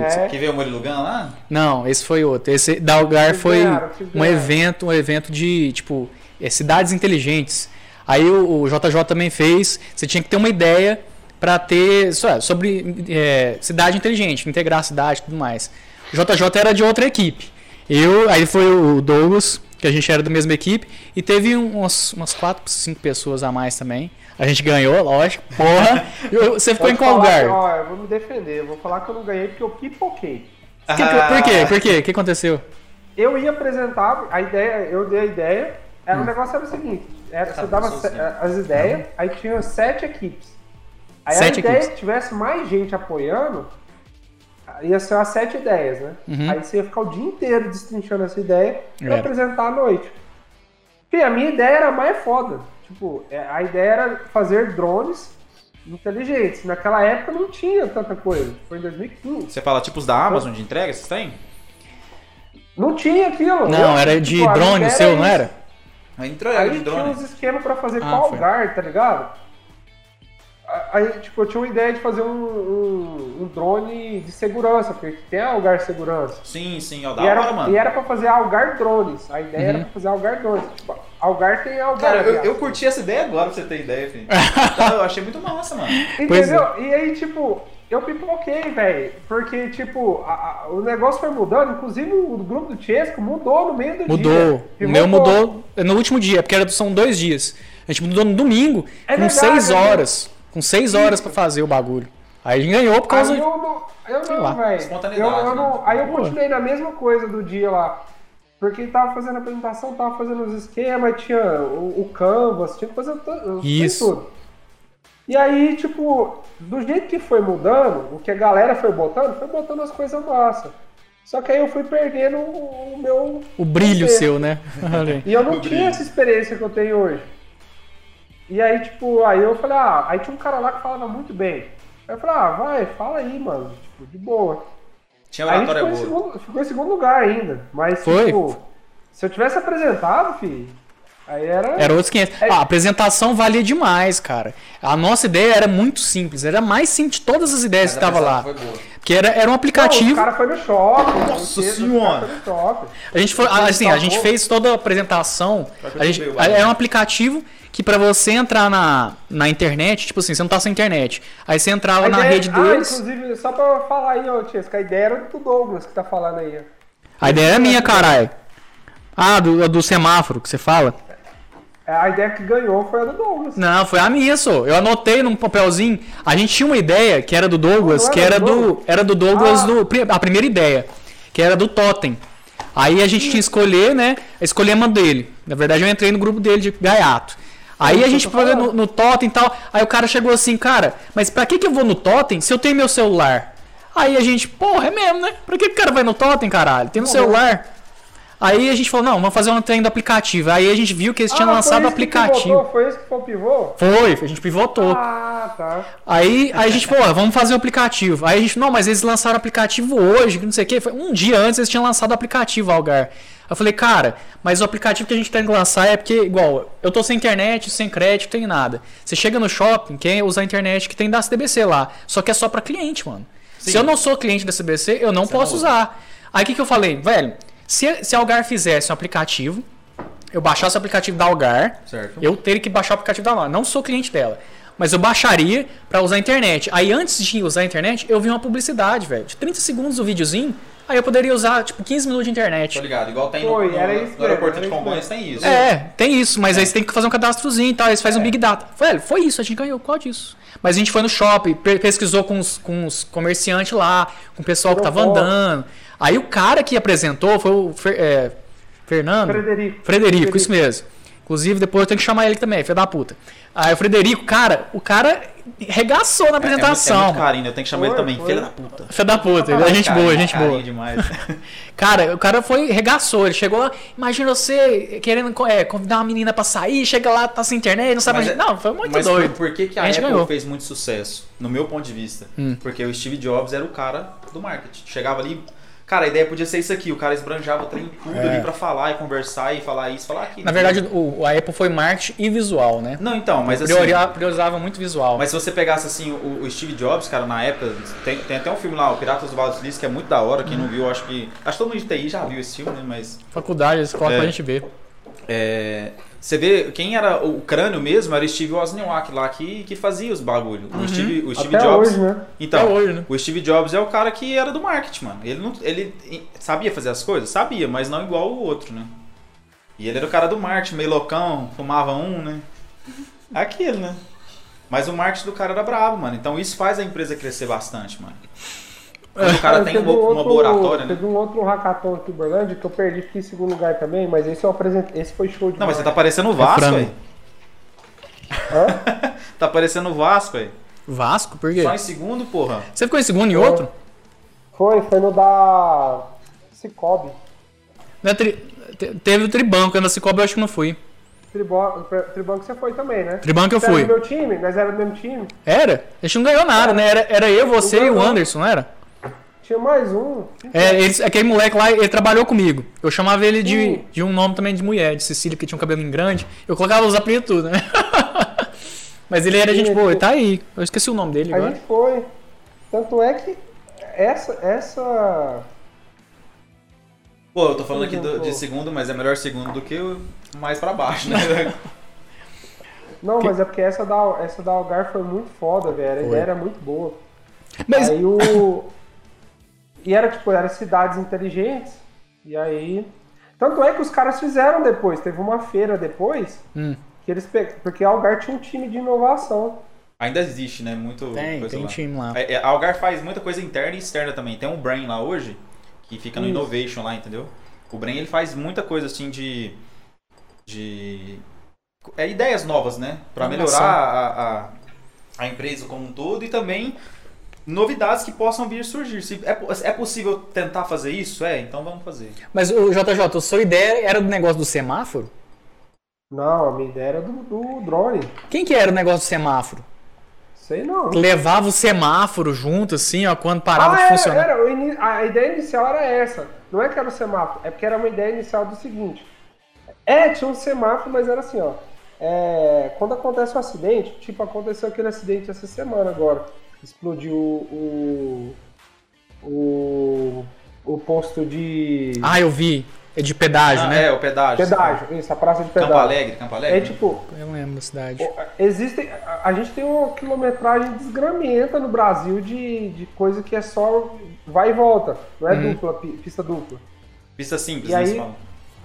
Speaker 2: aí.
Speaker 3: É.
Speaker 2: Quer ver o Murilo Gun lá?
Speaker 1: Não, esse foi outro. Esse da Algar
Speaker 3: Vocês
Speaker 1: foi
Speaker 3: ganharam, vocês
Speaker 1: um
Speaker 3: ganharam.
Speaker 1: evento, um evento de, tipo, é, cidades inteligentes. Aí o, o JJ também fez, você tinha que ter uma ideia pra ter so- sobre é, cidade inteligente, integrar a cidade e tudo mais. O JJ era de outra equipe. Eu, aí foi o Douglas, que a gente era da mesma equipe, e teve um- umas, umas 4, 5 pessoas a mais também. A gente ganhou, lógico,
Speaker 3: [laughs]
Speaker 1: porra. Eu- você ficou em
Speaker 3: Pode
Speaker 1: qual
Speaker 3: falar que,
Speaker 1: lugar?
Speaker 3: ó, eu vou me defender, eu vou falar que eu não ganhei porque eu pipoquei.
Speaker 1: Que-
Speaker 3: é
Speaker 1: que- por
Speaker 3: Ah.
Speaker 1: quê? Por quê? O que aconteceu?
Speaker 3: Eu ia apresentar, a ideia, eu dei a ideia, era,
Speaker 1: Hum.
Speaker 3: o negócio era o seguinte, era, você dava
Speaker 2: pessoas,
Speaker 3: se- é,
Speaker 2: né?
Speaker 3: as ideias, aí tinha sete equipes. Aí
Speaker 1: Sete
Speaker 3: a ideia é
Speaker 1: equipes.
Speaker 3: que tivesse mais gente apoiando, ia ser umas sete ideias, né?
Speaker 1: Uhum. É.
Speaker 3: Aí você ia ficar o dia inteiro destrinchando essa ideia e
Speaker 1: Era.
Speaker 3: apresentar à noite. Fih, a minha ideia era mais foda. Tipo, é, a ideia era fazer drones inteligentes. Naquela época não tinha tanta coisa. Foi em 2015.
Speaker 2: Você fala tipos da Amazon de entrega, vocês têm?
Speaker 3: Não tinha aquilo.
Speaker 1: Não,
Speaker 3: Eu,
Speaker 1: era
Speaker 3: tipo,
Speaker 1: de
Speaker 3: a
Speaker 1: drone
Speaker 3: ideia
Speaker 1: o seu, não
Speaker 3: isso.
Speaker 1: era?
Speaker 2: A entrega
Speaker 3: Aí
Speaker 2: de
Speaker 3: tinha uns
Speaker 2: drone.
Speaker 3: esquemas pra fazer
Speaker 1: Ah,
Speaker 3: qual
Speaker 1: foi.
Speaker 3: lugar, tá ligado? A- Aí, tipo, eu tinha uma ideia de fazer um, um- um drone de segurança, porque tem algar segurança.
Speaker 2: Sim, sim, ó, da
Speaker 3: E
Speaker 2: hora,
Speaker 3: era,
Speaker 2: mano.
Speaker 3: e era pra fazer algar drones. A ideia
Speaker 1: Uhum.
Speaker 3: era pra fazer algar drones. Tipo, algar tem algar.
Speaker 2: Cara, eu,
Speaker 3: viado.
Speaker 2: eu curti essa ideia agora pra você ter ideia, [laughs] filho. Tá, eu achei muito massa, mano.
Speaker 1: Pois
Speaker 3: Entendeu? E aí, tipo, eu pipoquei, velho. Porque, tipo, a- a- o negócio foi mudando. Inclusive, o grupo do Chesco mudou no meio do dia.
Speaker 1: Mudou. O
Speaker 3: Pivotou.
Speaker 1: meu mudou no último dia, porque era, são dois dias. A gente mudou no domingo,
Speaker 3: É
Speaker 1: com
Speaker 3: verdade,
Speaker 1: seis
Speaker 3: é
Speaker 1: horas. Com seis horas pra fazer o bagulho. Aí a gente ganhou por causa
Speaker 3: Aí
Speaker 1: de.
Speaker 3: eu não, eu
Speaker 1: lá,
Speaker 3: não, velho. Eu,
Speaker 2: espontaneidade,
Speaker 3: eu
Speaker 2: né?
Speaker 3: não, aí eu
Speaker 1: Pô.
Speaker 3: continuei na mesma coisa do dia lá. Porque tava fazendo a apresentação, tava fazendo os esquemas, tinha o, o canvas, tinha que fazer to- fez
Speaker 1: Isso.
Speaker 3: tudo. E aí, tipo, do jeito que foi mudando, o que a galera foi botando, foi botando as coisas massa. Só que aí eu fui perdendo o, o meu.
Speaker 1: O brilho
Speaker 3: poder.
Speaker 1: seu,
Speaker 3: [laughs]
Speaker 1: né? Olha aí.
Speaker 3: E eu não
Speaker 2: O
Speaker 3: tinha
Speaker 2: brilho.
Speaker 3: essa experiência que eu tenho hoje. E aí, tipo, aí eu falei, ah, aí tinha um cara lá que falava muito bem. Aí eu falei, ah, vai, fala aí, mano, tipo, de boa.
Speaker 2: Tinha
Speaker 3: A gente
Speaker 2: oratória
Speaker 3: ficou, em
Speaker 2: É boa.
Speaker 3: segundo, ficou em segundo lugar ainda. Mas,
Speaker 1: Foi?
Speaker 3: tipo, se eu tivesse apresentado, filho, aí era.
Speaker 1: Era outros 500.
Speaker 3: É-
Speaker 1: Ah, a apresentação valia demais, cara. A nossa ideia era muito simples. Era a mais simples de todas as
Speaker 2: Mas
Speaker 1: ideias
Speaker 2: a
Speaker 1: que tava
Speaker 2: apresentação
Speaker 1: lá.
Speaker 2: Foi boa.
Speaker 1: Porque era, era um
Speaker 3: Não,
Speaker 1: aplicativo.
Speaker 3: O cara foi no shopping.
Speaker 2: Nossa
Speaker 3: o cara
Speaker 2: Senhora!
Speaker 3: Foi no shopping.
Speaker 1: A gente foi,
Speaker 3: Ele
Speaker 1: assim, a gente
Speaker 3: salvou.
Speaker 1: fez toda a apresentação.
Speaker 2: Pra que
Speaker 1: A gente,
Speaker 2: veio,
Speaker 1: a-
Speaker 2: né?
Speaker 1: é um aplicativo que pra você entrar na, na internet, tipo assim, você não tá sem internet. Aí você entrava
Speaker 3: A
Speaker 1: na
Speaker 3: ideia-
Speaker 1: rede
Speaker 3: ah,
Speaker 1: deles.
Speaker 3: inclusive, só pra falar aí, ô Tiesca, a ideia era do Douglas que tá falando aí. ó.
Speaker 1: A ideia é minha, caralho. Ah, do, do semáforo que você fala?
Speaker 3: É, A ideia que ganhou foi a do Douglas.
Speaker 1: Não, foi a minha, só. Eu anotei num papelzinho. A gente tinha uma ideia que era do Douglas,
Speaker 3: Não, não
Speaker 1: que
Speaker 3: era
Speaker 1: era
Speaker 3: do
Speaker 1: do.
Speaker 3: Douglas?
Speaker 1: Era do Douglas
Speaker 3: Ah.
Speaker 1: do. A primeira ideia. Que era do Totem. Aí a gente tinha que escolher, né? Escolhemos a dele. Na verdade, eu entrei no grupo dele de gaiato. Aí a gente foi no, no Totem e tal. Aí o cara chegou assim, cara, mas pra que, que eu vou no Totem se eu tenho meu celular? Aí a gente, porra, é mesmo, né? Pra que, que o cara vai no Totem, caralho? Tem no celular. Aí a gente falou, não, vamos fazer um trem do aplicativo. Aí a gente viu que eles
Speaker 3: Ah,
Speaker 1: tinham
Speaker 3: foi
Speaker 1: lançado o
Speaker 3: isso que
Speaker 1: aplicativo.
Speaker 3: pivotou? Foi isso que foi o pivô?
Speaker 1: Foi, a gente pivotou.
Speaker 3: Ah, tá.
Speaker 1: Aí, aí a gente falou, "Ó, vamos fazer o aplicativo. Aí a gente, não, mas eles lançaram o aplicativo hoje, que não sei o quê. Foi um dia antes eles tinham lançado o aplicativo, Algar. Eu falei, cara, mas o aplicativo que a gente tem que lançar é porque, igual, eu tô sem internet, sem crédito, tem nada. Você chega no shopping, quem usa a internet que tem da CDBC lá. Só que é só pra cliente, mano. Se eu não sou cliente da CDBC, eu não posso
Speaker 2: não usa.
Speaker 1: usar. Aí o que, que eu falei? Velho, se, se a Algar fizesse um aplicativo, eu baixasse o aplicativo da Algar,
Speaker 2: Certo.
Speaker 1: eu teria que baixar o aplicativo da Algar. Não sou cliente dela, mas eu baixaria pra usar a internet. Aí antes de usar a internet, eu vi uma publicidade, velho, de 30 segundos do videozinho, aí eu poderia usar tipo 15 minutos de
Speaker 2: Tô
Speaker 1: internet.
Speaker 2: ligado, igual tem no,
Speaker 3: Foi,
Speaker 2: no-
Speaker 3: era isso
Speaker 2: no aeroporto
Speaker 3: mesmo,
Speaker 2: de
Speaker 3: era
Speaker 2: Congonhas,
Speaker 3: isso
Speaker 2: tem isso.
Speaker 1: É, tem isso, mas aí você tem que fazer um cadastrozinho e tal, aí
Speaker 2: É.
Speaker 1: você faz um Big Data. Velho, foi isso, a gente ganhou, qual disso? Mas a gente foi no shopping, pe- pesquisou com os, com os comerciantes lá, com o pessoal que tava
Speaker 3: Provou.
Speaker 1: andando. Aí o cara que apresentou foi o Fer- é, Fernando.
Speaker 3: Frederico.
Speaker 1: Frederico, isso mesmo. Inclusive, depois eu tenho que chamar ele também, filho da puta. Aí o Frederico, cara, o cara regaçou
Speaker 2: É, é,
Speaker 1: na
Speaker 2: muito, é
Speaker 1: apresentação.
Speaker 2: muito carinho, eu tenho que chamar ele
Speaker 3: Foi,
Speaker 2: também.
Speaker 3: foi.
Speaker 2: Filha da puta.
Speaker 1: Filho da puta, ele é gente
Speaker 2: Carinho,
Speaker 1: boa, gente
Speaker 2: carinho
Speaker 1: boa.
Speaker 2: demais.
Speaker 1: Cara, o cara foi, regaçou, ele chegou lá, imagina você querendo co- é, convidar uma menina pra sair, chega lá, [laughs] tá sem internet, não sabe
Speaker 2: Mas
Speaker 1: onde-
Speaker 2: é-
Speaker 1: Não, foi muito
Speaker 2: Mas
Speaker 1: doido.
Speaker 2: por, por que, que a,
Speaker 1: A gente
Speaker 2: Apple
Speaker 1: ganhou. Hum.
Speaker 2: fez muito sucesso? No meu ponto de vista. Porque o Steve Jobs era o cara do marketing. Chegava ali. Cara, a ideia podia ser isso aqui. O cara esbranjava o trem tudo ali pra falar e conversar e falar isso, falar aquilo.
Speaker 1: É. Na verdade, o, a Apple foi marketing e visual, né?
Speaker 2: Não, então, mas assim.
Speaker 1: Prioria- priorizava muito visual.
Speaker 2: Mas se você pegasse assim o, o Steve Jobs, cara, na época, tem, tem até um filme lá, o Piratas do Vale dos Lixos, que é muito da hora, quem não viu, acho que. Acho que todo mundo de TI já viu esse filme, né? Mas.
Speaker 1: Faculdade, eles colocam
Speaker 2: É.
Speaker 1: pra gente ver.
Speaker 2: É, você vê, quem era o crânio mesmo era o Steve Wozniak lá que, que fazia os bagulho. O Steve, o Steve
Speaker 3: Até
Speaker 2: Jobs.
Speaker 3: hoje, né?
Speaker 2: Então,
Speaker 1: Até hoje, né?
Speaker 2: o Steve Jobs é o cara que era do marketing, mano. Ele, não, ele sabia fazer as coisas? Sabia, mas não igual o outro, né? E ele era o cara do marketing, meio loucão, fumava um, né? Aquilo, né? Mas o marketing do cara era brabo, mano. Então isso faz a empresa crescer bastante, mano. Quando o cara
Speaker 3: Mas
Speaker 2: tem
Speaker 3: É, teve
Speaker 2: uma, uma
Speaker 3: outro-
Speaker 2: boa oratória, né?
Speaker 3: Teve um outro hackathon aqui em Uberlândia que eu perdi, fiquei em segundo lugar também, mas esse eu apresentei, esse foi show de
Speaker 2: Não, mas você tá parecendo o Vasco,
Speaker 1: É frango.
Speaker 2: aí.
Speaker 3: Hã?
Speaker 2: [laughs]
Speaker 3: É.
Speaker 2: Tá parecendo o Vasco, aí.
Speaker 1: Vasco, por quê?
Speaker 2: Só em segundo, porra.
Speaker 1: Você ficou em segundo e outro?
Speaker 2: tá-
Speaker 3: Foi, foi no da Cicobi.
Speaker 1: Não é tri- te- Teve o Tribanco, eu na Cicobi eu acho que não fui.
Speaker 3: Tribo- Tribanco você foi também, né?
Speaker 1: Tribanco eu
Speaker 3: Você era
Speaker 1: fui.
Speaker 3: do meu time? Nós era do mesmo time.
Speaker 1: Era? A gente não ganhou nada, né? Era, era eu, você e o
Speaker 3: ganhou.
Speaker 1: Anderson, não era?
Speaker 3: Tinha mais um.
Speaker 1: É, eles- aquele moleque lá, ele trabalhou comigo. Eu chamava ele de, de um nome também de mulher, de Cecília, que tinha um cabelinho grande. Eu colocava os apelidos tudo, né? [laughs] Mas ele era gente boa, ele tá aí. Eu esqueci o nome dele
Speaker 3: A
Speaker 1: agora.
Speaker 3: gente foi. Tanto é que essa. essa...
Speaker 2: Pô, eu tô falando aqui do- de segundo, mas é melhor segundo do que o mais pra baixo,
Speaker 3: [laughs]
Speaker 2: né?
Speaker 3: Não,
Speaker 1: Que-
Speaker 3: mas é porque essa da, essa da Algar foi muito foda, velho. A
Speaker 1: Foi.
Speaker 3: ideia era muito boa.
Speaker 1: Mas,
Speaker 3: Aí o. E era tipo, era cidades inteligentes. E aí. Tanto é que os caras fizeram depois. Teve uma feira depois.
Speaker 1: Hum.
Speaker 3: Que eles pe... Porque a Algar tinha um time de inovação.
Speaker 2: Ainda existe, né? Muito
Speaker 1: tem,
Speaker 2: coisa
Speaker 1: tem
Speaker 2: lá.
Speaker 1: time lá.
Speaker 2: É, é, a Algar faz muita coisa interna e externa também. Tem um Brain lá hoje, que fica no
Speaker 3: Isso.
Speaker 2: Innovation lá, entendeu? O Brain ele faz muita coisa assim de. de. É, ideias novas, né? Pra melhorar
Speaker 1: Inovação.
Speaker 2: a, a, a empresa como um todo e também novidades que possam vir surgir. Se é, po- é possível tentar fazer isso? É, então vamos fazer.
Speaker 1: Mas o JJ, a sua ideia era do negócio do semáforo?
Speaker 3: Não, a minha ideia era do, do drone.
Speaker 1: Quem que era o negócio do semáforo?
Speaker 3: Sei não.
Speaker 1: Levava o semáforo junto, assim, ó, quando parava
Speaker 3: Ah,
Speaker 1: de
Speaker 3: era-
Speaker 1: funcionar.
Speaker 3: era, o ini- a ideia inicial era essa. Não é que era o semáforo, é porque era uma ideia inicial do seguinte. É, tinha um semáforo, mas era assim, ó. É, quando acontece um acidente, tipo, aconteceu aquele acidente essa semana agora. Explodiu o. o, o posto de
Speaker 1: Ah, eu vi. É de pedágio,
Speaker 2: Ah,
Speaker 1: né?
Speaker 2: É, o pedágio.
Speaker 3: pedágio, isso, a praça de
Speaker 2: Campo
Speaker 3: pedágio.
Speaker 2: Alegre, Campo Alegre.
Speaker 3: É
Speaker 2: né?
Speaker 3: tipo,
Speaker 1: Eu lembro da cidade.
Speaker 3: o- existem. A, a gente tem uma quilometragem desgramenta no Brasil de, de coisa que é só vai e volta. Não é
Speaker 1: Uhum.
Speaker 3: dupla, pi- pista dupla.
Speaker 2: Pista simples,
Speaker 3: E
Speaker 2: né?
Speaker 3: aí-
Speaker 2: você fala.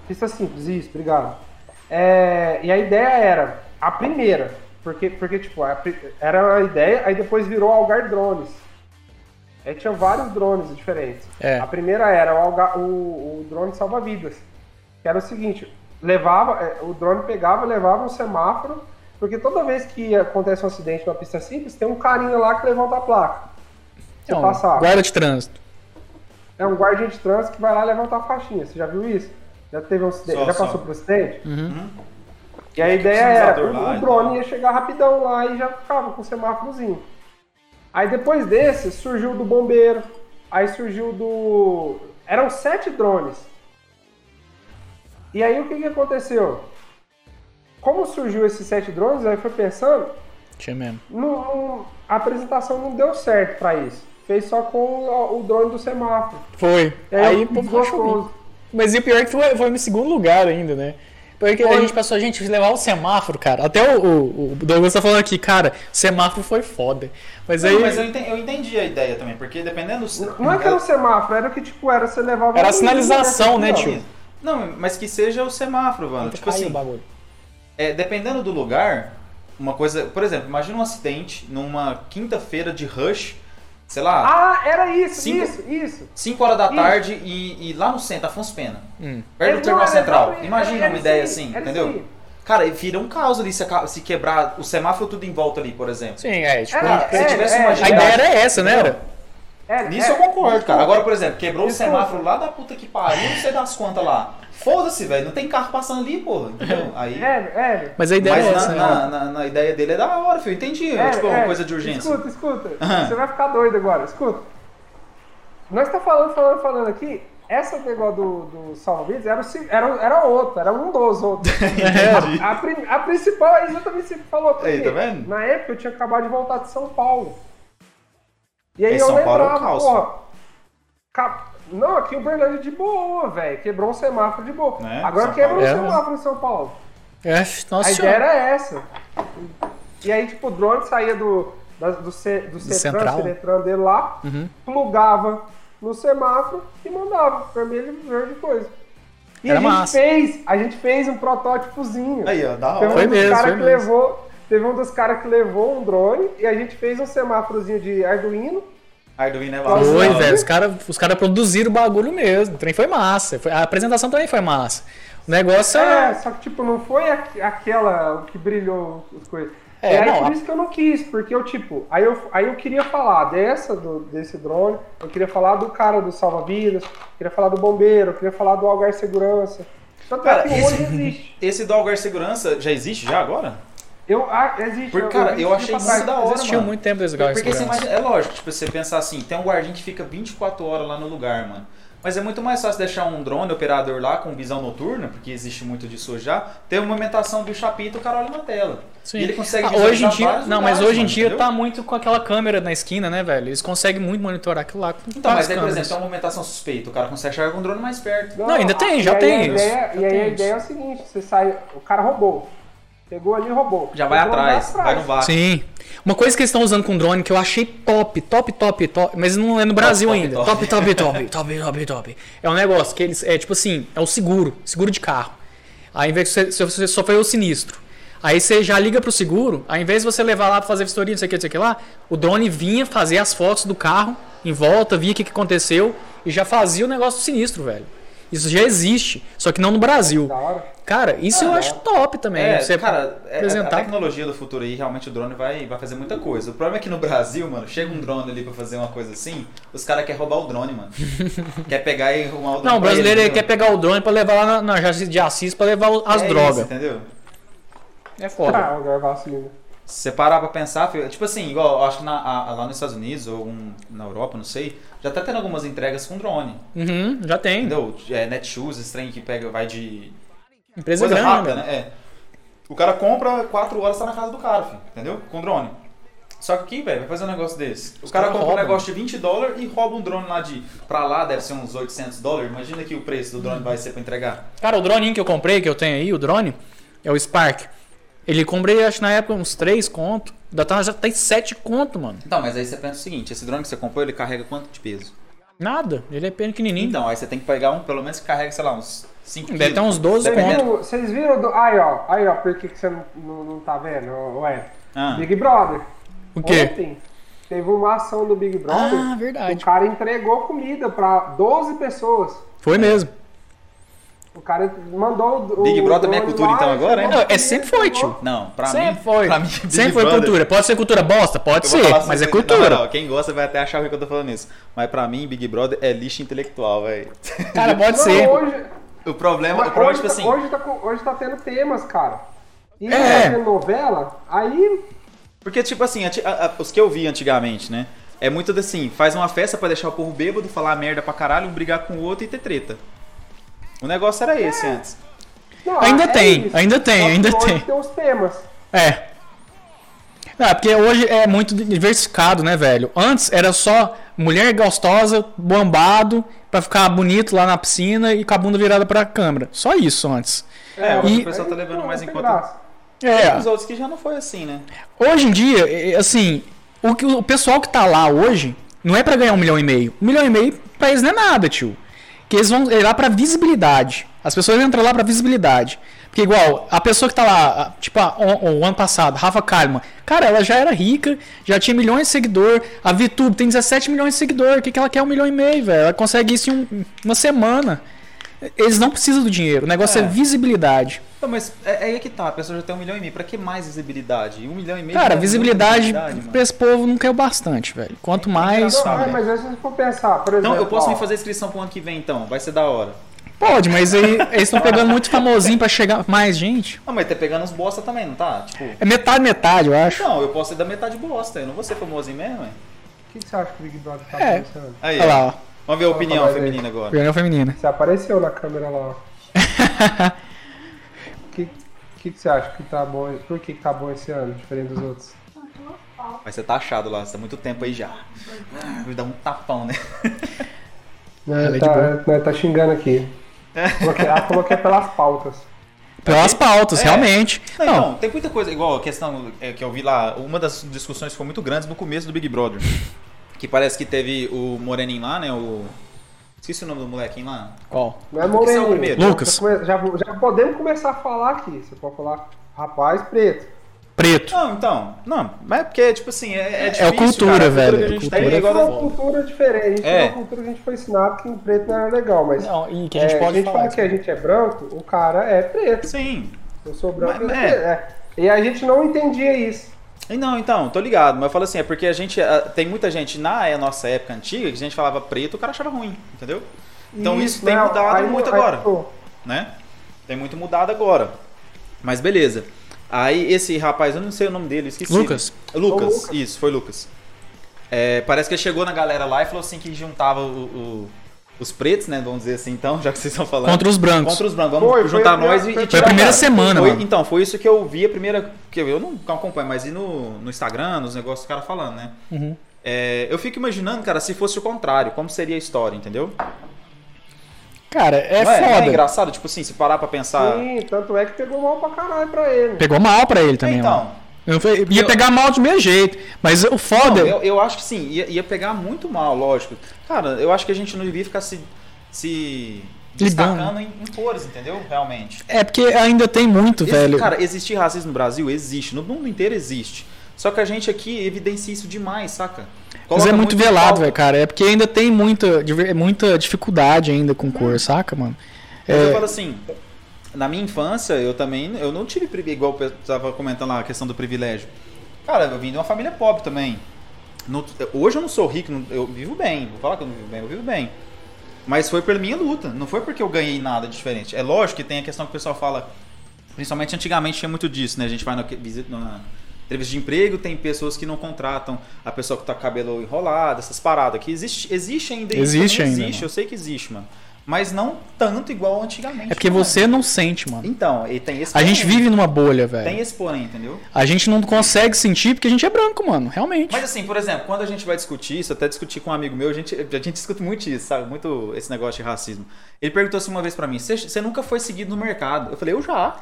Speaker 3: Pista simples, isso, obrigado. É, e a ideia era a primeira, porque, porque tipo, a pri- era a ideia, aí depois virou Algar Drones. Aí tinha vários drones diferentes.
Speaker 1: É.
Speaker 3: A primeira era o, Algar, o, o drone salva-vidas, que era o seguinte, levava, é, o drone pegava, levava um semáforo, porque toda vez que acontece um acidente numa pista simples, tem um carinha lá que levanta a placa. Você
Speaker 1: Então,
Speaker 3: passava.
Speaker 1: guarda de trânsito.
Speaker 3: É um guardião de trânsito que vai lá levantar a faixinha. Você já viu isso? Já teve um acidente?
Speaker 2: Só,
Speaker 3: já
Speaker 2: só.
Speaker 3: passou por acidente?
Speaker 1: Uhum.
Speaker 3: E a ideia era,
Speaker 2: sinalizador lá,
Speaker 3: o, o
Speaker 2: então.
Speaker 3: drone ia chegar rapidão lá e já ficava com o semáforozinho. Aí depois desse, surgiu o do bombeiro, aí surgiu o do... Eram sete drones. E aí o que, que aconteceu? Como surgiu esses sete drones, aí foi pensando,
Speaker 1: Tinha mesmo.
Speaker 3: não- não- a apresentação não deu certo pra isso. Fez só com o, o drone do semáforo.
Speaker 1: Foi.
Speaker 3: E aí,
Speaker 1: Aí,
Speaker 3: eu
Speaker 1: o
Speaker 3: fiquei
Speaker 1: povo achou
Speaker 3: desgostoso.
Speaker 1: ruim. Mas e o pior é que foi, foi no segundo lugar ainda, né? Porque a gente passou, a gente levar o semáforo, cara. Até o, o, o Douglas tá falando aqui, cara, semáforo foi foda. Mas aí.
Speaker 2: Não, mas é, eu enten- eu entendi, a ideia também, porque dependendo do.
Speaker 3: Não é que era um semáforo, era que tipo, era você levava.
Speaker 1: Era a
Speaker 3: um-
Speaker 1: sinalização, né,
Speaker 3: Não.
Speaker 1: tio?
Speaker 2: Não, mas que seja o semáforo, mano. Tipo
Speaker 1: Caiu
Speaker 2: assim,
Speaker 1: o bagulho.
Speaker 2: é, dependendo do lugar, uma coisa. Por exemplo, imagina um acidente numa quinta-feira de rush, sei lá,
Speaker 3: Ah, era isso,
Speaker 2: Cinco-
Speaker 3: isso, isso.
Speaker 2: 5 horas da
Speaker 3: Isso.
Speaker 2: tarde e, e lá no centro, Afonso Pena.
Speaker 1: Hum.
Speaker 2: Perto do
Speaker 3: Não,
Speaker 2: terminal
Speaker 3: era
Speaker 2: central.
Speaker 3: exatamente-
Speaker 2: Imagina
Speaker 3: era
Speaker 2: uma
Speaker 3: isso
Speaker 2: ideia
Speaker 3: aí,
Speaker 2: assim,
Speaker 3: era
Speaker 2: entendeu?
Speaker 3: isso aí.
Speaker 2: Cara, e vira um caos ali se, aca- se quebrar o semáforo tudo em volta ali, por exemplo.
Speaker 1: Sim, é, tipo.
Speaker 3: Era-
Speaker 2: se
Speaker 3: é,
Speaker 2: tivesse
Speaker 3: é,
Speaker 2: uma
Speaker 3: é.
Speaker 1: a ideia era essa, né? Era?
Speaker 3: É,
Speaker 2: Nisso
Speaker 3: é.
Speaker 2: eu concordo, cara. Agora, por exemplo, quebrou o
Speaker 3: Desculpa.
Speaker 2: semáforo lá da puta que pariu, não sei das contas lá. Foda-se, velho, não tem carro passando ali, porra. Entendeu? Aí.
Speaker 3: É, é.
Speaker 1: Mas a ideia
Speaker 2: Mas
Speaker 1: era
Speaker 2: na,
Speaker 1: essa, né?
Speaker 2: na- na- na ideia dele é da hora, filho. Entendi. É,
Speaker 3: É,
Speaker 2: tipo, uma
Speaker 3: é.
Speaker 2: coisa de urgência.
Speaker 3: Escuta, escuta.
Speaker 2: Aham.
Speaker 3: Você vai ficar doido agora. Escuta. Nós tá falando, falando, falando aqui. Essa negócio do, do Salva Vidas era, o se- era, era outra, era um dos outros.
Speaker 2: [laughs]
Speaker 3: a, a prim- a principal é exatamente isso que você falou. porque
Speaker 2: É, Aí, tá vendo?
Speaker 3: Na época eu tinha acabado de voltar de São Paulo. E aí
Speaker 2: Em
Speaker 3: eu
Speaker 2: São Paulo é o
Speaker 3: lembrava,
Speaker 2: caos,
Speaker 3: porra. ca- Não, aqui o Berlândia de boa, velho. Quebrou um semáforo de boa.
Speaker 2: Né?
Speaker 3: Agora
Speaker 2: São
Speaker 3: quebrou um
Speaker 1: Paulo. É.
Speaker 3: semáforo em São Paulo.
Speaker 1: É, nossa
Speaker 3: A ideia
Speaker 1: senhora.
Speaker 3: era essa. E aí, tipo, o drone saía do, da- do, C, do,
Speaker 1: central. Uhum.
Speaker 3: Cetran, Ceretran dele lá, plugava no semáforo e mandava vermelho, verde, coisa. E
Speaker 1: Era
Speaker 3: a gente
Speaker 1: massa.
Speaker 3: fez, a gente fez um protótipozinho.
Speaker 2: Aí, ó, da
Speaker 3: Teve um
Speaker 2: hora.
Speaker 1: Foi
Speaker 3: dos
Speaker 1: mesmo,
Speaker 3: cara
Speaker 1: foi
Speaker 3: que
Speaker 1: mesmo.
Speaker 3: levou, teve um dos caras que levou um drone e a gente fez um semáforozinho de Arduino.
Speaker 2: Arduino é
Speaker 3: Foi,
Speaker 1: Foi,
Speaker 2: da hora.
Speaker 1: velho. Os caras os cara produziram o bagulho mesmo. O trem foi massa. Foi- a apresentação também foi massa. O negócio
Speaker 3: É,
Speaker 1: é.
Speaker 3: só que tipo, não foi aqu- aquela que brilhou as coisas.
Speaker 1: É,
Speaker 3: e aí
Speaker 1: não,
Speaker 3: por
Speaker 1: a-
Speaker 3: isso que eu não quis, porque eu, tipo, aí eu, aí eu queria falar dessa, do- desse drone, eu queria falar do cara do salva-vidas, eu queria falar do bombeiro, eu queria falar do Algar Segurança. Tanto
Speaker 2: Cara,
Speaker 3: é que
Speaker 2: esse-
Speaker 3: hoje existe.
Speaker 2: Esse do Algar Segurança já existe já agora?
Speaker 3: Eu, ah, existe.
Speaker 2: Porque, cara,
Speaker 3: vi
Speaker 2: eu
Speaker 3: isso
Speaker 2: achei
Speaker 3: pra trás.
Speaker 2: isso da hora,
Speaker 1: Existiu
Speaker 2: mano.
Speaker 1: muito tempo desse lugar de
Speaker 2: Porque você
Speaker 1: segurança.
Speaker 2: imagina, é lógico, tipo, você pensar assim, tem um guardinha que fica 24 horas lá no lugar, mano. Mas é muito mais fácil deixar um drone operador lá com visão noturna, porque existe muito disso hoje já, ter uma movimentação do chapito, o cara olha na tela.
Speaker 1: Sim.
Speaker 2: E ele consegue
Speaker 1: Ah, hoje em
Speaker 2: visualizar
Speaker 1: dia,
Speaker 2: vários
Speaker 1: não,
Speaker 2: lugares,
Speaker 1: mas hoje em
Speaker 2: mano,
Speaker 1: dia
Speaker 2: entendeu?
Speaker 1: tá muito com aquela câmera na esquina, né, velho? Eles conseguem muito monitorar aquilo lá com
Speaker 2: Então,
Speaker 1: várias
Speaker 2: mas aí, por
Speaker 1: câmeras.
Speaker 2: exemplo, tem uma movimentação suspeita, o cara consegue chegar com um drone mais perto.
Speaker 1: Não, ainda tem,
Speaker 3: tipo- e
Speaker 1: já
Speaker 3: aí
Speaker 1: tem
Speaker 3: a
Speaker 1: isso,
Speaker 3: ideia-
Speaker 1: já
Speaker 3: E aí
Speaker 1: tem
Speaker 3: a
Speaker 1: isso.
Speaker 3: ideia é o seguinte: você sai, o cara roubou. Pegou um ali e roubou.
Speaker 2: Já vai
Speaker 3: O drone
Speaker 2: atrás, vai no vácuo.
Speaker 1: Sim. Uma coisa que eles estão usando com drone que eu achei top, top, top, top, mas não é no Brasil
Speaker 2: top,
Speaker 1: ainda.
Speaker 2: top.
Speaker 1: Top, top, top, top, top, top. É um negócio que eles. É tipo assim, é o seguro, seguro de carro. Aí, ao invés de você, se você sofreu o sinistro. Aí você já liga pro seguro, ao invés de você levar lá pra fazer vistoria, não sei o que, não sei o que lá, o drone vinha fazer as fotos do carro em volta, via o que, que aconteceu e já fazia o negócio do sinistro, velho. Isso já existe, só que não no Brasil.
Speaker 3: Da hora.
Speaker 1: Cara, isso eu acho top também.
Speaker 2: É,
Speaker 1: você
Speaker 2: cara, é, a
Speaker 1: apresentar.
Speaker 2: tecnologia do futuro aí, realmente o drone vai, vai fazer muita coisa. O problema é que no Brasil, mano, chega um drone ali pra fazer uma coisa assim, os caras querem roubar o drone,
Speaker 1: [laughs]
Speaker 2: mano. quer pegar e arrumar o drone.
Speaker 1: Não, o
Speaker 2: pra
Speaker 1: brasileiro ele
Speaker 2: entendeu?
Speaker 1: quer pegar o drone pra levar lá na, na Jaci- de Assis pra levar o- as
Speaker 2: É isso,
Speaker 1: drogas.
Speaker 2: entendeu?
Speaker 1: É foda.
Speaker 3: Ah, Algar vacina.
Speaker 2: Se você parar pra pensar, fi- tipo assim, igual, eu acho que na- a- lá nos Estados Unidos ou um- na Europa, não sei, já tá tendo algumas entregas com drone.
Speaker 1: Uhum, já tem.
Speaker 2: Entendeu? É, Netshoes, esse trem que pega, vai de.
Speaker 1: Empresa
Speaker 2: Coisa
Speaker 1: grande,
Speaker 2: rápida,
Speaker 1: né?
Speaker 2: né? É. O cara compra, 4 horas tá na casa do cara, filho, entendeu? Com drone. Só que aqui, velho, vai fazer um negócio desse. Os caras
Speaker 1: cara
Speaker 2: compram um
Speaker 1: roubam.
Speaker 2: negócio de 20 dólares e roubam um drone lá de. Pra lá deve ser uns 800 dólares. Imagina que o preço do drone vai ser pra entregar.
Speaker 1: Cara, o droninho que eu comprei, que eu tenho aí, o drone, é o Spark. Ele comprei, acho na época, uns 3 conto. Já tá, já tá em 7 conto, mano.
Speaker 2: Então, mas aí você pensa o seguinte: esse drone que você comprou, ele carrega quanto de peso?
Speaker 1: Nada. Ele é pequenininho.
Speaker 2: Então, aí você tem que pegar um, pelo menos que carrega, sei lá, uns 5
Speaker 1: Deve ter uns 12
Speaker 3: Vocês
Speaker 1: conto.
Speaker 2: É.
Speaker 3: viram, vocês viram do. Aí, ó. Aí, ó. Por que, que você não, não, não tá vendo? Ué.
Speaker 2: Ah.
Speaker 3: Big Brother.
Speaker 1: O quê?
Speaker 3: Ontem teve uma ação do Big Brother.
Speaker 2: então,
Speaker 1: Ah,
Speaker 3: O
Speaker 1: verdade.
Speaker 3: cara entregou comida pra 12 pessoas.
Speaker 1: Foi mesmo.
Speaker 3: O cara mandou o.
Speaker 2: Big
Speaker 3: o
Speaker 2: Brother é minha
Speaker 3: drone
Speaker 2: cultura,
Speaker 3: lá,
Speaker 2: então, agora,
Speaker 3: chegou
Speaker 1: hein?
Speaker 3: a comida,
Speaker 1: É, sempre foi,
Speaker 3: chegou.
Speaker 1: tio.
Speaker 2: Não, pra
Speaker 1: Sempre
Speaker 2: mim.
Speaker 1: foi.
Speaker 2: Pra mim, [laughs]
Speaker 1: Sempre foi cultura. Pode ser cultura bosta? Pode
Speaker 2: Eu vou
Speaker 1: ser.
Speaker 2: falar assim,
Speaker 1: mas é
Speaker 2: pra vocês, na
Speaker 1: cultura.
Speaker 2: moral, quem gosta vai até achar ruim que eu tô falando isso. Mas pra mim, Big Brother é lixo intelectual, velho.
Speaker 1: Cara, pode
Speaker 3: Não,
Speaker 1: ser.
Speaker 3: Hoje,
Speaker 2: O problema, o
Speaker 3: hoje
Speaker 2: problema é
Speaker 3: tá-
Speaker 2: tipo assim.
Speaker 3: hoje, tá, com- hoje tá tendo temas, cara. E
Speaker 1: É.
Speaker 3: tá tendo novela, aí.
Speaker 2: Porque, tipo assim, anti- a- a- os que eu vi antigamente, né? É muito assim, faz uma festa pra deixar o povo bêbado, falar merda pra caralho, um brigar com o outro e ter treta. O negócio era esse
Speaker 3: É,
Speaker 2: antes.
Speaker 3: não,
Speaker 1: Ainda
Speaker 3: é
Speaker 1: tem,
Speaker 3: isso.
Speaker 1: ainda tem,
Speaker 3: Só que
Speaker 1: ainda
Speaker 3: hoje
Speaker 1: tem.
Speaker 3: tem os temas.
Speaker 1: É. Ah, porque hoje é muito diversificado, né, velho? Antes era só mulher gostosa, bombado, pra ficar bonito lá na piscina e com a bunda virada pra câmera. Só isso antes.
Speaker 2: É,
Speaker 3: É,
Speaker 2: hoje
Speaker 1: E-
Speaker 2: o pessoal tá levando
Speaker 3: Não,
Speaker 2: mais
Speaker 3: não
Speaker 2: em
Speaker 3: tem
Speaker 2: conta.
Speaker 3: graça.
Speaker 1: É.
Speaker 2: Os outros que já não foi assim, né?
Speaker 1: Hoje em dia, é, assim, o, que- o pessoal que tá lá hoje não é pra ganhar um milhão e meio. Um milhão e meio pra eles não é nada, tio. Que eles vão é lá pra visibilidade. As pessoas entram lá pra visibilidade. Porque, igual, a pessoa que tá lá, a- tipo, a- o, o ano passado, Rafa Kalimann, cara, ela já era rica, já tinha milhões de seguidor. A VTube tem 17 milhões de seguidor. O que, que ela quer? Um milhão e meio, velho. Ela consegue isso em um- uma semana. Eles não precisam do dinheiro. O negócio
Speaker 2: É.
Speaker 1: é visibilidade.
Speaker 2: Não, mas é, é aí que tá, a pessoa já tem um milhão e meio. Pra que mais visibilidade? Um milhão e meio.
Speaker 1: Cara,
Speaker 2: já é
Speaker 1: visibilidade
Speaker 2: muita visibilidade, mano. tá
Speaker 1: pra esse povo não caiu bastante, velho. Quanto mais.
Speaker 3: Não, é,
Speaker 2: sabe? né?
Speaker 3: mas aí se você for pensar, por exemplo.
Speaker 2: Então, eu posso
Speaker 3: ó,
Speaker 2: me fazer inscrição pro ano que vem, então. Vai ser da hora.
Speaker 1: Pode, mas aí eles estão pegando muito famosinho pra chegar mais gente.
Speaker 2: Ah, mas tá pegando uns bosta também, não tá? Tipo.
Speaker 1: É metade, metade, eu acho.
Speaker 2: Não, eu posso ser da metade bosta, eu não vou ser famosinho mesmo, hein?
Speaker 3: O que que você acha que o Big Brother tá
Speaker 1: É.
Speaker 3: pensando?
Speaker 2: Aí,
Speaker 1: Olha lá, ó.
Speaker 2: vamos ver a opinião
Speaker 3: Fala,
Speaker 2: feminina agora.
Speaker 1: Reunião feminina.
Speaker 3: Você apareceu na
Speaker 2: [laughs]
Speaker 3: câmera lá, ó. O que, que, que você acha que tá bom? Por que, que tá bom esse ano, diferente dos outros?
Speaker 2: Mas você tá achado lá, você tá muito tempo aí já. Me dá um tapão, né?
Speaker 1: Ela é
Speaker 3: Né,
Speaker 1: de
Speaker 3: tá, né, tá
Speaker 2: [laughs]
Speaker 3: xingando aqui. Coloquei, ela falou que é pelas pautas.
Speaker 1: Pelas pautas,
Speaker 2: É.
Speaker 1: realmente.
Speaker 2: Não,
Speaker 1: Não,
Speaker 2: então, tem muita coisa, igual a questão é, que eu vi lá, uma das discussões que foi muito grande no começo do Big Brother. Que parece que teve o Moreninho lá, né? O. Esqueci o nome do molequinho lá.
Speaker 1: qual?
Speaker 3: Não é
Speaker 2: Esse é o
Speaker 3: Moreninho.
Speaker 2: primeiro.
Speaker 1: Lucas.
Speaker 3: Já, come- já, já podemos começar a falar aqui. Você pode falar, rapaz preto.
Speaker 1: Preto.
Speaker 2: Não, então. Não, mas é porque, tipo assim, é, é difícil.
Speaker 1: cultura,
Speaker 2: cara, a
Speaker 1: velho,
Speaker 2: que a gente
Speaker 1: cultura.
Speaker 2: tem é
Speaker 3: É
Speaker 2: igual
Speaker 3: uma
Speaker 2: da-
Speaker 3: cultura diferente.
Speaker 2: É.
Speaker 3: É uma cultura que a gente foi ensinado que o preto não era legal, mas.
Speaker 1: Não, e que
Speaker 3: é, fala que a gente é branco, o cara é preto.
Speaker 2: Sim.
Speaker 3: Eu sou branco,
Speaker 2: Mas-
Speaker 3: ele é preto. É. E a gente não entendia isso.
Speaker 2: E Não, então, tô ligado, mas eu falo assim, é porque a gente. ah, Tem muita gente na eh, nossa época antiga que a gente falava preto, o cara achava ruim, entendeu? Então isso tem
Speaker 3: não,
Speaker 2: mudado
Speaker 3: aí-
Speaker 2: muito
Speaker 3: aí-
Speaker 2: agora.
Speaker 3: pô,
Speaker 2: né? Tem muito mudado agora. Mas beleza. Aí esse rapaz, eu não sei o nome dele, esqueci.
Speaker 1: Lucas.
Speaker 2: Lucas,
Speaker 3: Ô, Lucas.
Speaker 2: isso, foi Lucas. É, parece que ele chegou na galera lá e falou assim que juntava o- o- os pretos, né? Vamos dizer assim, então, [laughs] já que vocês estão falando.
Speaker 1: Contra os brancos.
Speaker 2: Contra os brancos. Vamos
Speaker 3: Foi, foi
Speaker 2: juntar
Speaker 3: a primeira-
Speaker 2: nós e, e
Speaker 3: foi a
Speaker 2: tirar
Speaker 1: primeira
Speaker 2: cara.
Speaker 1: semana,
Speaker 2: Foi-
Speaker 1: mano.
Speaker 2: Então, foi isso que eu vi a primeira. Que eu, eu não acompanho, mas e no, no Instagram, nos negócios dos caras falando, né?
Speaker 1: Uhum.
Speaker 2: É, eu fico imaginando, cara, se fosse o contrário, como seria a história, entendeu?
Speaker 1: Cara, é
Speaker 2: não é, não é
Speaker 1: foda.
Speaker 2: engraçado, tipo assim, se parar pra pensar.
Speaker 3: Sim, tanto é que pegou mal pra caralho pra ele.
Speaker 1: Pegou mal pra ele também, é um-
Speaker 2: então,
Speaker 1: ó. Eu falei, ia pegar mal do meu jeito. Mas o foda.
Speaker 2: Não, eu, eu acho que sim, ia, ia pegar muito mal, lógico. Cara, eu acho que a gente não devia ficar se, se
Speaker 1: Ligando.
Speaker 2: destacando em, em cores, entendeu? Realmente.
Speaker 1: É porque ainda tem muito,
Speaker 2: Esse-
Speaker 1: velho.
Speaker 2: Cara, existe racismo no Brasil? Existe. No mundo inteiro existe. Só que a gente aqui evidencia isso demais, saca?
Speaker 1: Mas
Speaker 2: Coloca
Speaker 1: é muito
Speaker 2: em
Speaker 1: velado,
Speaker 2: pauta.
Speaker 1: velho, cara. É porque ainda tem muita, diver- muita dificuldade ainda com cor, saca, mano?
Speaker 2: Mas eu
Speaker 1: É.
Speaker 2: falo assim, na minha infância, eu também, eu não tive privilégio, igual eu tava comentando lá, a questão do privilégio. Cara, eu vim de uma família pobre também. Não- hoje eu não sou rico, não- eu vivo bem, vou falar que eu não vivo bem, eu vivo bem. Mas foi pela minha luta, não foi porque eu ganhei nada diferente. É lógico que tem a questão que o pessoal fala, principalmente antigamente tinha muito disso, né? A gente vai na, que- visita- na entrevista de emprego, tem pessoas que não contratam a pessoa que tá com o cabelo enrolado, essas paradas que existe, existe ainda isso,
Speaker 1: Existe
Speaker 2: também
Speaker 1: ainda, né?
Speaker 2: Existe,
Speaker 1: mano.
Speaker 2: eu sei que existe, mano. Mas não tanto igual antigamente. né,
Speaker 1: É porque
Speaker 2: mano.
Speaker 1: você não sente, mano.
Speaker 2: Então, e tem esse
Speaker 1: A gente
Speaker 2: porém.
Speaker 1: vive numa bolha,
Speaker 2: Tem
Speaker 1: velho.
Speaker 2: esse porém, entendeu?
Speaker 1: A gente não consegue sentir porque a gente é branco, mano. Realmente.
Speaker 2: Mas assim, por exemplo, quando a gente vai discutir isso, até discutir com um amigo meu, a gente, a gente [laughs] discute muito isso, sabe? Muito esse negócio de racismo. Ele perguntou assim uma vez pra mim: "Você- você nunca foi seguido no mercado? Eu falei, eu já.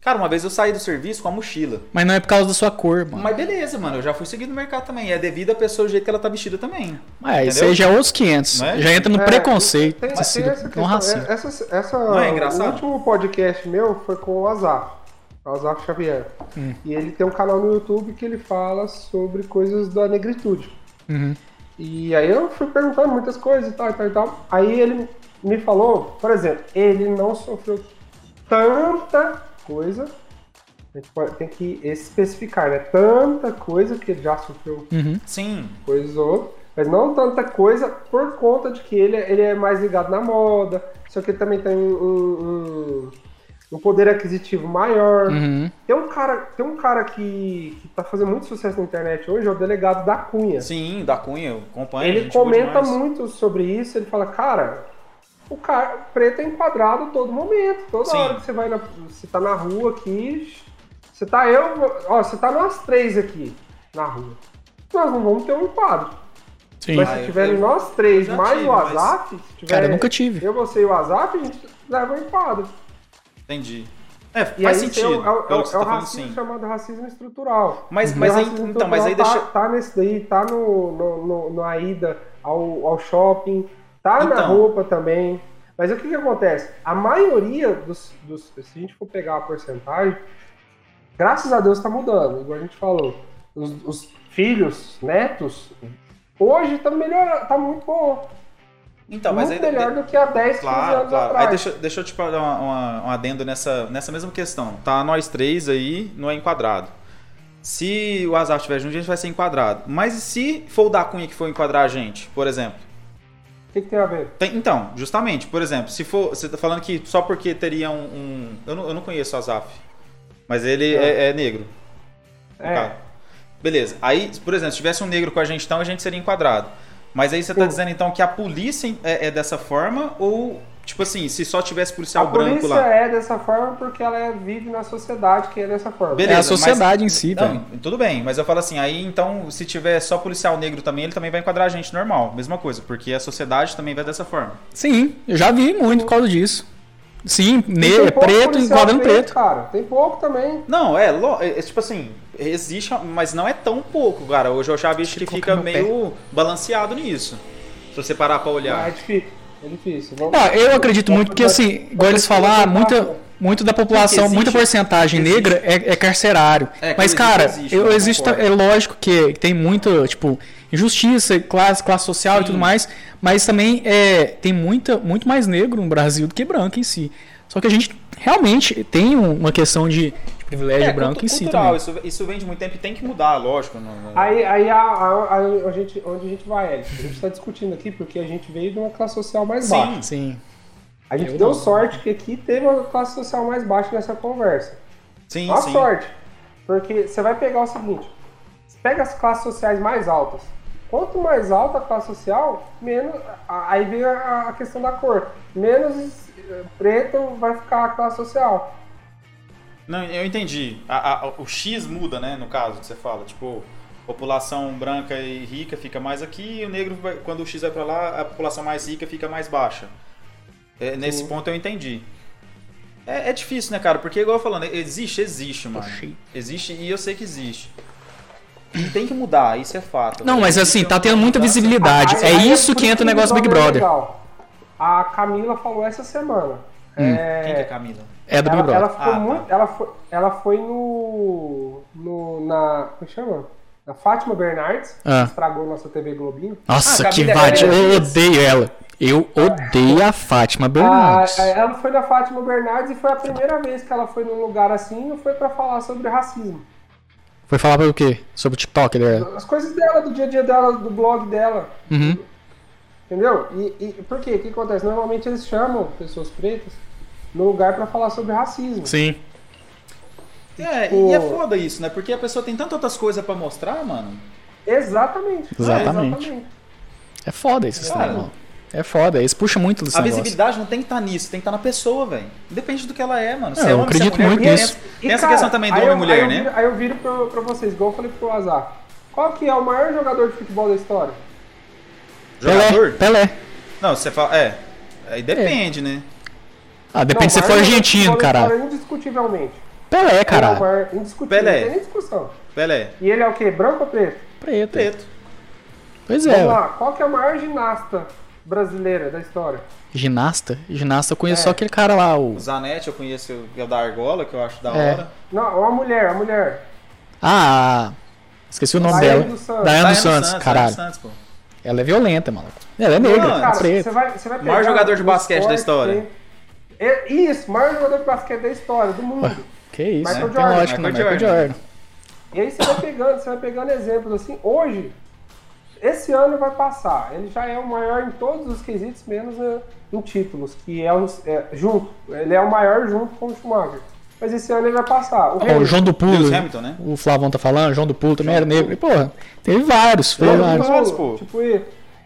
Speaker 2: Cara, uma vez eu saí do serviço com a mochila.
Speaker 1: Mas não é por causa da sua cor, mano.
Speaker 2: Mas beleza, mano, eu já fui seguido no mercado também. É devido à pessoa, o jeito que ela tá vestida também.
Speaker 1: É, isso
Speaker 2: Entendeu?
Speaker 1: aí já é outros 500.
Speaker 2: Não é?
Speaker 1: Já entra no
Speaker 3: É,
Speaker 1: preconceito. tipo
Speaker 3: tem-
Speaker 1: Tem,
Speaker 3: tem
Speaker 1: sido
Speaker 3: essa
Speaker 1: não
Speaker 3: questão.
Speaker 1: racismo.
Speaker 3: É- Essa, essa,
Speaker 2: Não é engraçado?
Speaker 3: O último podcast meu foi com o Azar. O Azar Xavier.
Speaker 1: Hum.
Speaker 3: E ele tem um canal no YouTube que ele fala sobre coisas da negritude.
Speaker 1: Uhum.
Speaker 3: E aí eu fui perguntando muitas coisas e tal, e tal, e tal. Aí ele me falou, por exemplo, ele não sofreu tanta coisa. A gente pode- tem que especificar, né? Tanta coisa que ele já sofreu
Speaker 1: Uhum.
Speaker 2: Sim.
Speaker 3: coisa ou outra, mas não tanta coisa por conta de que ele, ele é mais ligado na moda, só que ele também tem um, um- um poder aquisitivo maior.
Speaker 1: Uhum.
Speaker 3: Tem um cara, tem um cara que, que tá fazendo muito sucesso na internet hoje, é o delegado da Cunha.
Speaker 2: Sim, da Cunha, eu acompanho.
Speaker 3: ele
Speaker 2: gente boa
Speaker 3: comenta
Speaker 2: demais.
Speaker 3: muito sobre isso, ele fala, cara, o cara o preto é enquadrado todo momento, toda
Speaker 2: Sim.
Speaker 3: hora que você vai na, você tá na rua aqui, você tá eu, ó, você tá nós três aqui na rua. Nós não vamos ter um enquadro.
Speaker 1: Sim.
Speaker 3: Mas
Speaker 1: Cara,
Speaker 3: é,
Speaker 5: Ah,
Speaker 3: se
Speaker 5: eu-
Speaker 3: tiverem
Speaker 5: eu
Speaker 3: nós três
Speaker 5: já
Speaker 3: mais
Speaker 5: tive,
Speaker 3: o
Speaker 5: mas-
Speaker 3: WhatsApp, se tiver
Speaker 1: eu nunca tive.
Speaker 3: eu, você e o WhatsApp, a gente leva empada.
Speaker 2: Entendi. É,
Speaker 3: E
Speaker 2: faz
Speaker 3: aí tem
Speaker 2: sentido.
Speaker 3: o- é o, é
Speaker 2: pelo
Speaker 3: o-
Speaker 2: que você
Speaker 3: é o
Speaker 2: tá falando,
Speaker 3: racismo
Speaker 2: sim.
Speaker 3: chamado racismo estrutural.
Speaker 2: Mas,
Speaker 3: E
Speaker 2: mas
Speaker 3: o
Speaker 2: aí,
Speaker 3: racismo
Speaker 2: então, mas aí
Speaker 3: estrutural
Speaker 2: deixa.
Speaker 3: Tá, tá nesse daí, tá no, no, no, na ida ao, ao shopping, tá na
Speaker 2: Então.
Speaker 3: roupa também. Mas o que que acontece? A maioria dos, dos- Se a gente for pegar a porcentagem, graças a Deus tá mudando, igual a gente falou. Os, os filhos, netos, hoje tá melhorando, tá muito bom.
Speaker 2: Então, mas
Speaker 3: muito
Speaker 2: aí.
Speaker 3: melhor do que há 10, 15
Speaker 2: Claro,
Speaker 3: anos
Speaker 2: claro. Aí
Speaker 3: atrás.
Speaker 2: deixa, deixa eu te dar uma, uma- um adendo nessa, nessa mesma questão. Tá nós três aí, não é enquadrado. Se o azar estiver junto, a gente vai ser enquadrado. Mas e se for o da Cunha que for enquadrar a gente, por exemplo?
Speaker 3: O que, que tem a ver?
Speaker 2: Tem- então, justamente, por exemplo, se for. Você tá falando que só porque teria um. um- eu, não, eu não conheço o Azaf, mas ele é, é negro. no
Speaker 3: É.
Speaker 2: caso. Beleza. Aí, por exemplo, se tivesse um negro com a gente, então a gente seria enquadrado. Mas aí você tá
Speaker 3: Sim.
Speaker 2: dizendo então que a polícia é, é dessa forma ou. Tipo assim, se só tivesse policial
Speaker 3: a
Speaker 2: branco
Speaker 3: polícia
Speaker 2: lá.
Speaker 3: é dessa forma porque ela é- vive na sociedade que é dessa forma.
Speaker 2: Beleza.
Speaker 1: É a
Speaker 2: mas-
Speaker 1: sociedade em si, velho.
Speaker 2: Não, tudo bem, mas eu falo assim, aí então, se tiver só policial negro também, ele também vai enquadrar a gente normal. Mesma coisa, porque a sociedade também vai dessa forma.
Speaker 1: Sim, eu já vi muito por causa disso. Sim,
Speaker 3: E
Speaker 1: ne
Speaker 3: tem pouco
Speaker 1: preto
Speaker 3: policial
Speaker 1: enquadrando preto.
Speaker 3: Cara, tem pouco também.
Speaker 2: Não, é, lo- é, é tipo assim, existe, mas não é tão pouco, cara. Hoje eu já vejo que
Speaker 1: Deixa eu
Speaker 2: fica
Speaker 1: colocar meu
Speaker 2: meio balanceado nisso. Se você parar pra
Speaker 3: Ah, É
Speaker 2: olhar.
Speaker 3: difícil. É difícil. Vamos-
Speaker 1: Não, eu acredito muito que,
Speaker 3: vamos-
Speaker 1: assim, igual eles falaram, muita, muito da população,
Speaker 2: Porque
Speaker 1: muita
Speaker 2: existe-
Speaker 1: porcentagem
Speaker 2: existe.
Speaker 1: negra é, é carcerário.
Speaker 2: É, quando
Speaker 1: Mas,
Speaker 2: existe,
Speaker 1: cara,
Speaker 2: existe,
Speaker 1: eu,
Speaker 2: eu
Speaker 1: existe,
Speaker 2: concordo.
Speaker 1: é lógico que tem muita, tipo, injustiça, classe, classe social e tudo mais, mas também é, tem muita, muito mais negro no Brasil do que branco em si. Só que a gente realmente tem um- uma questão de, de privilégio branco
Speaker 2: É, cultu-
Speaker 1: em si
Speaker 2: cultural,
Speaker 1: também.
Speaker 2: isso, isso vem de muito tempo e tem que mudar, lógico. não- não-
Speaker 3: Aí, aí a, a- a- a gente, onde a gente vai, Eric? A gente está discutindo aqui porque a gente veio de uma classe social mais
Speaker 2: Sim.
Speaker 3: baixa.
Speaker 1: Sim.
Speaker 3: A gente
Speaker 1: Eu
Speaker 3: deu
Speaker 1: não.
Speaker 3: sorte que aqui teve uma classe social mais baixa nessa conversa.
Speaker 2: sim,
Speaker 3: Uma
Speaker 2: sim.
Speaker 3: sorte. Porque você vai pegar o seguinte: você pega as classes sociais mais altas. Quanto mais alta a classe social, menos. a- Aí vem a a questão da cor. Menos eh, preto vai ficar a classe social.
Speaker 2: Não, eu entendi. A- a- o X muda, né, no caso que você fala. Tipo, população branca e rica fica mais aqui e o negro, vai- quando o X vai pra lá, a população mais rica fica mais baixa. É, nesse
Speaker 3: Sim.
Speaker 2: ponto eu entendi. É, é difícil, né, cara? Porque, igual eu falando, existe, existe, mano. Existe e eu sei que existe. E tem que mudar, isso é fato.
Speaker 1: Não, mas assim,
Speaker 2: Isso é
Speaker 1: tá
Speaker 2: uma
Speaker 1: tendo muita
Speaker 2: mudança.
Speaker 1: visibilidade.
Speaker 3: Aí-
Speaker 1: É
Speaker 3: aí
Speaker 1: isso
Speaker 3: por
Speaker 1: que entra o
Speaker 3: que
Speaker 1: negócio do Big
Speaker 3: Big Brother é
Speaker 1: Brother.
Speaker 3: legal. A Camila falou essa semana. É,
Speaker 2: Quem que é Camila?
Speaker 1: Hum, É do Big
Speaker 3: ela, ela
Speaker 1: Brother.
Speaker 3: ficou
Speaker 2: Ah, tá.
Speaker 3: muito. Ela foi, ela foi no. no na. Como chama? Na Fátima Bernardes,
Speaker 1: Ah.
Speaker 3: que estragou nossa TV Globinho.
Speaker 1: Nossa,
Speaker 2: Ah,
Speaker 1: que
Speaker 2: Camila
Speaker 1: vade.
Speaker 2: Grande.
Speaker 1: Eu odeio ela. Eu odeio a Fátima Bernardes.
Speaker 3: A- a- Ah, ela foi na Fátima Bernardes e foi a primeira vez que ela foi num lugar assim e foi pra falar sobre racismo.
Speaker 1: Foi falar pra o quê? Sobre o TikTok dela?
Speaker 3: As coisas dela, do dia a dia dela, do blog dela.
Speaker 1: Uhum.
Speaker 3: Entendeu? E, e por quê? O que acontece? Normalmente eles chamam pessoas pretas no lugar pra falar sobre racismo.
Speaker 1: Sim.
Speaker 2: É,
Speaker 3: Tipo-
Speaker 2: e é foda isso, né? Porque a pessoa tem tantas outras coisas pra mostrar, mano.
Speaker 3: Exatamente.
Speaker 1: Exatamente. É foda esse
Speaker 2: Cara.
Speaker 1: sistema. É foda. Eles puxam muito desse
Speaker 2: A
Speaker 1: negócio.
Speaker 2: visibilidade não tem que estar nisso, tem que estar na pessoa, velho. Depende do que ela é, mano. Se
Speaker 1: Não,
Speaker 2: é
Speaker 1: eu
Speaker 2: homem, se é
Speaker 1: acredito
Speaker 2: mulher,
Speaker 1: muito
Speaker 2: porque
Speaker 1: nisso.
Speaker 2: tem essa-
Speaker 3: E,
Speaker 2: Tem essa
Speaker 3: cara,
Speaker 2: questão também do
Speaker 3: aí
Speaker 2: homem e
Speaker 3: eu-
Speaker 2: mulher,
Speaker 3: aí eu
Speaker 2: né?
Speaker 3: viro- aí eu viro pra, pra vocês, igual eu falei pro Azar. Qual que é o maior jogador de futebol da história?
Speaker 1: Pelé.
Speaker 2: Jogador?
Speaker 1: Pelé.
Speaker 2: Não, você fala. É. Aí depende, né?
Speaker 1: Ah, depende se
Speaker 3: Não,
Speaker 1: você for
Speaker 3: o maior jogador de
Speaker 1: argentino,
Speaker 3: futebol da
Speaker 1: caralho.
Speaker 3: história, Indiscutivelmente.
Speaker 1: Pelé,
Speaker 3: Ele é o
Speaker 1: caralho.
Speaker 3: maior, indiscutível,
Speaker 2: Pelé.
Speaker 3: não tem nem discussão.
Speaker 2: Pelé.
Speaker 3: E ele é o quê? Branco ou preto?
Speaker 1: Preto.
Speaker 2: Preto.
Speaker 1: Pois
Speaker 3: Vamos
Speaker 1: é. ué.
Speaker 3: lá, qual que é a maior ginasta brasileira da história?
Speaker 1: Ginasta? Ginasta, eu conheço
Speaker 3: É.
Speaker 1: só aquele cara lá, o.
Speaker 2: O Zanetti, eu conheço o- o da Argola, que eu acho da
Speaker 1: É.
Speaker 2: hora.
Speaker 3: Não, uma mulher, uma mulher.
Speaker 1: Ah, a- esqueci o nome
Speaker 3: Daiane
Speaker 1: dela.
Speaker 3: dos Santos.
Speaker 1: Daiane
Speaker 2: Daiane
Speaker 1: dos Santos,
Speaker 2: Daiane
Speaker 1: caralho.
Speaker 2: Santos, pô.
Speaker 1: Ela é violenta, maluco. Ela é negra,
Speaker 2: Não,
Speaker 1: é
Speaker 2: Ah,
Speaker 3: Cara,
Speaker 1: preta.
Speaker 3: você vai, você vai
Speaker 2: Maior
Speaker 3: pegar
Speaker 2: jogador de
Speaker 3: no
Speaker 2: basquete da história.
Speaker 3: tem- É, Isso, maior jogador de basquete da história, do mundo.
Speaker 1: Que isso,
Speaker 3: Michael
Speaker 1: não tem
Speaker 3: Jordan,
Speaker 1: lógica, né?
Speaker 2: Michael
Speaker 1: Michael
Speaker 2: Jordan.
Speaker 1: Jordan.
Speaker 3: E aí você vai pegando, você vai pegando exemplos assim. Hoje, esse ano vai passar. Ele já é o maior em todos os quesitos, menos eh, em títulos, que é, um, é, junto. Ele é o maior junto com o Schumacher. Mas esse ano ele vai passar. O
Speaker 1: Ó, o João do Pulo,
Speaker 2: Lewis Hamilton, né?
Speaker 1: o Flavão tá falando, João do Pulo também era negro. E, porra, teve vários, teve
Speaker 3: Todo
Speaker 1: vários.
Speaker 2: vários,
Speaker 3: mundo,
Speaker 2: pô.
Speaker 3: É, Tipo, e,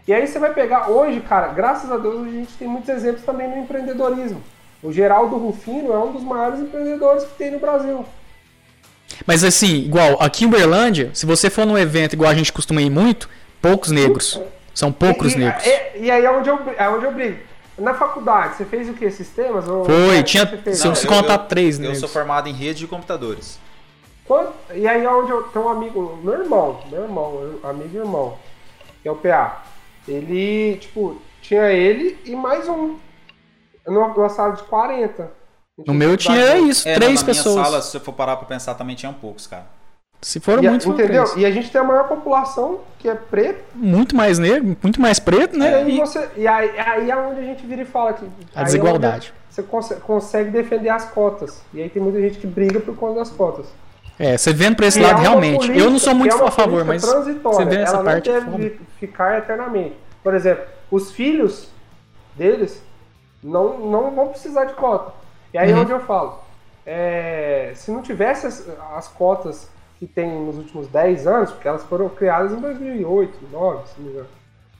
Speaker 3: e aí você vai pegar hoje, cara, graças a Deus a gente tem muitos exemplos também no empreendedorismo. O Geraldo Rufino é um dos maiores empreendedores que tem no Brasil.
Speaker 1: Mas assim, igual, aqui em Uberlândia, se você for num evento igual a gente costuma ir muito, poucos negros. São poucos
Speaker 3: e,
Speaker 1: negros.
Speaker 3: E, e aí é onde, eu, bri- é onde eu brigo. Na faculdade, você fez o que? Sistemas? Ou- é
Speaker 1: Foi,
Speaker 3: Você
Speaker 1: tinha-
Speaker 3: fez?
Speaker 1: se eu-
Speaker 3: Não,
Speaker 1: se contar três
Speaker 2: Eu
Speaker 1: negros.
Speaker 2: sou formado em rede de computadores.
Speaker 3: Quando- e aí é onde eu tenho um amigo, meu irmão, meu irmão, eu- amigo e irmão, que é o PA. Ele, tipo, tinha ele e mais um. Numa, numa sala de 40.
Speaker 1: No meu tinha isso,
Speaker 2: É,
Speaker 1: três
Speaker 2: na minha
Speaker 1: pessoas.
Speaker 2: sala, se eu for parar pra pensar, também tinham poucos, cara.
Speaker 1: Se foram
Speaker 3: E a-
Speaker 1: muitos, foram
Speaker 3: entendeu?
Speaker 1: três.
Speaker 3: E a gente tem a maior população, que é preta,
Speaker 1: Muito mais negro, muito mais preto,
Speaker 3: e
Speaker 1: né?
Speaker 3: aí,
Speaker 1: E
Speaker 3: você, e aí, aí é onde a gente vira e fala que. é
Speaker 1: a desigualdade.
Speaker 3: Você conse- consegue defender as cotas. E aí tem muita gente que briga por conta das cotas.
Speaker 1: É, você vendo pra esse
Speaker 3: Que é
Speaker 1: lado,
Speaker 3: uma
Speaker 1: realmente.
Speaker 3: política-
Speaker 1: eu não sou
Speaker 3: que
Speaker 1: muito
Speaker 3: é uma
Speaker 1: a favor, mas você
Speaker 3: política transitória,
Speaker 1: vê essa
Speaker 3: ela
Speaker 1: parte. é
Speaker 3: Não deve
Speaker 1: foda.
Speaker 3: ficar eternamente. Por exemplo, os filhos deles não, não vão precisar de cota. E aí
Speaker 1: Uhum.
Speaker 3: é onde eu falo. é, se não tivesse as, as cotas que tem nos últimos 10 anos, porque elas foram criadas em 2008, 2009, se não me engano,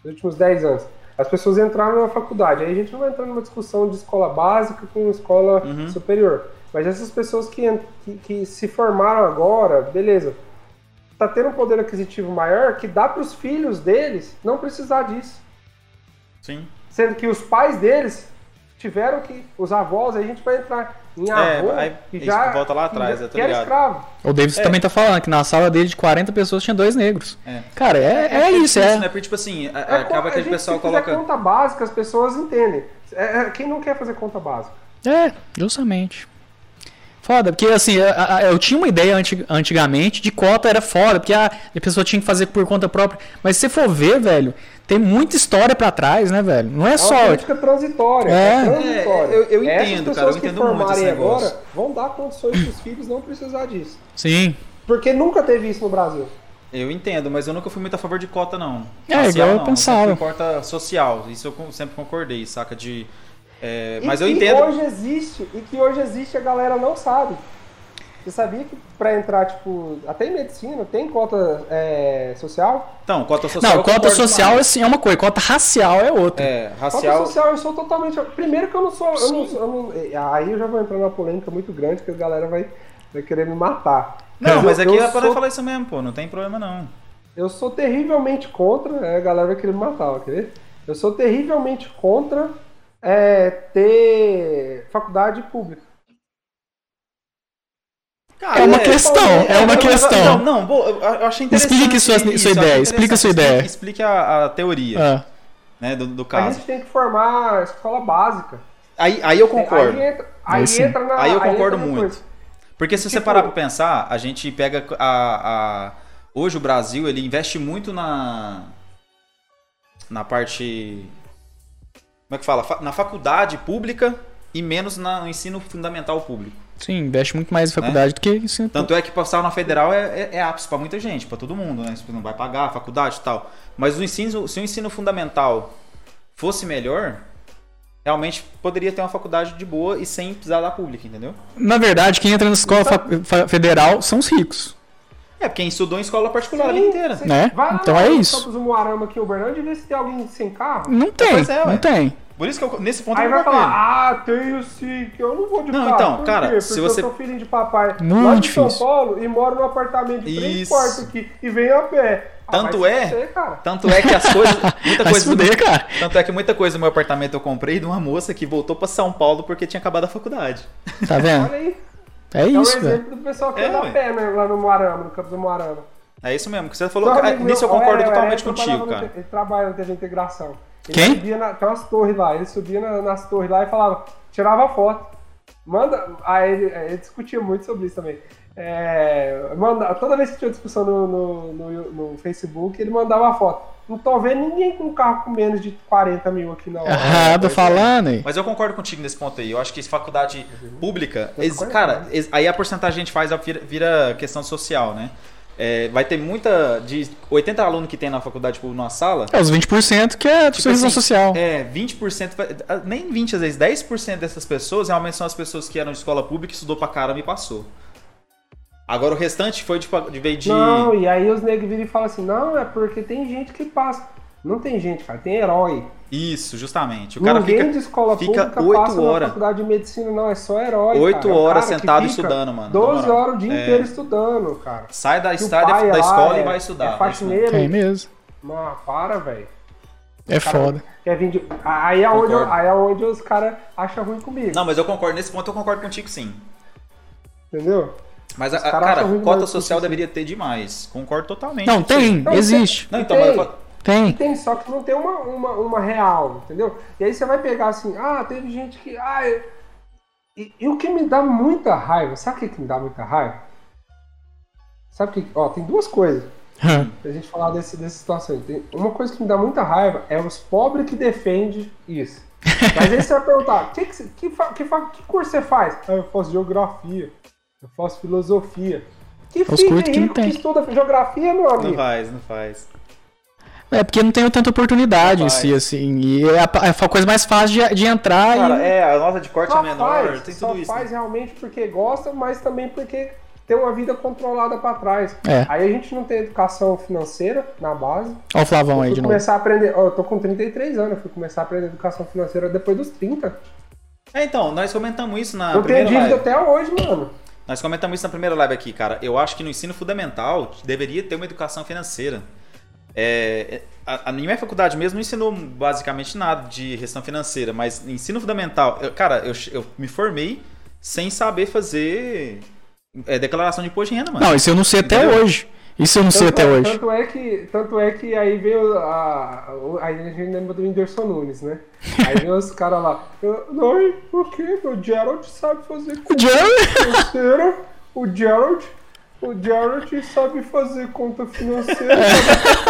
Speaker 3: nos últimos 10 anos. As pessoas entraram na faculdade, aí a gente não vai entrar numa discussão de escola básica com escola
Speaker 2: Uhum.
Speaker 3: superior. Mas essas pessoas que, en- que, que se formaram agora, beleza, tá tendo um poder aquisitivo maior que dá para os filhos deles não precisar disso.
Speaker 2: Sim.
Speaker 3: Sendo que os pais deles tiveram que, os avós, aí a gente vai entrar em avô,
Speaker 2: É, aí-
Speaker 3: que
Speaker 2: isso
Speaker 3: já
Speaker 2: volta lá
Speaker 3: que
Speaker 2: atrás,
Speaker 3: já-
Speaker 2: eu tô
Speaker 3: que era
Speaker 2: ligado.
Speaker 3: escravo.
Speaker 1: O Davis também tá falando que na sala dele de 40 pessoas tinha dois negros.
Speaker 2: É.
Speaker 1: Cara, é, é, isso,
Speaker 2: difícil,
Speaker 1: é.
Speaker 2: né? Porque, tipo assim, a-
Speaker 3: É, co-
Speaker 2: acaba
Speaker 3: a
Speaker 2: que
Speaker 3: gente,
Speaker 2: o pessoal
Speaker 3: se fizer
Speaker 2: coloca.
Speaker 3: conta básica, as pessoas entendem. É, é, quem não quer fazer conta básica?
Speaker 1: É, justamente. Foda, porque assim, a- a- eu tinha uma ideia anti- antigamente de cota era foda, porque a, a pessoa tinha que fazer por conta própria. Mas se você for ver, velho, tem muita história pra trás, né, velho? Não é
Speaker 3: É uma
Speaker 1: só.
Speaker 3: política transitória.
Speaker 1: É.
Speaker 2: É,
Speaker 3: transitória.
Speaker 2: eu- eu
Speaker 3: Essas
Speaker 2: entendo,
Speaker 3: pessoas
Speaker 2: cara, eu
Speaker 3: que
Speaker 2: entendo muito
Speaker 3: formarem
Speaker 2: esse negócio.
Speaker 3: agora vão dar condições para os filhos não precisar disso.
Speaker 1: Sim.
Speaker 3: Porque nunca teve isso no Brasil.
Speaker 2: Eu entendo, mas eu nunca fui muito a favor de cota, não.
Speaker 1: É, igual eu
Speaker 2: não.
Speaker 1: pensava.
Speaker 2: sempre fui cota social. Isso eu con- sempre concordei, saca? De. é,
Speaker 3: E
Speaker 2: mas eu
Speaker 3: que
Speaker 2: entendo.
Speaker 3: hoje existe, e que hoje existe a galera não sabe. Você sabia que pra entrar, tipo, até em medicina, tem cota é, social?
Speaker 2: Então, cota social.
Speaker 1: Não,
Speaker 2: eu
Speaker 1: cota
Speaker 2: concordo
Speaker 1: social
Speaker 2: mais.
Speaker 1: assim, é uma coisa, cota racial é outra.
Speaker 2: é.
Speaker 3: Cota
Speaker 2: racial.
Speaker 3: social eu sou totalmente. Primeiro que eu não sou. Eu não, eu não- é, aí eu já vou entrar numa polêmica muito grande que a galera vai, vai querer me matar.
Speaker 2: Não, mas
Speaker 3: eu-
Speaker 2: aqui
Speaker 3: eu
Speaker 2: é pra
Speaker 3: sou-
Speaker 2: falar isso mesmo, pô. Não tem problema, não.
Speaker 3: Eu sou terrivelmente contra. é, A galera vai querer me matar, vai querer? Eu sou terrivelmente contra é, ter faculdade pública.
Speaker 1: É uma questão, é uma
Speaker 2: Não,
Speaker 1: questão.
Speaker 2: não, bom, eu eu achei interessante.
Speaker 1: Explique sua- sua
Speaker 2: isso, eu achei
Speaker 1: ideia,
Speaker 2: interessante.
Speaker 1: explica sua
Speaker 2: Explique-
Speaker 1: ideia.
Speaker 2: Explique a, a teoria,
Speaker 1: Ah,
Speaker 2: né, do, do
Speaker 3: A
Speaker 2: caso.
Speaker 3: gente tem que formar escola básica.
Speaker 2: Aí, aí eu concordo.
Speaker 3: Aí entra, aí
Speaker 1: Aí sim.
Speaker 3: entra na.
Speaker 2: Ah, Aí eu concordo
Speaker 3: entra na
Speaker 2: muito.
Speaker 3: coisa.
Speaker 2: Porque se você
Speaker 3: Tipo-
Speaker 2: parar pra pensar, a gente pega a, a- Hoje o Brasil, ele investe muito na... Na parte... Como é que fala? Fa- Na faculdade pública e menos na- no ensino fundamental público.
Speaker 1: sim, investe muito mais em faculdade do que ensino.
Speaker 2: Tanto é que passar na federal é, é, é apto pra muita gente, pra todo mundo, né? Você não vai pagar a faculdade e tal. Mas o ensino, se o ensino fundamental fosse melhor, realmente poderia ter uma faculdade de boa e sem precisar da pública, entendeu?
Speaker 1: Na verdade, quem entra na escola fa- fa- federal são os ricos.
Speaker 2: É, porque quem estudou em escola particular a
Speaker 3: Sim,
Speaker 2: vida inteira.
Speaker 3: sim.
Speaker 1: Né?
Speaker 3: Vai lá
Speaker 1: Então
Speaker 3: no
Speaker 1: é isso.
Speaker 3: Campos do Moarama aqui em Uberlândia e vê se tem alguém sem carro.
Speaker 1: Não tem,
Speaker 2: Pois é, ué.
Speaker 1: não tem.
Speaker 2: Por isso que eu, nesse ponto
Speaker 3: Aí
Speaker 2: eu
Speaker 3: vai
Speaker 2: concordo com ele.
Speaker 3: falar, ah, tenho sim, que eu não vou de
Speaker 2: Não,
Speaker 3: carro.
Speaker 2: então,
Speaker 3: Por
Speaker 2: cara,
Speaker 3: quê? Porque
Speaker 2: se
Speaker 3: eu
Speaker 2: você-
Speaker 3: sou filho de papai
Speaker 1: Muito
Speaker 3: lá de
Speaker 1: difícil.
Speaker 3: São Paulo e moro num apartamento de três
Speaker 2: Isso.
Speaker 3: quartos aqui e venho a pé. Ah,
Speaker 2: Tanto
Speaker 3: vai
Speaker 2: é-
Speaker 3: se fuder, cara.
Speaker 2: Tanto é que as
Speaker 3: [laughs]
Speaker 2: coisas. Muita
Speaker 1: Vai se
Speaker 2: coisa do meu,
Speaker 1: fuder, cara.
Speaker 2: [laughs] tanto é que muita coisa do meu apartamento eu comprei de uma moça que voltou pra São Paulo porque tinha acabado a faculdade.
Speaker 1: Tá vendo?
Speaker 3: Olha aí.
Speaker 1: É
Speaker 3: É um
Speaker 1: isso, velho.
Speaker 3: exemplo do pessoal que
Speaker 2: É,
Speaker 3: anda
Speaker 2: ué.
Speaker 3: a pé né, lá no Moarama, no campo do Moarama.
Speaker 2: É isso mesmo que você falou.
Speaker 3: Tem um
Speaker 2: cara,
Speaker 3: amigo
Speaker 2: nisso eu
Speaker 3: meu-
Speaker 2: concordo
Speaker 3: é, é,
Speaker 2: totalmente
Speaker 3: ele trabalhava
Speaker 2: contigo,
Speaker 3: no
Speaker 2: cara.
Speaker 3: T- Ele trabalha no TV Integração. Ele
Speaker 1: Quem?
Speaker 3: Subia na, tem umas torres lá, ele subia na- nas torres lá e falava, tirava foto. Manda. Aí ele, ele discutia muito sobre isso também. É, manda, toda vez que tinha discussão no, no, no- no Facebook, ele mandava a foto. Não tô vendo ninguém com um carro com menos de 40 mil aqui na hora.
Speaker 1: Ah,
Speaker 2: é.
Speaker 1: tô falando, hein?
Speaker 2: Mas eu concordo contigo nesse ponto aí. Eu acho que faculdade pública,
Speaker 3: Eu
Speaker 2: ex-
Speaker 3: concordo.
Speaker 2: cara, ex- aí a porcentagem que a gente faz vira, vira questão social, né? É, vai ter muita. De 80 alunos que tem na faculdade pública numa sala,
Speaker 1: É os 20% que é tipo
Speaker 2: assim,
Speaker 1: social.
Speaker 2: é 20%, vai- ah, nem 20 às vezes, 10% dessas pessoas realmente são as pessoas que eram de escola pública, estudou pra caramba e passou. Agora o restante foi de, fa- de, veio de
Speaker 3: Não, e aí os negros viram e falam assim, não, é porque tem gente que passa. Não tem gente, cara, tem herói.
Speaker 2: Isso, justamente. O cara
Speaker 3: Ninguém
Speaker 2: fica
Speaker 3: de escola
Speaker 2: fica
Speaker 3: pública
Speaker 2: oito
Speaker 3: passa
Speaker 2: horas.
Speaker 3: na faculdade de medicina, não. É só herói.
Speaker 2: Oito
Speaker 3: cara. É o
Speaker 2: horas
Speaker 3: cara que
Speaker 2: sentado
Speaker 3: fica
Speaker 2: estudando, mano, na
Speaker 3: 12
Speaker 2: moral.
Speaker 3: horas o dia
Speaker 2: É.
Speaker 3: inteiro estudando, cara.
Speaker 2: sai da
Speaker 3: E o
Speaker 2: estrada
Speaker 3: pai
Speaker 2: da
Speaker 3: lá
Speaker 2: escola
Speaker 3: é-
Speaker 2: e vai estudar.
Speaker 3: É
Speaker 2: É isso mesmo.
Speaker 3: faxineiro.
Speaker 1: Tem mesmo.
Speaker 3: Não, para, velho.
Speaker 1: É foda.
Speaker 3: Quer vir de... Aí é onde,
Speaker 2: Concordo.
Speaker 3: aí é onde os caras acham ruim comigo.
Speaker 2: Não, mas eu concordo, nesse ponto eu concordo contigo sim.
Speaker 3: Entendeu?
Speaker 2: Mas, a, a-
Speaker 3: caras
Speaker 2: cara,
Speaker 3: acham ruim
Speaker 2: cota
Speaker 3: demais,
Speaker 2: social deveria ter demais. Concordo totalmente.
Speaker 1: Não, tem,
Speaker 3: Não,
Speaker 1: existe.
Speaker 2: Não, então, mas eu
Speaker 3: Tem.
Speaker 2: falo-
Speaker 1: Tem.
Speaker 3: Tem, só que não tem uma, uma, uma real, entendeu? E aí você vai pegar assim, ah, teve gente que. Ah, eu- e, e o que me dá muita raiva, sabe o que, que me dá muita raiva? Sabe o que. Ó, tem duas coisas pra gente falar desse, dessa situação. Tem, uma coisa que me dá muita raiva é os pobres que defendem
Speaker 1: [laughs]
Speaker 3: isso. Mas aí você vai perguntar, que, que, você- que, fa- que, fa- que curso você faz? Ah, eu faço geografia, eu faço filosofia. Que
Speaker 1: os
Speaker 3: filho
Speaker 1: cursos que não
Speaker 3: rico que
Speaker 1: tem.
Speaker 3: estuda geografia, meu
Speaker 2: não
Speaker 3: amigo?
Speaker 2: faz, não faz.
Speaker 1: É porque não tem tanta oportunidade em
Speaker 2: Rapaz.
Speaker 1: si, assim. E é a, a coisa mais fácil de, de entrar
Speaker 2: Cara,
Speaker 1: e.
Speaker 2: é, a nota de corte
Speaker 3: só
Speaker 2: é menor,
Speaker 3: faz,
Speaker 2: tem
Speaker 3: só
Speaker 2: tudo isso. né?
Speaker 3: faz realmente porque gosta, mas também porque tem uma vida controlada pra trás.
Speaker 1: É.
Speaker 3: Aí a gente não tem educação financeira na base.
Speaker 1: Ó, o Flavão aí
Speaker 3: fui
Speaker 1: de novo.
Speaker 3: começar a aprender, ó, eu tô com 33 anos, eu fui começar a aprender educação financeira depois dos 30.
Speaker 2: É, então, nós comentamos isso na
Speaker 3: eu tenho
Speaker 2: primeira
Speaker 3: dívida
Speaker 2: live.
Speaker 3: até hoje, mano.
Speaker 2: Nós comentamos isso na primeira live aqui, cara. Eu acho que no ensino fundamental deveria ter uma educação financeira. É, a, a minha faculdade mesmo não ensinou basicamente nada de gestão financeira, mas ensino fundamental, eu- cara, eu, eu me formei sem saber fazer é, declaração de imposto de renda, mano.
Speaker 1: Não, isso eu não sei até
Speaker 2: Entendeu?
Speaker 1: hoje. Isso eu não sei
Speaker 3: Tanto
Speaker 1: até
Speaker 3: é,
Speaker 1: hoje.
Speaker 3: Tanto é que, tanto é que aí veio a, a- aí a gente lembra do Whindersson Nunes, né? Aí veio os caras lá, "Ah, não, por que? Meu Gerald sabe fazer
Speaker 1: O Jerry?
Speaker 3: financeira, o Gerald. O Gerald sabe fazer conta
Speaker 2: [laughs]
Speaker 3: financeira.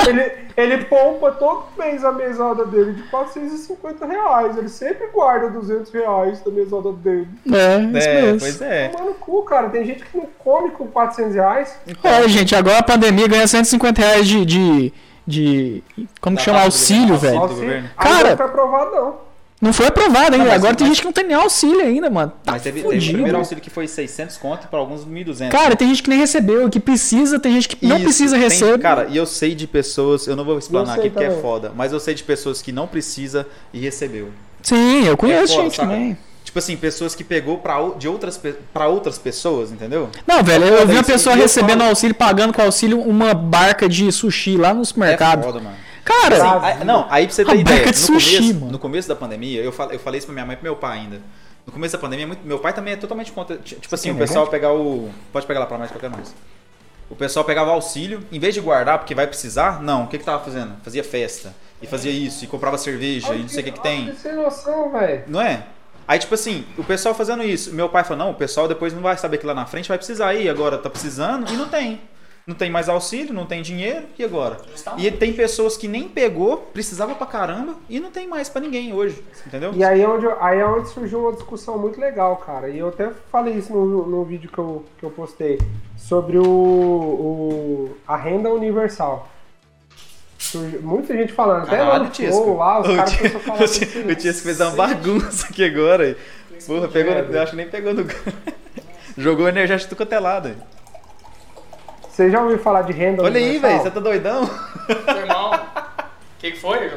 Speaker 3: ele, ele poupa todo mês a mesada dele de 450 reais. Ele sempre guarda 200 reais da mesada dele.
Speaker 1: É, isso
Speaker 2: é,
Speaker 1: mesmo.
Speaker 2: pois é.
Speaker 3: Toma no cu, cara. Tem gente que não come com 400 reais.
Speaker 2: Então,
Speaker 3: Assim,
Speaker 1: É, gente, agora a pandemia ganha 150 reais de. de, de- como que
Speaker 2: Dá
Speaker 1: chama?
Speaker 2: pra
Speaker 1: Auxílio,
Speaker 2: fazer.
Speaker 1: velho.
Speaker 2: do
Speaker 3: Assim,
Speaker 2: governo.
Speaker 3: aí
Speaker 1: Cara-
Speaker 3: não foi aprovado, não.
Speaker 1: Não foi aprovado ainda.
Speaker 2: Não, mas-
Speaker 1: agora tem
Speaker 2: mas-
Speaker 1: gente que não tem nem auxílio ainda, mano. Tá
Speaker 2: Mas teve, teve o
Speaker 1: fudido.
Speaker 2: primeiro auxílio que foi 600 conto para alguns 1.200.
Speaker 1: Cara, tem gente que nem recebeu, que precisa, tem gente que não
Speaker 2: Isso,
Speaker 1: precisa
Speaker 2: tem-
Speaker 1: receber.
Speaker 2: Cara, e eu sei de pessoas, eu não vou explanar
Speaker 3: sei
Speaker 2: aqui porque é
Speaker 3: também.
Speaker 2: foda, mas eu sei de pessoas que não precisa e recebeu.
Speaker 1: Sim, eu conheço
Speaker 2: É foda,
Speaker 1: gente
Speaker 2: saca?
Speaker 1: também.
Speaker 2: Tipo assim, pessoas que pegou pra, o- de outras, pe- pra outras pessoas, entendeu?
Speaker 1: Não, velho, eu vi uma
Speaker 2: isso,
Speaker 1: pessoa
Speaker 2: assim, eu
Speaker 1: recebendo
Speaker 2: falo-
Speaker 1: auxílio, pagando com auxílio uma barca de sushi lá no
Speaker 2: É
Speaker 1: supermercado.
Speaker 2: foda, mano. Assim,
Speaker 1: cara,
Speaker 2: aí- não, aí pra você ter
Speaker 1: A
Speaker 2: ideia,
Speaker 1: barca
Speaker 2: no,
Speaker 1: de sushi,
Speaker 2: começo,
Speaker 1: mano.
Speaker 2: no começo da pandemia, eu, fal- eu falei isso pra minha mãe e pro meu pai ainda. No começo da pandemia, muito- meu pai também é totalmente contra. ti- Tipo assim, o pessoal pegar o. Pode pegar lá pra mais, qualquer mais. O pessoal pegava o auxílio, em vez de guardar porque vai precisar, não. O que que tava fazendo? Fazia festa. E fazia isso, e comprava cerveja, e não sei o que que tem.
Speaker 3: Olha, Sem noção, velho.
Speaker 2: Não é? Aí, tipo assim, o pessoal fazendo isso. Meu pai falou, não, o pessoal depois não vai saber que lá na frente vai precisar. Aí agora tá precisando e não tem. Não tem mais auxílio, não tem dinheiro, e agora? E tem pessoas que nem pegou, precisava pra caramba, e não tem mais pra ninguém hoje, entendeu?
Speaker 3: E aí é, onde, eu- aí é onde surgiu uma discussão muito legal, cara. E eu até falei isso no, no vídeo que eu, que eu postei sobre o, o- a renda universal. Surgiu- muita gente falando, até lá no
Speaker 2: Tiesco.
Speaker 3: Flow, lá, os
Speaker 2: [laughs] O
Speaker 3: caras
Speaker 2: Tia-
Speaker 3: começaram a falar
Speaker 2: o Tia-
Speaker 3: desse-
Speaker 2: O Tiesco fez um uma bagunça aqui agora. aí. Porra, pegou, no- eu acho que nem pegou no... [laughs] Jogou energético cotelado. aí.
Speaker 3: Você já ouviu falar de renda
Speaker 2: Olha aí,
Speaker 3: universal?
Speaker 2: velho, você tá doidão?
Speaker 4: Foi mal. O que, que foi, JP?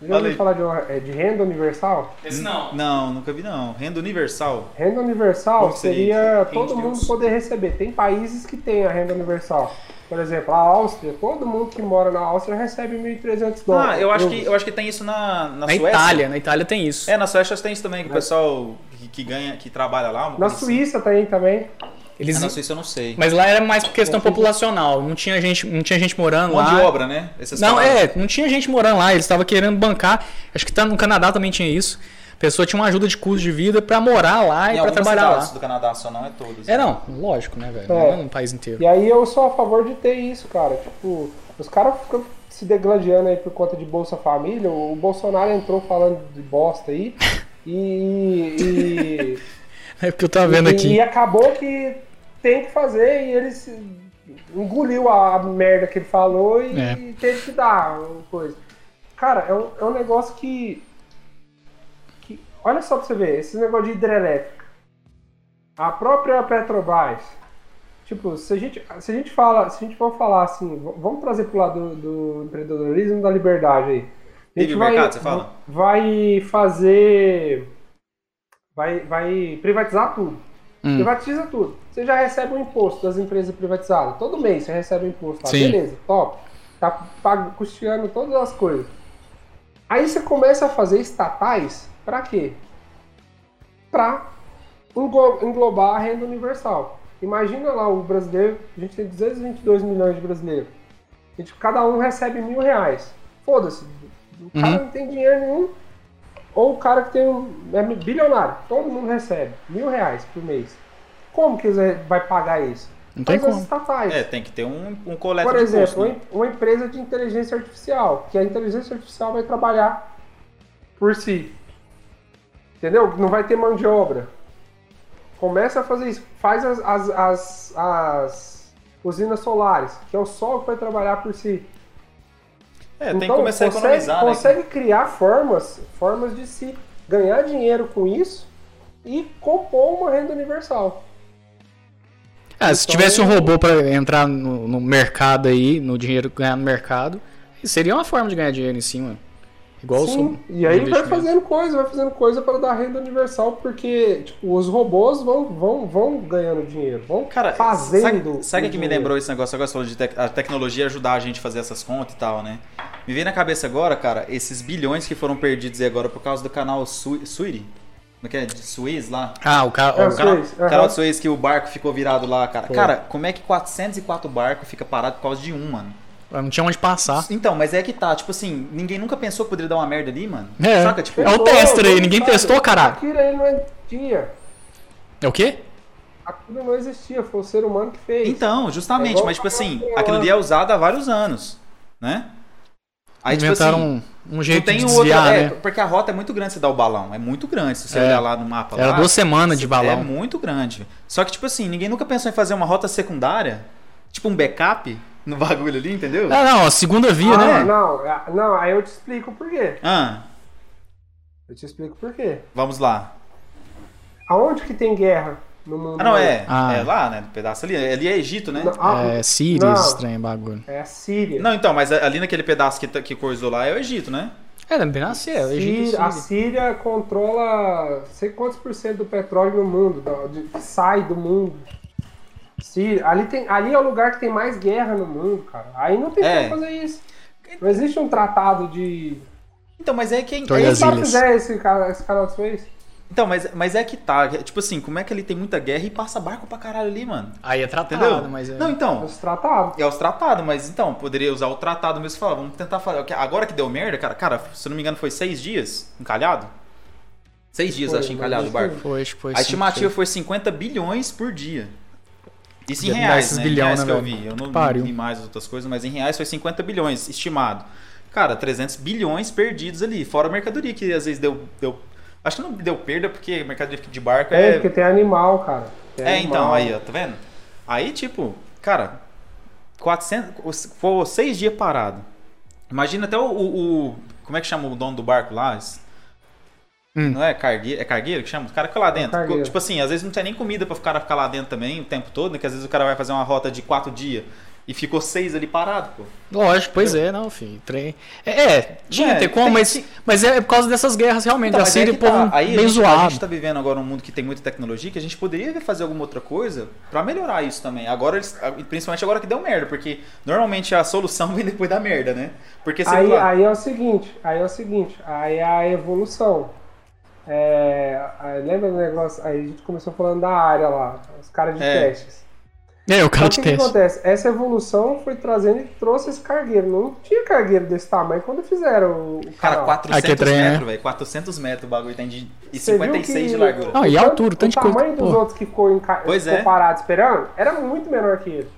Speaker 3: Já
Speaker 2: Fala aí.
Speaker 3: ouviu falar de, uma- é, de renda universal?
Speaker 4: Esse não.
Speaker 2: Não, nunca vi não. Renda universal.
Speaker 3: Renda universal
Speaker 2: Como que seria
Speaker 3: seria
Speaker 2: isso?
Speaker 3: todo
Speaker 2: Rende
Speaker 3: mundo
Speaker 2: Deus.
Speaker 3: poder receber. Tem países que têm a renda universal. Por exemplo, a Áustria, todo mundo que mora na Áustria recebe 1.300 dólares.
Speaker 2: Ah, eu acho que, eu acho que tem isso na, na
Speaker 1: na
Speaker 2: Suécia.
Speaker 1: Itália, na Itália tem isso.
Speaker 2: É, na Suécia tem isso também, que o pessoal que, que ganha, que trabalha lá. uma
Speaker 3: Na
Speaker 2: coisa assim.
Speaker 3: Suíça tem também.
Speaker 2: Ah,
Speaker 1: Eles,
Speaker 2: na Suíça eu não sei.
Speaker 1: mas lá era mais por questão populacional, não tinha gente, não tinha gente morando
Speaker 2: Mão de
Speaker 1: lá.
Speaker 2: obra, né? Essas
Speaker 1: Não,
Speaker 2: palavras.
Speaker 1: é, não tinha gente morando lá, eles estavam querendo bancar. Acho que tá no Canadá também tinha isso. A pessoa tinha uma ajuda de custo de vida pra morar lá
Speaker 2: Em
Speaker 1: e pra
Speaker 2: algumas
Speaker 1: trabalhar
Speaker 2: cidades
Speaker 1: lá.
Speaker 2: do Canadá só, não é todas.
Speaker 1: É, não, lógico, né, velho?
Speaker 3: É.
Speaker 1: Não é no país inteiro.
Speaker 3: E aí eu sou a favor de ter isso, cara. Tipo, os caras ficam se degladiando aí por conta de Bolsa Família. O Bolsonaro entrou falando de bosta aí. E. e-
Speaker 1: É porque eu tava vendo
Speaker 3: e-
Speaker 1: aqui.
Speaker 3: e acabou que tem que fazer e ele se- engoliu a, a merda que ele falou e,
Speaker 1: É.
Speaker 3: e teve que dar uma coisa. Cara, é um, é um negócio que, que. Olha só pra você ver, esse negócio de hidrelétrica. A própria Petrobras. Tipo, se a gente, se a gente fala, se a gente for falar assim, v- vamos trazer pro lado do, do empreendedorismo e da liberdade aí. A gente
Speaker 2: Livre mercado, você fala?
Speaker 3: vai fazer. Vai, vai privatizar tudo.
Speaker 1: Hum.
Speaker 3: Privatiza tudo. Você já recebe o imposto das empresas privatizadas. Todo mês você recebe o um imposto. Tá?
Speaker 1: Sim.
Speaker 3: Beleza, top. Tá pago, custeando todas as coisas. Aí você começa a fazer estatais pra quê? Pra englo- englobar a renda universal. Imagina lá o brasileiro, a gente tem 222 milhões de brasileiros. A gente, cada um recebe mil reais. Foda-se, o cara
Speaker 1: Uhum.
Speaker 3: não tem dinheiro nenhum. Ou o cara que tem um, é bilionário, todo mundo recebe mil reais por mês. Como que ele vai pagar isso?
Speaker 1: Não tem
Speaker 3: Faz as
Speaker 1: como.
Speaker 3: estatais.
Speaker 2: É, tem que ter um, um coleta
Speaker 3: Por
Speaker 2: de
Speaker 3: exemplo,
Speaker 2: custo, né?
Speaker 3: uma- uma empresa de inteligência artificial, que a inteligência artificial vai trabalhar por si. Entendeu? Não vai ter mão de obra. Começa a fazer isso. Faz as, as, as, as usinas solares, que é o sol que vai trabalhar por si.
Speaker 2: É, tem que começar a
Speaker 3: Então, consegue,
Speaker 2: economizar, né?
Speaker 3: consegue criar formas, formas de se ganhar dinheiro com isso e compor uma renda universal.
Speaker 1: Ah,
Speaker 3: Então
Speaker 1: se tivesse um
Speaker 3: é
Speaker 1: robô pra entrar no, no mercado aí, no dinheiro que ganhar no mercado, seria uma forma de ganhar dinheiro em cima. Igual o
Speaker 3: Sim,
Speaker 1: sub-
Speaker 3: e aí vai
Speaker 1: investimento.
Speaker 3: fazendo coisa, vai fazendo coisa para dar renda universal, porque tipo, os robôs vão, vão, vão ganhando dinheiro, vão
Speaker 2: Cara,
Speaker 3: fazendo.
Speaker 2: sabe, sabe
Speaker 3: o
Speaker 2: o que me
Speaker 3: dinheiro.
Speaker 2: lembrou esse negócio agora? Você falou de tec- a tecnologia ajudar a gente a fazer essas contas e tal, né? Me veio na cabeça agora, cara, esses bilhões que foram perdidos aí agora por causa do canal Su Suiri. Como é que é? De Suez lá?
Speaker 1: Ah, o cara.
Speaker 3: É,
Speaker 1: o cara-
Speaker 3: o
Speaker 2: Canal,
Speaker 3: Suez, aham.
Speaker 2: canal de Suez que o barco ficou virado lá, cara. Cara, como é que 404 barcos fica parado por causa de um, mano?
Speaker 1: não tinha onde passar.
Speaker 2: Então, mas é que tá, tipo assim, ninguém nunca pensou que poderia dar uma merda ali, mano.
Speaker 1: É.
Speaker 2: Saca, tipo,
Speaker 1: É o teste aí, ninguém
Speaker 3: Sabe,
Speaker 1: testou, caralho.
Speaker 3: Aquilo aí não existia.
Speaker 1: É o quê?
Speaker 3: Aquilo não existia, foi o ser humano que fez.
Speaker 2: Então,
Speaker 3: É
Speaker 2: justamente,
Speaker 3: igual
Speaker 2: mas tipo assim,
Speaker 3: falar com
Speaker 2: aquilo ali é usado há vários anos, né? Aí, tipo assim,
Speaker 1: Inventaram um, um
Speaker 2: não
Speaker 1: jeito
Speaker 2: tem
Speaker 1: de
Speaker 2: outra.
Speaker 1: desviar,
Speaker 2: é,
Speaker 1: né?
Speaker 2: Porque a rota é muito grande você dar o balão. É muito grande. Se você
Speaker 1: É.
Speaker 2: olhar lá no mapa
Speaker 1: Era
Speaker 2: lá,
Speaker 1: duas semanas de
Speaker 2: É
Speaker 1: balão.
Speaker 2: muito grande. Só que, tipo assim, ninguém nunca pensou em fazer uma rota secundária, tipo um backup no [laughs] bagulho ali, entendeu?
Speaker 1: Ah, não, a segunda via,
Speaker 3: Ah,
Speaker 1: né?
Speaker 3: não, ah, não, aí eu te explico por quê.
Speaker 2: Ah,
Speaker 3: Eu te explico por quê.
Speaker 2: vamos lá.
Speaker 3: Aonde que tem guerra no mundo?
Speaker 2: Ah, não,
Speaker 3: hoje?
Speaker 2: é.
Speaker 1: Ah.
Speaker 2: É lá, né? No pedaço ali. Ali é Egito, né?
Speaker 3: Não, ah,
Speaker 1: É, Síria,
Speaker 3: Não.
Speaker 1: esse estranho bagulho.
Speaker 3: é a Síria.
Speaker 2: Não, então, mas ali naquele pedaço que, tá- que coisou lá é o Egito, né?
Speaker 1: É, não, bem nascer, é o Egito e
Speaker 3: Síria-
Speaker 1: Síria.
Speaker 3: a Síria controla sei quantos por cento do petróleo no mundo, da- de- que sai do mundo. Síria, ali, tem, ali é o lugar que tem mais guerra no mundo, cara. Aí não tem
Speaker 2: É.
Speaker 3: como fazer isso. Não existe um tratado de.
Speaker 2: Então, mas é quem.
Speaker 1: Torre
Speaker 3: Se
Speaker 1: das
Speaker 3: só
Speaker 1: Ilhas.
Speaker 3: fizer esse, cara- esse canal de Suez,
Speaker 2: Então, mas, mas é que tá. é, Tipo assim, como é que ele tem muita guerra e passa barco pra caralho ali, mano?
Speaker 1: Aí é tratado,
Speaker 2: Entendeu?
Speaker 1: mas é.
Speaker 2: Não,
Speaker 3: é
Speaker 2: então.
Speaker 3: esse tratado.
Speaker 2: É os tratados, mas então, poderia usar o tratado mesmo e falar, vamos tentar fazer. ok, Agora que deu merda, cara, cara, se não me engano, foi seis dias encalhado? Seis dias,
Speaker 3: Foi,
Speaker 2: acho, encalhado o
Speaker 3: mas
Speaker 2: barco.
Speaker 1: Foi, acho que foi.
Speaker 2: A
Speaker 1: cinco,
Speaker 2: estimativa
Speaker 1: seis.
Speaker 2: foi 50 bilhões por dia. Isso em
Speaker 1: Devia dar
Speaker 2: reais,
Speaker 1: esses
Speaker 2: né?
Speaker 1: bilhão,
Speaker 2: em reais
Speaker 1: né,
Speaker 2: que eu
Speaker 1: velho?
Speaker 2: vi. Eu não
Speaker 1: Pariu.
Speaker 2: vi mais as outras coisas, mas em reais foi 50 bilhões, estimado. Cara, 300 bilhões perdidos ali, fora a mercadoria que às vezes deu... deu acho que não deu perda, porque mercadoria de barco
Speaker 3: É,
Speaker 2: é...
Speaker 3: porque tem animal, cara. Tem
Speaker 2: É,
Speaker 3: animal.
Speaker 2: então, aí, ó, tá vendo? Aí, tipo, cara, 400... os- Foi seis dias parado. Imagina até o, o- o- Como é que chama o dono do barco lá? Esse-
Speaker 1: Hum.
Speaker 2: Não é cargueiro, é cargueiro que chama? O cara que fica lá dentro.
Speaker 3: cargueiro.
Speaker 2: Tipo assim, às vezes não tem nem comida pra o cara ficar lá dentro também o tempo todo, né? Que às vezes o cara vai fazer uma rota de quatro dias e ficou seis ali parado, pô.
Speaker 1: Lógico, pois é, não, filho. Trem. É, é, tinha
Speaker 2: É,
Speaker 1: que ter como,
Speaker 2: tem-
Speaker 1: mas, mas é por causa dessas guerras realmente.
Speaker 2: Então,
Speaker 1: a
Speaker 2: mas
Speaker 3: assim,
Speaker 2: aí
Speaker 1: Síria,
Speaker 2: que
Speaker 1: pô,
Speaker 3: um
Speaker 2: tá. Aí a
Speaker 1: bem
Speaker 2: gente, a
Speaker 1: zoado.
Speaker 2: gente tá vivendo agora um mundo que tem muita tecnologia que a gente poderia fazer alguma outra coisa pra melhorar isso também. Agora, eles- principalmente agora que deu merda, porque normalmente a solução [laughs] vem depois da merda, né? Porque sei
Speaker 3: Aí,
Speaker 2: lá,
Speaker 3: aí é o seguinte, aí é o seguinte, aí é a evolução. É, aí lembra do negócio? Aí a gente começou falando da área lá, os caras de
Speaker 2: É.
Speaker 3: testes.
Speaker 1: É, o cara
Speaker 3: Só
Speaker 1: de
Speaker 3: que o que
Speaker 1: teste.
Speaker 3: acontece? Essa evolução foi trazendo e trouxe esse cargueiro. Não tinha cargueiro desse tamanho quando fizeram o, o
Speaker 2: cara,
Speaker 3: canal.
Speaker 2: 400
Speaker 1: Aqui é trem, né?
Speaker 2: metros, velho. 400 metros o bagulho tem de, e
Speaker 3: Você viu
Speaker 2: 56
Speaker 3: que
Speaker 2: de largura.
Speaker 1: Ah, e
Speaker 3: o
Speaker 1: a
Speaker 3: tanto-
Speaker 1: altura,
Speaker 3: o
Speaker 1: tanto de coisa,
Speaker 3: tamanho dos
Speaker 1: pô.
Speaker 3: outros que ficou, em, ca-
Speaker 2: Pois
Speaker 3: ficou
Speaker 2: é.
Speaker 3: parado esperando era muito menor que ele.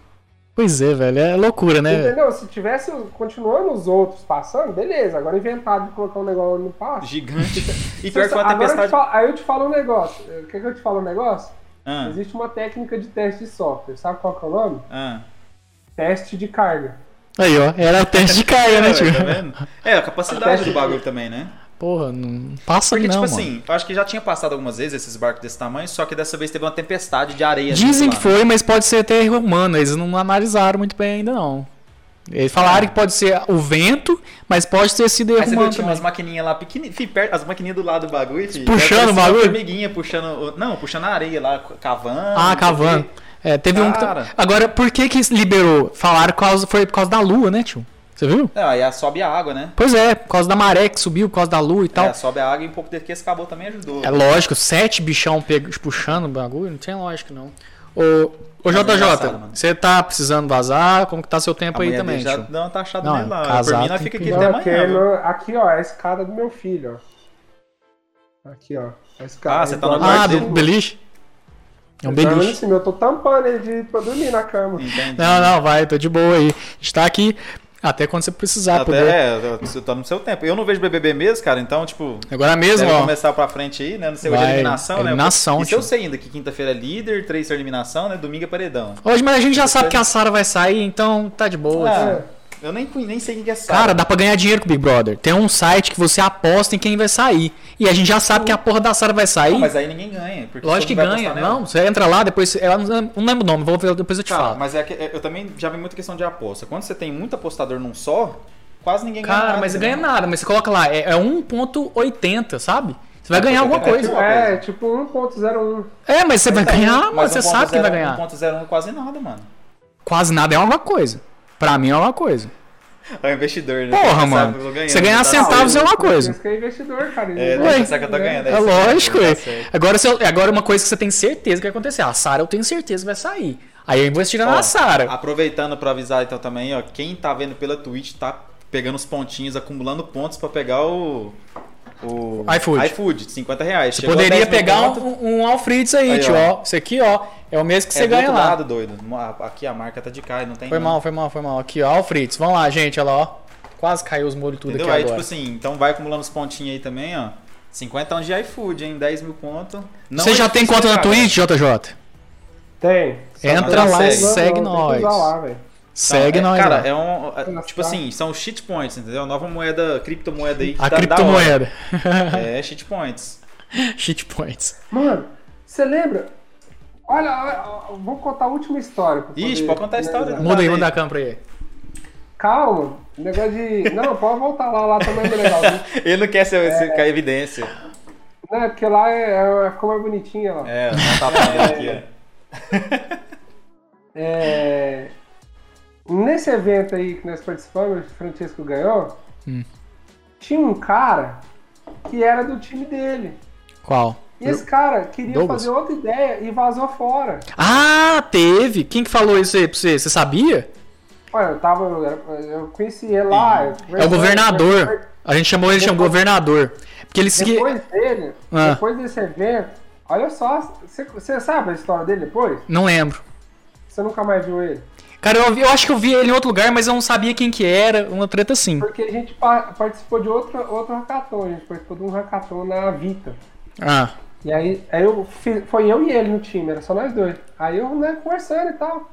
Speaker 1: Pois é, velho. É loucura, né? velho?
Speaker 3: Entendeu? Se tivesse continuando os outros passando, beleza. Agora inventaram de colocar um negócio no passo. [laughs]
Speaker 2: Gigante. E
Speaker 3: Você
Speaker 2: pior que
Speaker 3: sabe-
Speaker 2: uma
Speaker 3: agora eu te
Speaker 2: tempestade.
Speaker 3: falo- aí eu te falo um negócio. Quer que eu te falo um negócio?
Speaker 2: Ah,
Speaker 3: Existe uma técnica de teste de software. Sabe qual que é o nome?
Speaker 2: ah.
Speaker 3: Teste de carga.
Speaker 1: Aí,
Speaker 2: [laughs]
Speaker 1: ó. Era teste de caia, né,
Speaker 2: É,
Speaker 1: tio?
Speaker 2: tá vendo? É, a capacidade do bagulho também, né?
Speaker 1: Porra, não passa
Speaker 2: Porque,
Speaker 1: não,
Speaker 2: tipo
Speaker 1: mano.
Speaker 2: assim, eu acho que já tinha passado algumas vezes esses barcos desse tamanho, só que dessa vez teve uma tempestade de areia.
Speaker 1: Dizem
Speaker 2: junto
Speaker 1: que
Speaker 2: lá.
Speaker 1: foi, mas pode ser até erro humano. Eles não analisaram muito bem ainda, não. Eles
Speaker 2: É.
Speaker 1: falaram que pode ser o vento, mas pode ter sido
Speaker 2: Aí
Speaker 1: erro
Speaker 2: você viu,
Speaker 1: humano
Speaker 2: tinha
Speaker 1: também.
Speaker 2: umas maquininhas lá pequenininhas, fi, perto- as maquininhas do lado do bagulho, fi,
Speaker 1: Puxando
Speaker 2: Aí parecia
Speaker 1: o bagulho?
Speaker 2: uma Formiguinha puxando, o- não, puxando a areia lá, cavando.
Speaker 1: Ah,
Speaker 2: não sei
Speaker 1: cavando.
Speaker 2: o quê.
Speaker 1: É, teve um. que
Speaker 2: Cara.
Speaker 1: Agora, por que que liberou? Falaram que causa- foi por causa da lua, né, tio? Você viu?
Speaker 2: É, aí sobe a água, né?
Speaker 1: Pois é, por causa da maré que subiu, por causa da lua e tal.
Speaker 2: É, sobe a água e um pouco desse que acabou também ajudou.
Speaker 1: Então- É lógico, sete bichão peg- puxando o bagulho, não tem lógica não. Ô, ô
Speaker 2: Tá
Speaker 1: JJ,
Speaker 2: engraçado, mano.
Speaker 1: você tá precisando vazar? Como que tá seu tempo aí
Speaker 2: mulher
Speaker 1: também?
Speaker 2: dele já
Speaker 1: tio?
Speaker 2: dá uma taxada
Speaker 1: Não,
Speaker 2: nele lá.
Speaker 1: casar
Speaker 2: Por mim, nós
Speaker 1: tem
Speaker 2: fica
Speaker 1: que-
Speaker 2: aqui
Speaker 1: Não,
Speaker 2: até
Speaker 3: aqui,
Speaker 2: É amanhã. né? velho.
Speaker 3: aqui, ó, é a escada do meu filho, ó. Aqui, ó. É A escada.
Speaker 2: Ah, você tá
Speaker 3: Ele
Speaker 2: no
Speaker 3: dorme
Speaker 1: Ah,
Speaker 2: quarto
Speaker 1: do
Speaker 3: em
Speaker 2: dele.
Speaker 3: cima.
Speaker 1: beliche? É um
Speaker 3: Ele dorme em
Speaker 1: beliche.
Speaker 3: cima, Então, assim, Eu tô tampando ele de, pra dormir na cama. Tipo,
Speaker 2: Entendi.
Speaker 1: Não, não, vai, tô de boa aí. A gente tá aqui até quando você precisar,
Speaker 2: Até,
Speaker 1: poder.
Speaker 2: é, você tá no seu tempo. Eu não vejo BBB mesmo, cara, então, tipo,
Speaker 1: Agora
Speaker 2: deve
Speaker 1: mesmo, ó.
Speaker 2: começar pra frente aí, né? Não sei, hoje
Speaker 1: Vai,
Speaker 2: é eliminação,
Speaker 1: eliminação,
Speaker 2: né? Isso eu
Speaker 1: tio.
Speaker 2: sei ainda, que quinta-feira é líder, terça é eliminação, né? Domingo é paredão.
Speaker 1: Hoje, mas a gente já sabe que a Sara vai sair, então tá de boa. tio.
Speaker 2: Ah, eu nem, conhe- nem sei quem que é essa.
Speaker 1: Cara, dá pra ganhar dinheiro com o Big Brother. Tem um site que você aposta em quem vai sair. E a gente já sabe que a porra da Sara vai sair.
Speaker 2: Não, mas aí ninguém ganha. Porque
Speaker 1: Lógico que
Speaker 2: todo mundo vai
Speaker 1: ganha.
Speaker 2: apostar nela.
Speaker 1: Não, você entra lá, depois. Eu não não lembro o nome, vou ver, depois eu te
Speaker 2: Cara,
Speaker 1: falo.
Speaker 2: mas é que, é- eu também já vi muita questão de aposta. Quando você tem muito apostador num só, quase ninguém ganha.
Speaker 1: Cara,
Speaker 2: nada,
Speaker 1: mas
Speaker 2: né?
Speaker 1: ganha nada, mas você coloca lá, é, é 1.80, sabe? Você vai ganhar
Speaker 2: É,
Speaker 1: alguma coisa.
Speaker 3: É, tipo 1.01.
Speaker 1: É, mas você vai
Speaker 2: tá
Speaker 1: ganhar, mas você sabe quem vai ganhar.
Speaker 2: 1.01 quase nada, mano.
Speaker 1: Quase nada é alguma coisa. Pra mim é alguma coisa.
Speaker 2: [laughs] É o investidor, né?
Speaker 1: Porra,
Speaker 2: Sabe,
Speaker 1: mano.
Speaker 2: eu tô ganhando,
Speaker 1: Você ganhar
Speaker 2: tá
Speaker 1: centavos
Speaker 2: certo.
Speaker 1: é uma coisa.
Speaker 3: Esse que é investidor, cara. ele
Speaker 2: É,
Speaker 3: não
Speaker 1: Ué.
Speaker 2: deve pensar que eu tô ganhando.
Speaker 1: É
Speaker 2: isso.
Speaker 1: lógico,
Speaker 2: Tá
Speaker 1: é.
Speaker 2: certo.
Speaker 1: Agora, se eu- agora uma coisa que você tem certeza que vai acontecer. A Sarah eu tenho certeza que vai sair. Aí eu vou estirar
Speaker 2: Ó,
Speaker 1: na Sarah.
Speaker 2: Aproveitando pra avisar então também, ó, quem tá vendo pela Twitch tá pegando os pontinhos, acumulando pontos pra pegar o. O
Speaker 1: iFood.
Speaker 2: iFood, de 50 reais.
Speaker 1: Você
Speaker 2: Chegou a
Speaker 1: poderia
Speaker 2: 10 mil
Speaker 1: pegar
Speaker 2: pontos,
Speaker 1: um, um Alfreeds aí,
Speaker 2: Aí,
Speaker 1: tio.
Speaker 2: ó.
Speaker 1: Ó. Isso aqui, ó, é o mesmo que
Speaker 2: é
Speaker 1: você
Speaker 2: do
Speaker 1: ganha
Speaker 2: outro
Speaker 1: lá.
Speaker 2: lado, doido. Aqui a marca tá de cara, não tem.
Speaker 1: Foi
Speaker 2: não.
Speaker 1: mal, foi mal, foi mal. Aqui, ó, Alfreeds. Vamos lá, gente, olha lá, ó. Quase caiu os molhos tudo
Speaker 2: Entendeu?
Speaker 1: aqui
Speaker 2: Aí,
Speaker 1: agora.
Speaker 2: tipo assim, então vai acumulando os pontinhos aí também, ó. 50 anos de iFood, hein? 10 mil pontos. Não
Speaker 1: Você
Speaker 2: é
Speaker 1: já tem
Speaker 2: difícil,
Speaker 1: conta na
Speaker 2: cara.
Speaker 1: Twitch, JJ?
Speaker 3: Tem. tá
Speaker 1: Entra
Speaker 2: não
Speaker 1: lá e
Speaker 2: segue.
Speaker 1: segue
Speaker 3: Não, tem que
Speaker 1: nós.
Speaker 3: usar lá, velho.
Speaker 2: Então,
Speaker 1: Segue
Speaker 2: é,
Speaker 1: nós.
Speaker 2: Cara,
Speaker 1: lá.
Speaker 2: é um. é,
Speaker 3: Nossa,
Speaker 2: tipo
Speaker 3: tá.
Speaker 2: assim, são cheat points, entendeu? Nova moeda, criptomoeda aí. que
Speaker 1: A
Speaker 2: tá da
Speaker 1: criptomoeda. [laughs]
Speaker 2: hora. É, cheat points. [laughs]
Speaker 1: Cheat points.
Speaker 3: Mano, você lembra? Olha, olha, ó, vou contar a última história. pra
Speaker 2: Ixi,
Speaker 3: poder
Speaker 2: pode contar a história.
Speaker 3: finalizar.
Speaker 1: Muda aí,
Speaker 2: Parei.
Speaker 1: muda a câmera aí.
Speaker 3: Calma, negócio
Speaker 2: [laughs]
Speaker 3: de. Não, pode voltar lá, lá também é legal. viu?
Speaker 2: Ele não quer ser, ser- com a evidência.
Speaker 3: Não, é porque lá é, é, ficou mais bonitinha lá.
Speaker 2: É, não tá falando aqui,
Speaker 1: [laughs]
Speaker 2: ó.
Speaker 3: É, Nesse evento aí que nós participamos, o Francisco ganhou,
Speaker 1: Hum.
Speaker 3: tinha um cara que era do time dele.
Speaker 1: Qual?
Speaker 3: E esse cara queria
Speaker 1: Douglas?
Speaker 3: fazer outra ideia e vazou fora.
Speaker 1: Ah, teve! Quem que falou isso aí pra você? Você sabia? É
Speaker 3: Olha, eu tava. Eu, era- eu conheci ele lá. eu
Speaker 1: É o
Speaker 3: conversei-
Speaker 1: governador. A gente chamou ele de
Speaker 3: Depois-
Speaker 1: governador. Porque ele seguia.
Speaker 3: Depois dele,
Speaker 1: Ah.
Speaker 3: depois desse evento, olha só, você- você sabe a história dele depois?
Speaker 1: Não lembro.
Speaker 3: Você nunca mais viu ele?
Speaker 1: Cara, eu, vi- eu acho que eu vi ele em outro lugar, mas eu não sabia quem que era. Uma treta assim.
Speaker 3: Porque a gente pa- participou de outro, outro hackathon, a gente participou de um hackathon na Vita.
Speaker 1: Ah.
Speaker 3: E aí, aí eu fiz- foi eu e ele no time, era só nós dois. Aí eu, né, conversando e tal.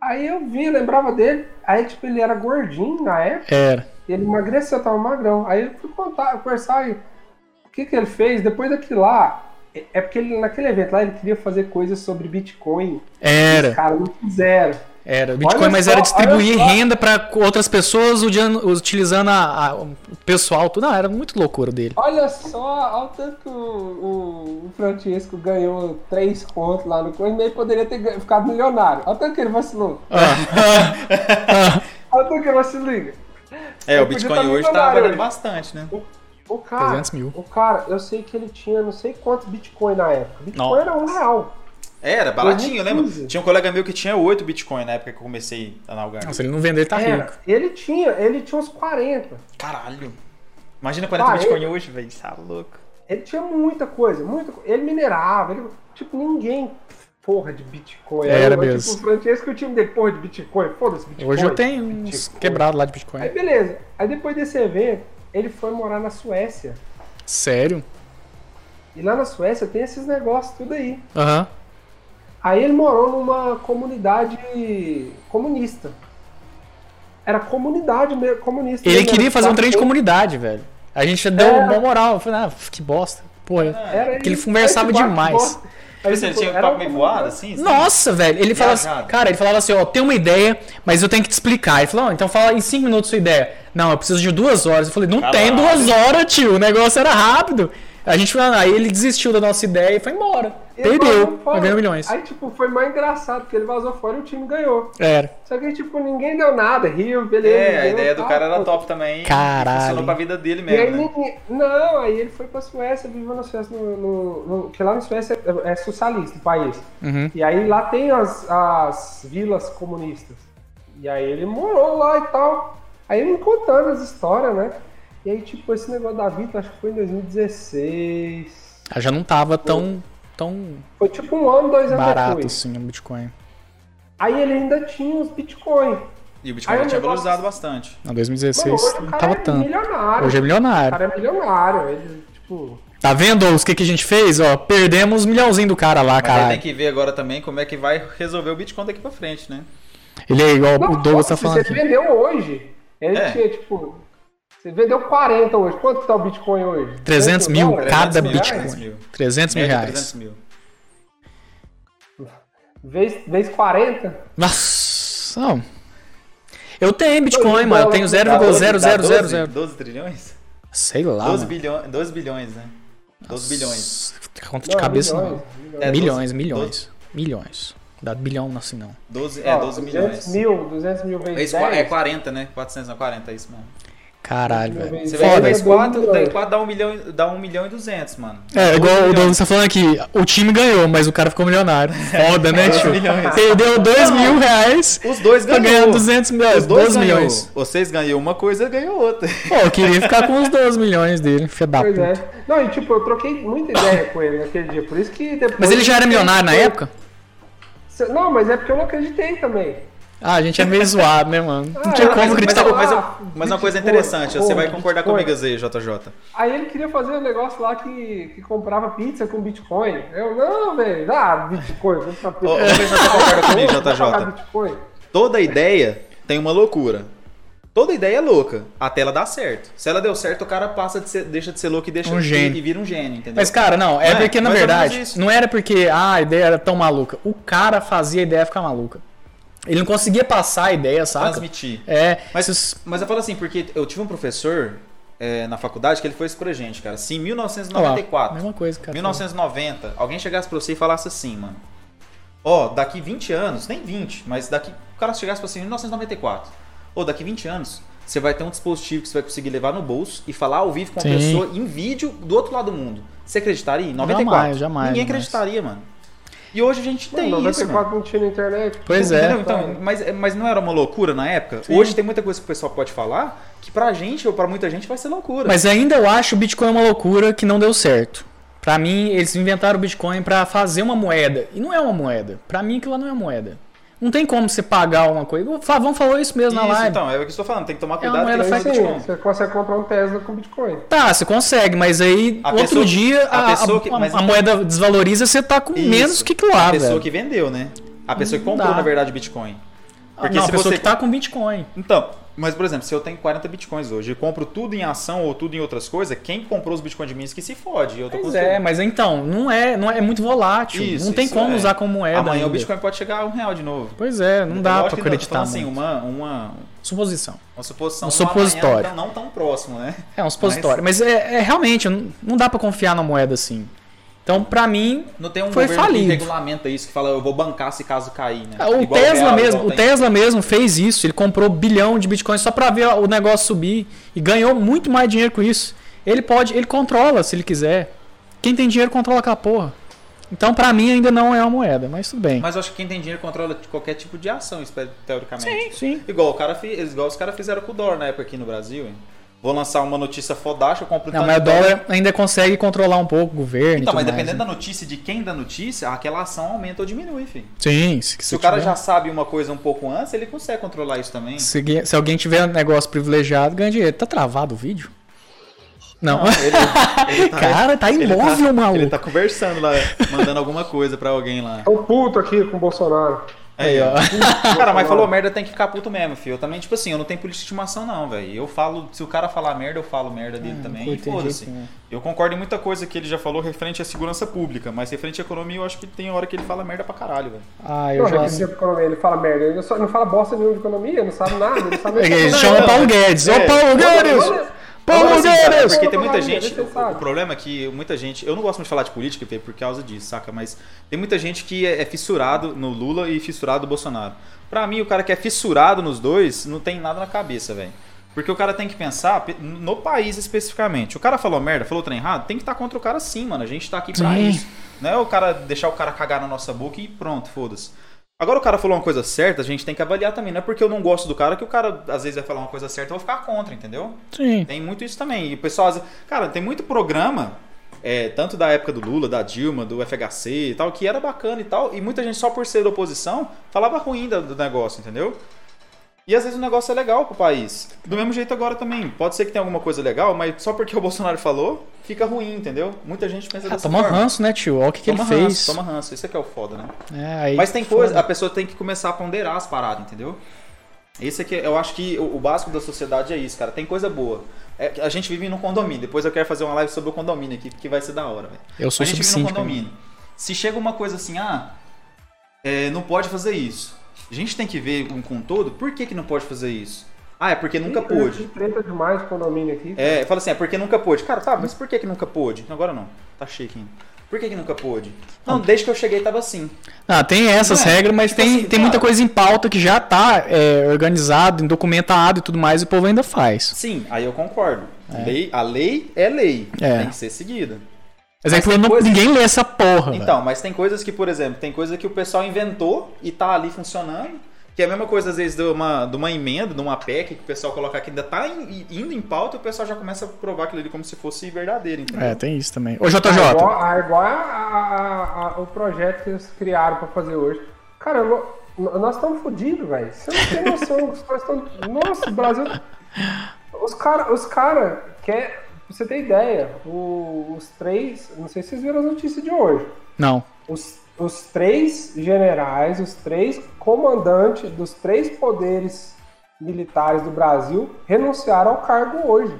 Speaker 3: Aí eu vi, lembrava dele. Aí, tipo, ele era gordinho na época.
Speaker 1: Era.
Speaker 3: Ele emagreceu, tava magrão. Aí eu fui contar, conversar e o que que ele fez depois daquilo lá. É- É porque ele, naquele evento lá ele queria fazer coisas sobre Bitcoin. Os
Speaker 1: Era.
Speaker 3: caras não fizeram.
Speaker 1: Era. Bitcoin,
Speaker 3: Olha
Speaker 1: mas
Speaker 3: só,
Speaker 1: era
Speaker 3: olha
Speaker 1: distribuir
Speaker 3: só.
Speaker 1: renda pra outras pessoas udiando- utilizando a, a- o pessoal. tudo. Não, era muito loucura
Speaker 3: [laughs]
Speaker 1: dele.
Speaker 3: Olha só, olha o tanto que o, o- o Francisco ganhou três contos lá no coisa, ele poderia ter ganho- ficado milionário. Olha o tanto que ele vacilou.
Speaker 1: Ah,
Speaker 3: Olha o tanto que ele vacilou.
Speaker 2: É, o
Speaker 3: Eu podia
Speaker 2: Bitcoin
Speaker 3: tá
Speaker 2: hoje tá
Speaker 3: milionário
Speaker 2: valendo
Speaker 3: hoje.
Speaker 2: bastante, né?
Speaker 3: O cara,
Speaker 1: 300 mil.
Speaker 3: O cara, eu sei que ele tinha não sei quantos Bitcoin na época. Bitcoin
Speaker 1: Nossa.
Speaker 3: era um real.
Speaker 2: Era, baratinho,
Speaker 3: Dois mil e
Speaker 2: lembra?
Speaker 3: quinze.
Speaker 2: Tinha um colega meu que tinha 8 Bitcoin na época que eu comecei a alugar.
Speaker 1: Nossa, ele não vender, ele tá
Speaker 3: Era.
Speaker 1: rico.
Speaker 3: Ele tinha, ele tinha uns 40.
Speaker 2: Caralho. Imagina é 40
Speaker 3: Ah,
Speaker 2: Bitcoin hoje, velho. Tá louco.
Speaker 3: Ele tinha muita coisa, muita co- Ele minerava, ele- tipo, ninguém porra de Bitcoin.
Speaker 1: Era
Speaker 3: Eu,
Speaker 1: mesmo.
Speaker 3: Tipo, o Francesco e o time dele, porra de Bitcoin, foda-se Bitcoin.
Speaker 1: Hoje eu tenho uns
Speaker 3: Bitcoin.
Speaker 1: quebrados lá de Bitcoin.
Speaker 3: Tipo, Aí beleza. Aí depois desse evento, ele foi morar na Suécia.
Speaker 1: Sério?
Speaker 3: E lá na Suécia tem esses negócios tudo aí.
Speaker 1: Aham.
Speaker 3: Aí ele morou numa comunidade comunista. Era comunidade mesmo, comunista.
Speaker 1: Ele
Speaker 3: mesmo,
Speaker 1: queria
Speaker 3: era
Speaker 1: fazer um trem de
Speaker 3: quatro-
Speaker 1: comunidade, velho. A gente deu
Speaker 3: É.
Speaker 1: uma moral. Eu falei, ah, que bosta. Porra.
Speaker 3: Era
Speaker 1: Porque ele
Speaker 3: isso,
Speaker 1: conversava
Speaker 3: era de
Speaker 1: demais.
Speaker 3: bosta. Aí,
Speaker 2: Tipo assim, ele
Speaker 3: tipo,
Speaker 2: tinha um
Speaker 3: era
Speaker 2: papo
Speaker 3: uma
Speaker 2: meio
Speaker 3: comunidade.
Speaker 2: voado, assim? sabe?
Speaker 1: Nossa, velho. Ele falava assim,
Speaker 2: Viajado.
Speaker 1: cara, ele falava assim, ó, tem uma ideia, mas eu tenho que te explicar. Ele falou, ó, então fala em cinco minutos sua ideia. Não, eu preciso de duas horas. Eu falei, não
Speaker 2: Caralho.
Speaker 1: tem duas horas, tio. O negócio era rápido. A gente foi lá, aí ele desistiu da nossa ideia e foi embora.
Speaker 3: Ele
Speaker 1: Perdeu,
Speaker 3: vazou fora.
Speaker 1: mas ganhou milhões.
Speaker 3: Aí, tipo, foi mais engraçado, porque ele vazou fora e o time ganhou.
Speaker 1: Era.
Speaker 3: Só que, tipo, ninguém deu nada, riu, beleza.
Speaker 2: É, a
Speaker 3: ganhou,
Speaker 2: ideia do
Speaker 3: tá,
Speaker 2: cara era
Speaker 3: pô.
Speaker 2: top também.
Speaker 1: Caralho.
Speaker 2: Funcionou pra vida dele
Speaker 3: E aí,
Speaker 2: mesmo, né?
Speaker 3: ninguém- não, aí ele foi pra Suécia, viveu na Suécia, no, no, no- porque lá na Suécia é, é socialista o país.
Speaker 1: Uhum.
Speaker 3: E aí lá tem as, as vilas comunistas. E aí ele morou lá e tal. Aí ele me contando as histórias, né? E aí, tipo, esse negócio da vida, acho que foi em 2016.
Speaker 1: Aí Já não tava tão, tão
Speaker 3: Foi tipo um ano, dois anos
Speaker 1: barato
Speaker 3: depois.
Speaker 1: assim o Bitcoin.
Speaker 3: Aí ele ainda tinha os bitcoins.
Speaker 2: E o Bitcoin
Speaker 3: Aí
Speaker 2: já
Speaker 3: o
Speaker 2: tinha
Speaker 3: negócio-
Speaker 2: valorizado bastante.
Speaker 1: Em
Speaker 3: Mano,
Speaker 1: 2016
Speaker 3: hoje o
Speaker 1: não
Speaker 3: cara
Speaker 1: tava
Speaker 3: é
Speaker 1: tanto.
Speaker 3: milionário.
Speaker 1: Hoje é
Speaker 3: O
Speaker 1: milionário.
Speaker 3: cara é milionário. Ele, tipo.
Speaker 1: Tá vendo os que, que a gente fez? Ó, perdemos um milhãozinho do cara lá,
Speaker 2: Mas aí
Speaker 1: cara.
Speaker 2: tem que ver agora também como é que vai resolver o Bitcoin daqui pra frente, né?
Speaker 1: Ele é igual
Speaker 3: Não,
Speaker 1: o Douglas tá
Speaker 3: se
Speaker 1: falando aqui.
Speaker 3: Você vendeu hoje. Ele
Speaker 2: É.
Speaker 3: tinha, tipo. Você vendeu 40 hoje. Quanto que tá o Bitcoin hoje?
Speaker 1: 300
Speaker 3: 100
Speaker 1: mil
Speaker 3: dólares?
Speaker 1: cada
Speaker 2: 300 mil,
Speaker 1: Bitcoin.
Speaker 2: 300 mil.
Speaker 1: 300 mil
Speaker 2: Média
Speaker 1: reais.
Speaker 2: 300 mil.
Speaker 3: Vez, vez 40?
Speaker 1: Nossa. não. Eu tenho Bitcoin,
Speaker 3: Doze
Speaker 1: mano. Eu tenho
Speaker 3: dólares,
Speaker 2: tá
Speaker 3: dá doze,
Speaker 1: 0,0000.
Speaker 2: 12 trilhões?
Speaker 1: Sei lá.
Speaker 2: 12
Speaker 1: mano.
Speaker 2: bilhões, 12 bilhões, né? 12 bilhões.
Speaker 1: Conta de cabeça não.
Speaker 3: milhões,
Speaker 2: É,
Speaker 1: Milhões,
Speaker 2: 12
Speaker 1: milhões. Milhões. Dá bilhão assim não.
Speaker 2: 12, é, 12 milhões.
Speaker 3: 200 mil, 200 mil
Speaker 2: É
Speaker 3: vezes
Speaker 2: isso, qua-
Speaker 3: 10.
Speaker 2: É 40, né? 400, não, 40, é isso mesmo.
Speaker 1: Caralho,
Speaker 3: Milhões.
Speaker 1: velho.
Speaker 2: Você
Speaker 3: Foda.
Speaker 2: vê vezes 4,
Speaker 3: Doze
Speaker 2: daí
Speaker 3: milhões.
Speaker 2: 4 dá 1 milhão, e- dá 1 milhão e 200, mano. Um
Speaker 1: É, igual o Douglas tá falando aqui, o time ganhou, mas o cara ficou
Speaker 2: [laughs]
Speaker 1: milionário. Foda, né, tio?
Speaker 2: milhões.
Speaker 1: Perdeu 2 mil reais
Speaker 2: Os dois
Speaker 1: pra
Speaker 2: ganhou.
Speaker 1: ganhar 200 milhões.
Speaker 2: Os dois
Speaker 1: 12
Speaker 2: ganhou.
Speaker 1: é, milhões.
Speaker 2: Vocês ganhou uma coisa, eu ganhou outra.
Speaker 1: [laughs] Pô, eu queria ficar com os 12 milhões dele, filho da
Speaker 3: Pois
Speaker 1: puta.
Speaker 3: é. Não, e tipo, eu troquei muita ideia com ele naquele dia. Por isso que depois.
Speaker 1: Mas ele já era milionário na época?
Speaker 3: Se- Não, mas é porque eu não acreditei também.
Speaker 1: Ah, a gente é
Speaker 2: [laughs]
Speaker 1: meio zoado, né, mano? Não
Speaker 3: Ah,
Speaker 1: tinha
Speaker 3: mas-
Speaker 1: como tá-
Speaker 2: mas,
Speaker 1: acreditar.
Speaker 2: eu- mas, eu-
Speaker 3: Ah,
Speaker 2: mas uma coisa
Speaker 3: Bitcoin,
Speaker 2: interessante, você
Speaker 3: porra,
Speaker 2: vai concordar
Speaker 3: Bitcoin.
Speaker 2: comigo, Zé, JJ.
Speaker 3: Aí ele queria fazer um negócio lá que, que comprava pizza com Bitcoin. Eu, não, velho, ah, Bitcoin, vou comprar
Speaker 2: Ô, ô,
Speaker 3: pizza.
Speaker 2: Mas você concorda comigo,
Speaker 3: Vou comprar
Speaker 2: JJ?
Speaker 3: Bitcoin.
Speaker 2: Toda ideia tem uma loucura. Toda ideia é louca, até ela dar certo. Se ela deu certo, o cara passa de ser- deixa de ser louco e deixa
Speaker 1: Um
Speaker 2: e-
Speaker 1: gênio.
Speaker 2: e vira um gênio, entendeu?
Speaker 1: Mas, cara, não, é
Speaker 2: É,
Speaker 1: porque, na
Speaker 2: mais ou menos
Speaker 1: verdade,
Speaker 2: isso.
Speaker 1: não era porque ah, a ideia era tão maluca. O cara fazia a ideia ficar maluca. Ele não conseguia passar a ideia, saca?
Speaker 2: Transmitir.
Speaker 1: É,
Speaker 2: Mas-
Speaker 1: esses-
Speaker 2: Mas eu falo assim, porque eu tive um professor é, na faculdade que ele foi isso pra gente, cara. Assim, em 1994.
Speaker 1: mesma coisa, cara.
Speaker 2: 1990, alguém chegasse pra você e falasse assim, mano. Ó, daqui 20 anos, nem 20, mas daqui. O cara chegasse pra você em 1994. Ou daqui 20 anos, você vai ter um dispositivo que você vai conseguir levar no bolso e falar ao vivo com uma
Speaker 1: Sim.
Speaker 2: pessoa em vídeo do outro lado do mundo. Você acreditaria? Em 94.
Speaker 1: Jamais, jamais,
Speaker 2: Ninguém
Speaker 1: jamais.
Speaker 2: acreditaria, mano. E hoje a gente tem
Speaker 3: Mano,
Speaker 2: isso. mano.
Speaker 3: 94 não tinha na internet.
Speaker 1: Pois é.
Speaker 2: Entendeu? Então, mas, mas não era uma loucura na época? Hoje tem muita coisa que o pessoal pode falar que pra gente ou pra muita gente vai ser loucura.
Speaker 1: Mas ainda eu acho o Bitcoin uma loucura que não deu certo. Pra mim, eles inventaram o Bitcoin pra fazer uma moeda. E não é uma moeda. Pra mim, aquilo lá não é moeda. Não tem como você pagar uma coisa. O Flavão falou isso mesmo
Speaker 2: isso,
Speaker 1: na live.
Speaker 2: então, é o que eu estou falando, tem que tomar
Speaker 1: uma
Speaker 2: cuidado
Speaker 1: moeda
Speaker 2: que
Speaker 1: faz
Speaker 2: isso é
Speaker 3: Sim,
Speaker 2: Bitcoin.
Speaker 3: Então, assim, você consegue comprar um Tesla com Bitcoin.
Speaker 1: Tá, você consegue, mas aí
Speaker 2: A
Speaker 1: outro
Speaker 2: pessoa-
Speaker 1: dia
Speaker 2: a
Speaker 1: a, a-
Speaker 2: pessoa que-
Speaker 1: a-
Speaker 2: mas- então-
Speaker 1: a moeda desvaloriza, você tá com
Speaker 2: Isso.
Speaker 1: menos que aquilo lá,
Speaker 2: A pessoa
Speaker 1: velho.
Speaker 2: que vendeu, né? A pessoa que
Speaker 1: Não
Speaker 2: comprou,
Speaker 1: dá.
Speaker 2: na verdade, o Bitcoin. Porque
Speaker 1: não,
Speaker 2: se
Speaker 1: a pessoa
Speaker 2: você-
Speaker 1: que tá com Bitcoin.
Speaker 2: Então, mas por exemplo, se eu tenho 40 bitcoins hoje e compro tudo em ação ou tudo em outras coisas, quem comprou os bitcoins de mim é que se fode. Eu tô
Speaker 1: Pois
Speaker 2: com
Speaker 1: é, mas então, não é, não é, é muito volátil.
Speaker 2: Isso,
Speaker 1: não tem
Speaker 2: isso
Speaker 1: como
Speaker 2: é.
Speaker 1: usar como moeda.
Speaker 2: Amanhã o
Speaker 1: ainda.
Speaker 2: Bitcoin pode chegar a um real de novo.
Speaker 1: Pois é, não dá
Speaker 2: Lógico
Speaker 1: pra
Speaker 2: que tô
Speaker 1: acreditar
Speaker 2: falando assim,
Speaker 1: muito.
Speaker 2: uma, uma,
Speaker 1: Suposição.
Speaker 2: uma suposição.
Speaker 1: Um supositório.
Speaker 2: amanhã, tá Não tão próximo, né?
Speaker 1: É um supositório. Mas, é, é realmente, não, não dá pra confiar na moeda assim. Então, pra mim,
Speaker 2: Não tem um
Speaker 1: Foi
Speaker 2: governo
Speaker 1: falido. É,
Speaker 2: que regulamenta isso, que fala eu vou bancar se caso cair, né?
Speaker 1: o
Speaker 2: Igual
Speaker 1: Tesla
Speaker 2: real,
Speaker 1: mesmo,
Speaker 2: igual
Speaker 1: o
Speaker 2: tem.
Speaker 1: Tesla mesmo fez isso. Ele comprou bilhão de bitcoins só pra ver o negócio subir e ganhou muito mais dinheiro com isso. Ele pode, ele controla se ele quiser. Quem tem dinheiro controla aquela porra. Então, pra mim ainda não é uma moeda, mas tudo bem.
Speaker 2: Mas eu acho que quem tem dinheiro controla qualquer tipo de ação, isso, teoricamente.
Speaker 1: Sim.
Speaker 2: Igual, o cara fi- eles- igual os caras fizeram com o dólar na época aqui no Brasil, hein? Vou lançar uma notícia fodástica, eu compro
Speaker 1: Não,
Speaker 2: tanto
Speaker 1: mas o
Speaker 2: de dólar.
Speaker 1: dólar ainda consegue controlar um pouco o governo.
Speaker 2: tá Então,
Speaker 1: e
Speaker 2: mas
Speaker 1: tudo
Speaker 2: dependendo
Speaker 1: mais, né?
Speaker 2: da notícia e de quem dá notícia, aquela ação aumenta ou diminui, filho.
Speaker 1: né? Sim, se,
Speaker 2: Se o cara já sabe uma coisa um pouco antes, ele consegue controlar isso também.
Speaker 1: um- Se, se alguém tiver um negócio privilegiado, ganha dinheiro. Tá travado o vídeo? Não.
Speaker 2: Ele,
Speaker 1: [laughs]
Speaker 2: ele
Speaker 1: Cara, tá imóvel, maluco.
Speaker 2: Ele tá conversando lá, mandando alguma coisa pra alguém lá. É,
Speaker 3: Tô puto aqui com o Bolsonaro.
Speaker 2: Aí, ó. [laughs] Cara,
Speaker 3: Bolsonaro.
Speaker 2: mas falou merda, tem que ficar puto mesmo, filho. Eu também, tipo assim, eu não tenho política de estimação, não, velho. Eu falo, se o cara falar merda, eu falo merda dele também. E
Speaker 1: curto
Speaker 2: foda-se.
Speaker 1: jeito, né?
Speaker 2: Eu concordo em muita coisa que ele já falou referente à segurança pública, mas referente à economia, eu acho que tem hora que ele fala merda pra caralho, velho.
Speaker 1: Ah, eu
Speaker 3: Não,
Speaker 1: já.
Speaker 3: ele, sempre economia, ele fala merda, ele
Speaker 1: [laughs]
Speaker 3: só, [laughs] não fala bosta nenhuma de economia, não sabe nada, ele sabe
Speaker 1: Ele
Speaker 2: Não,
Speaker 1: chama
Speaker 2: não,
Speaker 1: Paulo Guedes. Ô,
Speaker 2: é.
Speaker 1: Paulo Guedes!
Speaker 3: Olha,
Speaker 2: Agora, assim, sabe,
Speaker 1: Palmeiras!
Speaker 2: Porque tem muita
Speaker 3: Palmeiras,
Speaker 2: gente.
Speaker 3: você
Speaker 2: O,
Speaker 3: sabe.
Speaker 2: o problema é que muita gente. Eu não gosto muito de falar de política Fê, por causa disso, saca? Mas tem muita gente que é, é fissurado no Lula e fissurado no Bolsonaro. Pra mim, o cara que é fissurado nos dois não tem nada na cabeça, velho. Porque o cara tem que pensar pe- no país especificamente. O cara falou merda, falou trem errado, tem que estar contra o cara sim, mano. A gente tá aqui pra
Speaker 1: Sim.
Speaker 2: isso. Não é o cara deixar o cara cagar na nossa boca e pronto, foda-se. Agora o cara falou uma coisa certa, a gente tem que avaliar também. Não é porque eu não gosto do cara que o cara às vezes vai falar uma coisa certa e eu vou ficar contra, entendeu?
Speaker 1: Sim.
Speaker 2: Tem muito isso também. E o pessoal, às vezes- cara, tem muito programa, é, tanto da época do Lula, da Dilma, do FHC e tal, que era bacana e tal. E muita gente, só por ser oposição, falava ruim da- do negócio, entendeu? E às vezes o negócio é legal pro país. Do mesmo jeito agora também. Pode ser que tenha alguma coisa legal, mas só porque o [laughs] Bolsonaro falou, fica ruim, entendeu? Muita gente pensa
Speaker 1: Ah,
Speaker 2: dessa
Speaker 1: toma
Speaker 2: forma.
Speaker 1: ranço, né, tio? Olha o que, que ele
Speaker 2: Toma
Speaker 1: fez.
Speaker 2: ranço, toma ranço. Isso é que é o foda, né?
Speaker 1: É, aí-
Speaker 2: Mas tem coisa, a pessoa tem que começar a ponderar as paradas, entendeu? Esse aqui, eu acho que o, o básico da sociedade é isso, cara. Tem coisa boa. É que a gente vive num condomínio. Depois eu quero fazer uma live sobre o condomínio aqui, porque vai ser da hora, velho.
Speaker 1: Eu sou
Speaker 2: A gente vive num
Speaker 1: subsíndico.
Speaker 2: condomínio. Se chega uma coisa assim, ah, é, não pode fazer isso. A gente tem que ver um com todo, por que, que não pode fazer isso? Ah, é porque nunca pôde.
Speaker 3: Tem treta demais o condomínio aqui.
Speaker 2: É, fala assim, é porque nunca pôde. Cara, tá, mas por que que nunca pôde? Agora não, tá chique ainda. Por que que nunca pôde? Não, desde que eu cheguei tava assim.
Speaker 1: Ah, tem essas
Speaker 2: Não é?
Speaker 1: regras, mas
Speaker 2: Tipo
Speaker 1: tem,
Speaker 2: assim,
Speaker 1: tem muita
Speaker 2: cara.
Speaker 1: coisa em pauta que já tá é, organizado, documentado e tudo mais, e o povo ainda faz.
Speaker 2: Sim, aí eu concordo. Lei- a lei é lei,
Speaker 1: É.
Speaker 2: tem que ser seguida.
Speaker 1: Mas é que eu não-
Speaker 2: coisa-
Speaker 1: ninguém lê essa porra. velho.
Speaker 2: Então, mas tem coisas que, por exemplo, tem coisa que o pessoal inventou e tá ali funcionando, que é a mesma coisa às vezes de uma, de uma emenda, de uma PEC que o pessoal coloca aqui, ainda tá in- indo em pauta e o pessoal já começa a provar aquilo ali como se fosse verdadeiro, entendeu?
Speaker 1: É, tem isso também. Ô,
Speaker 3: Ah,
Speaker 2: Tá,
Speaker 1: JJ.
Speaker 3: igual, ah, igual a- a- a- a- o projeto que eles criaram pra fazer hoje. Cara, eu não- nós estamos fodidos, velho. Você não tem noção. os caras tão, nossa, o Brasil. tá-, Os caras. Os cara quer. Pra você ter ideia, o- os três. Não sei se vocês viram as notícias de hoje.
Speaker 1: Não.
Speaker 3: Os, os três generais, os três comandantes dos três poderes militares do Brasil renunciaram ao cargo hoje.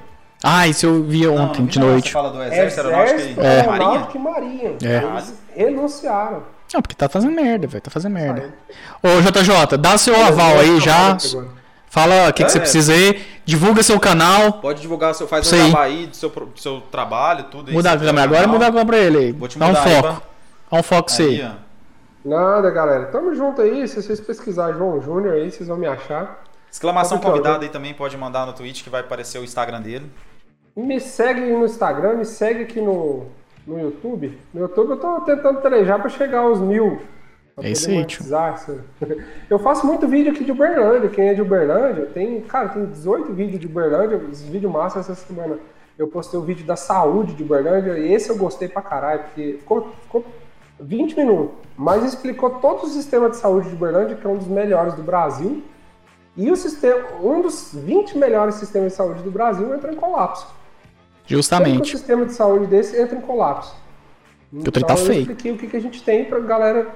Speaker 1: Ah, isso eu vi
Speaker 2: Não,
Speaker 1: ontem,
Speaker 2: não
Speaker 1: de
Speaker 2: vi nada,
Speaker 1: noite.
Speaker 2: Você fala do exército, aeronáutica e
Speaker 3: é.
Speaker 2: marinha?
Speaker 3: aeronáutica e marinha.
Speaker 1: É.
Speaker 3: Eles renunciaram.
Speaker 1: Não, porque tá fazendo merda, velho. Tá fazendo merda. Ô, JJ, dá seu aval aí
Speaker 3: Eles
Speaker 1: já.
Speaker 3: renunciaram.
Speaker 1: Fala o que, que você
Speaker 2: É.
Speaker 1: precisa aí. Divulga seu canal.
Speaker 2: Pode divulgar, seu, faz
Speaker 1: Isso
Speaker 2: um
Speaker 1: aí.
Speaker 2: trabalho aí do seu, pro- do seu trabalho, tudo aí.
Speaker 1: Muda a
Speaker 2: seu
Speaker 1: câmera agora e
Speaker 2: canal.
Speaker 1: muda a câmera pra ele aí.
Speaker 2: Vou te
Speaker 1: Dá um
Speaker 2: mudar,
Speaker 1: foco. Dá um foco
Speaker 2: Aí,
Speaker 1: você aí.
Speaker 2: ó.
Speaker 3: Nada, galera. Tamo junto aí. Se vocês pesquisarem João Júnior aí, vocês vão me achar.
Speaker 2: Exclamação
Speaker 3: Tá bom,
Speaker 2: convidada aí também pode mandar no Twitch que vai aparecer o Instagram dele.
Speaker 3: Me segue no Instagram, me segue aqui no, no YouTube. No YouTube eu tô tentando trejar pra chegar aos mil. Pra
Speaker 1: É isso
Speaker 3: poder
Speaker 1: aí, tio.
Speaker 3: monetizar isso. [laughs] Eu faço muito vídeo aqui de Uberlândia. Quem é de Uberlândia, tem, cara, tem 18 vídeos de Uberlândia. Os vídeos massa essa semana. Eu postei o vídeo da saúde de Uberlândia e esse eu gostei pra caralho, porque ficou, ficou 20 minutos, mas explicou todo o sistema de saúde de Uberlândia, que é um dos melhores do Brasil. E o sistema, um dos 20 melhores sistemas de saúde do Brasil entra em colapso. Como que
Speaker 1: Justamente.
Speaker 3: o sistema de saúde desse entra em colapso? Então,
Speaker 1: o trem tá
Speaker 3: eu
Speaker 1: feio.
Speaker 3: expliquei o que, que a gente tem pra galera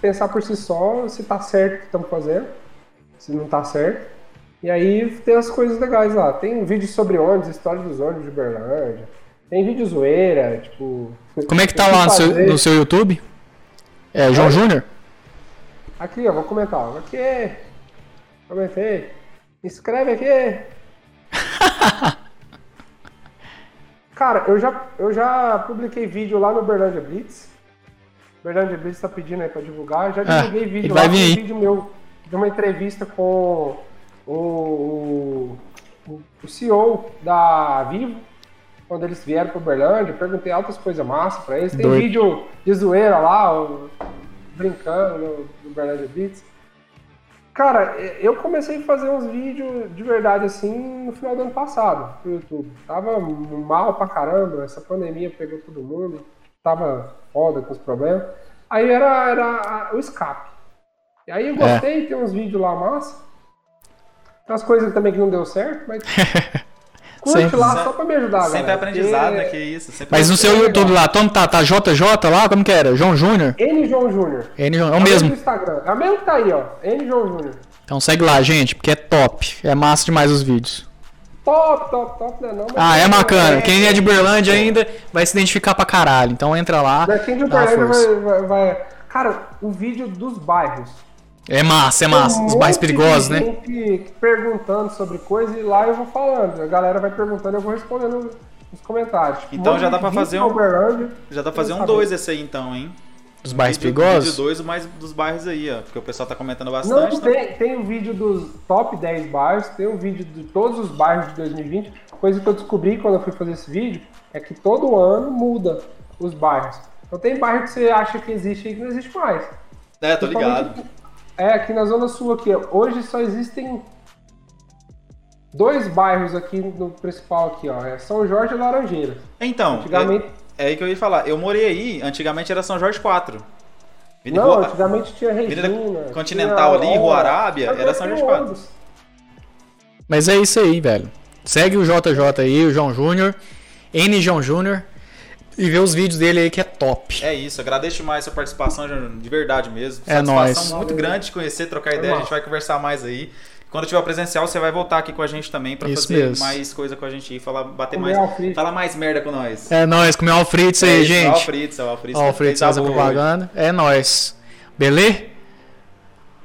Speaker 3: pensar por si só se tá certo o que estamos fazendo, se não tá certo. E aí tem as coisas legais lá. Tem vídeo sobre ônibus, história dos ônibus de Berlândia. Tem vídeo zoeira, tipo.
Speaker 1: Como é que tá
Speaker 3: tem
Speaker 1: lá no seu,
Speaker 3: fazer.
Speaker 1: no seu YouTube? É, João Júnior?
Speaker 3: Aqui, ó, vou comentar. ó. Aqui. Comentei.
Speaker 1: [laughs]
Speaker 3: Escreve aqui. Cara, eu já, eu já publiquei vídeo lá no Berlândia Blitz. Berlândia Blitz tá pedindo aí pra divulgar. Eu já
Speaker 1: Ah,
Speaker 3: divulguei
Speaker 1: ele
Speaker 3: vídeo
Speaker 1: vai
Speaker 3: lá,
Speaker 1: vir
Speaker 3: tem
Speaker 1: aí.
Speaker 3: vídeo meu de uma entrevista com o, o, o CEO da Vivo. Quando eles vieram pro Berlândia, eu perguntei altas coisas massa pra eles. Tem
Speaker 1: Doido.
Speaker 3: vídeo de zoeira lá, o- brincando no, no Berlândia Blitz. Cara, eh, eu comecei a fazer uns vídeos de verdade assim no final do ano passado pro YouTube. Tava mal pra caramba, essa pandemia pegou todo mundo, tava foda com os problemas. Aí era, era a- o escape. E aí eu
Speaker 1: É.
Speaker 3: gostei, tem uns vídeos lá massa. Tem umas coisas também que não deu
Speaker 1: [laughs]
Speaker 3: certo, mas. Curte
Speaker 1: Sempre.
Speaker 3: lá só pra me ajudar,
Speaker 2: Sempre
Speaker 3: galera,
Speaker 2: aprendizado,
Speaker 3: porque
Speaker 2: né? Que isso. sempre-
Speaker 1: Mas no seu YouTube lá, como tá? Tá JJ lá? Como que era? João Júnior?
Speaker 3: N. João Júnior.
Speaker 1: É, João- é
Speaker 3: É
Speaker 1: o mesmo.
Speaker 3: do Instagram. É o mesmo que tá aí, ó. N. João Júnior.
Speaker 1: Então segue lá, gente, porque é top. É massa demais os vídeos.
Speaker 3: Top, top, top, né? Não, mas-
Speaker 1: Ah, é bacana. Quem é de Berlândia ainda vai se identificar pra caralho. Então entra lá.
Speaker 3: Daqui de
Speaker 1: dá uma
Speaker 3: Uberlândia
Speaker 1: força.
Speaker 3: vai, vai, vai. Cara, o vídeo dos bairros. um
Speaker 1: É massa, é massa. Os mais perigosos, né?
Speaker 3: né? Perguntando sobre coisa e lá eu vou falando. A galera vai perguntando e eu vou respondendo nos comentários. Tipo,
Speaker 2: Então
Speaker 3: um
Speaker 2: já dá
Speaker 3: monte
Speaker 2: pra
Speaker 3: de
Speaker 2: fazer
Speaker 3: Vista
Speaker 2: um-
Speaker 3: Uberlândia.
Speaker 2: Já dá pra fazer
Speaker 3: Eu
Speaker 2: um
Speaker 3: sabia.
Speaker 2: 2 esse aí então, hein?
Speaker 1: Os mais
Speaker 2: Vídeo-
Speaker 1: perigosos.
Speaker 2: Vídeo 2 mais dos bairros aí, ó. Porque o pessoal tá comentando bastante.
Speaker 3: Não,
Speaker 2: então-
Speaker 3: tem, tem um vídeo dos top 10 bairros, tem um vídeo de todos os bairros de 2020. Coisa que eu descobri quando eu fui fazer esse vídeo é que todo ano muda os bairros. Então tem bairro que você acha que existe e que não existe mais.
Speaker 2: É, tô ligado.
Speaker 3: É, aqui na Zona Sul, aqui, ó, hoje só existem dois bairros aqui no principal aqui, ó. É São Jorge e Laranjeiras.
Speaker 2: Então,
Speaker 3: Antigamente.
Speaker 2: é, é aí que eu ia falar. Eu morei aí, antigamente era São Jorge 4. Avenida
Speaker 3: não,
Speaker 2: Rua-
Speaker 3: antigamente tinha
Speaker 2: Avenida
Speaker 3: Regina.
Speaker 2: Continental
Speaker 3: tinha-
Speaker 2: ali, Rua
Speaker 3: ó,
Speaker 2: Arábia,
Speaker 3: agora
Speaker 2: era São
Speaker 3: tem
Speaker 2: Jorge 4.
Speaker 3: ônibus.
Speaker 1: Mas é isso aí, velho. Segue o JJ aí, o João Júnior, N João Júnior, e vê os vídeos dele aí que é top.
Speaker 2: É isso, agradeço demais a sua participação, Júnior, de verdade mesmo.
Speaker 1: É nóis.
Speaker 2: muito grande te conhecer, trocar ideia, a
Speaker 3: Normal.
Speaker 2: gente vai conversar mais aí. Quando tiver presencial, você vai voltar aqui com a gente também pra
Speaker 1: Isso
Speaker 2: fazer
Speaker 1: mesmo.
Speaker 2: mais coisa com a gente e falar, bater
Speaker 3: Comer
Speaker 2: mais,
Speaker 3: alfrite.
Speaker 2: falar mais merda com nós.
Speaker 1: É nóis, comeu Alfritz
Speaker 3: É
Speaker 1: aí,
Speaker 2: Ó, o
Speaker 1: gente.
Speaker 2: É, Fritz, ó, o Fritz.
Speaker 1: Ó, o Fritz
Speaker 2: fez
Speaker 1: faz a
Speaker 2: boa
Speaker 1: propaganda. É nóis. Beleza?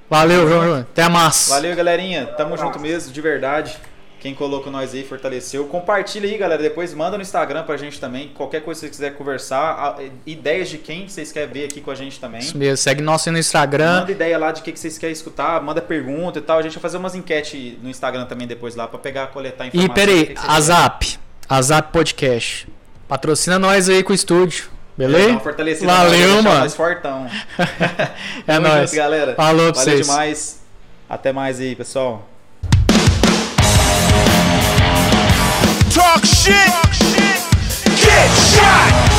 Speaker 1: Valeu, João Júnior. Até mais.
Speaker 2: Valeu, galerinha. Tamo junto mesmo, de verdade. Quem colocou nós aí, fortaleceu. Compartilha aí, galera. Depois manda no Instagram pra gente também. Qualquer coisa que você quiser conversar, a- ideias de quem vocês querem ver aqui com a gente também.
Speaker 1: Isso mesmo. Segue nós aí no Instagram.
Speaker 2: Manda ideia lá de o que que vocês querem escutar, manda pergunta e tal. A gente vai fazer umas enquete no Instagram também depois lá pra pegar, coletar
Speaker 1: E
Speaker 2: informação. do que
Speaker 1: peraí,
Speaker 2: que vocês
Speaker 1: a
Speaker 2: querem.
Speaker 1: Zap. A Zap Podcast. Patrocina nós aí com o estúdio.
Speaker 2: Dá
Speaker 1: Beleza?
Speaker 2: uma fortalecida,
Speaker 1: Valeu,
Speaker 2: deixar
Speaker 1: mano.
Speaker 2: nós fortão.
Speaker 1: [laughs] É
Speaker 2: Tamo
Speaker 1: nóis.
Speaker 2: junto, galera.
Speaker 1: Falou pra
Speaker 2: Valeu
Speaker 1: vocês.
Speaker 2: demais. Até mais aí, pessoal.
Speaker 6: Talk shit, get shot.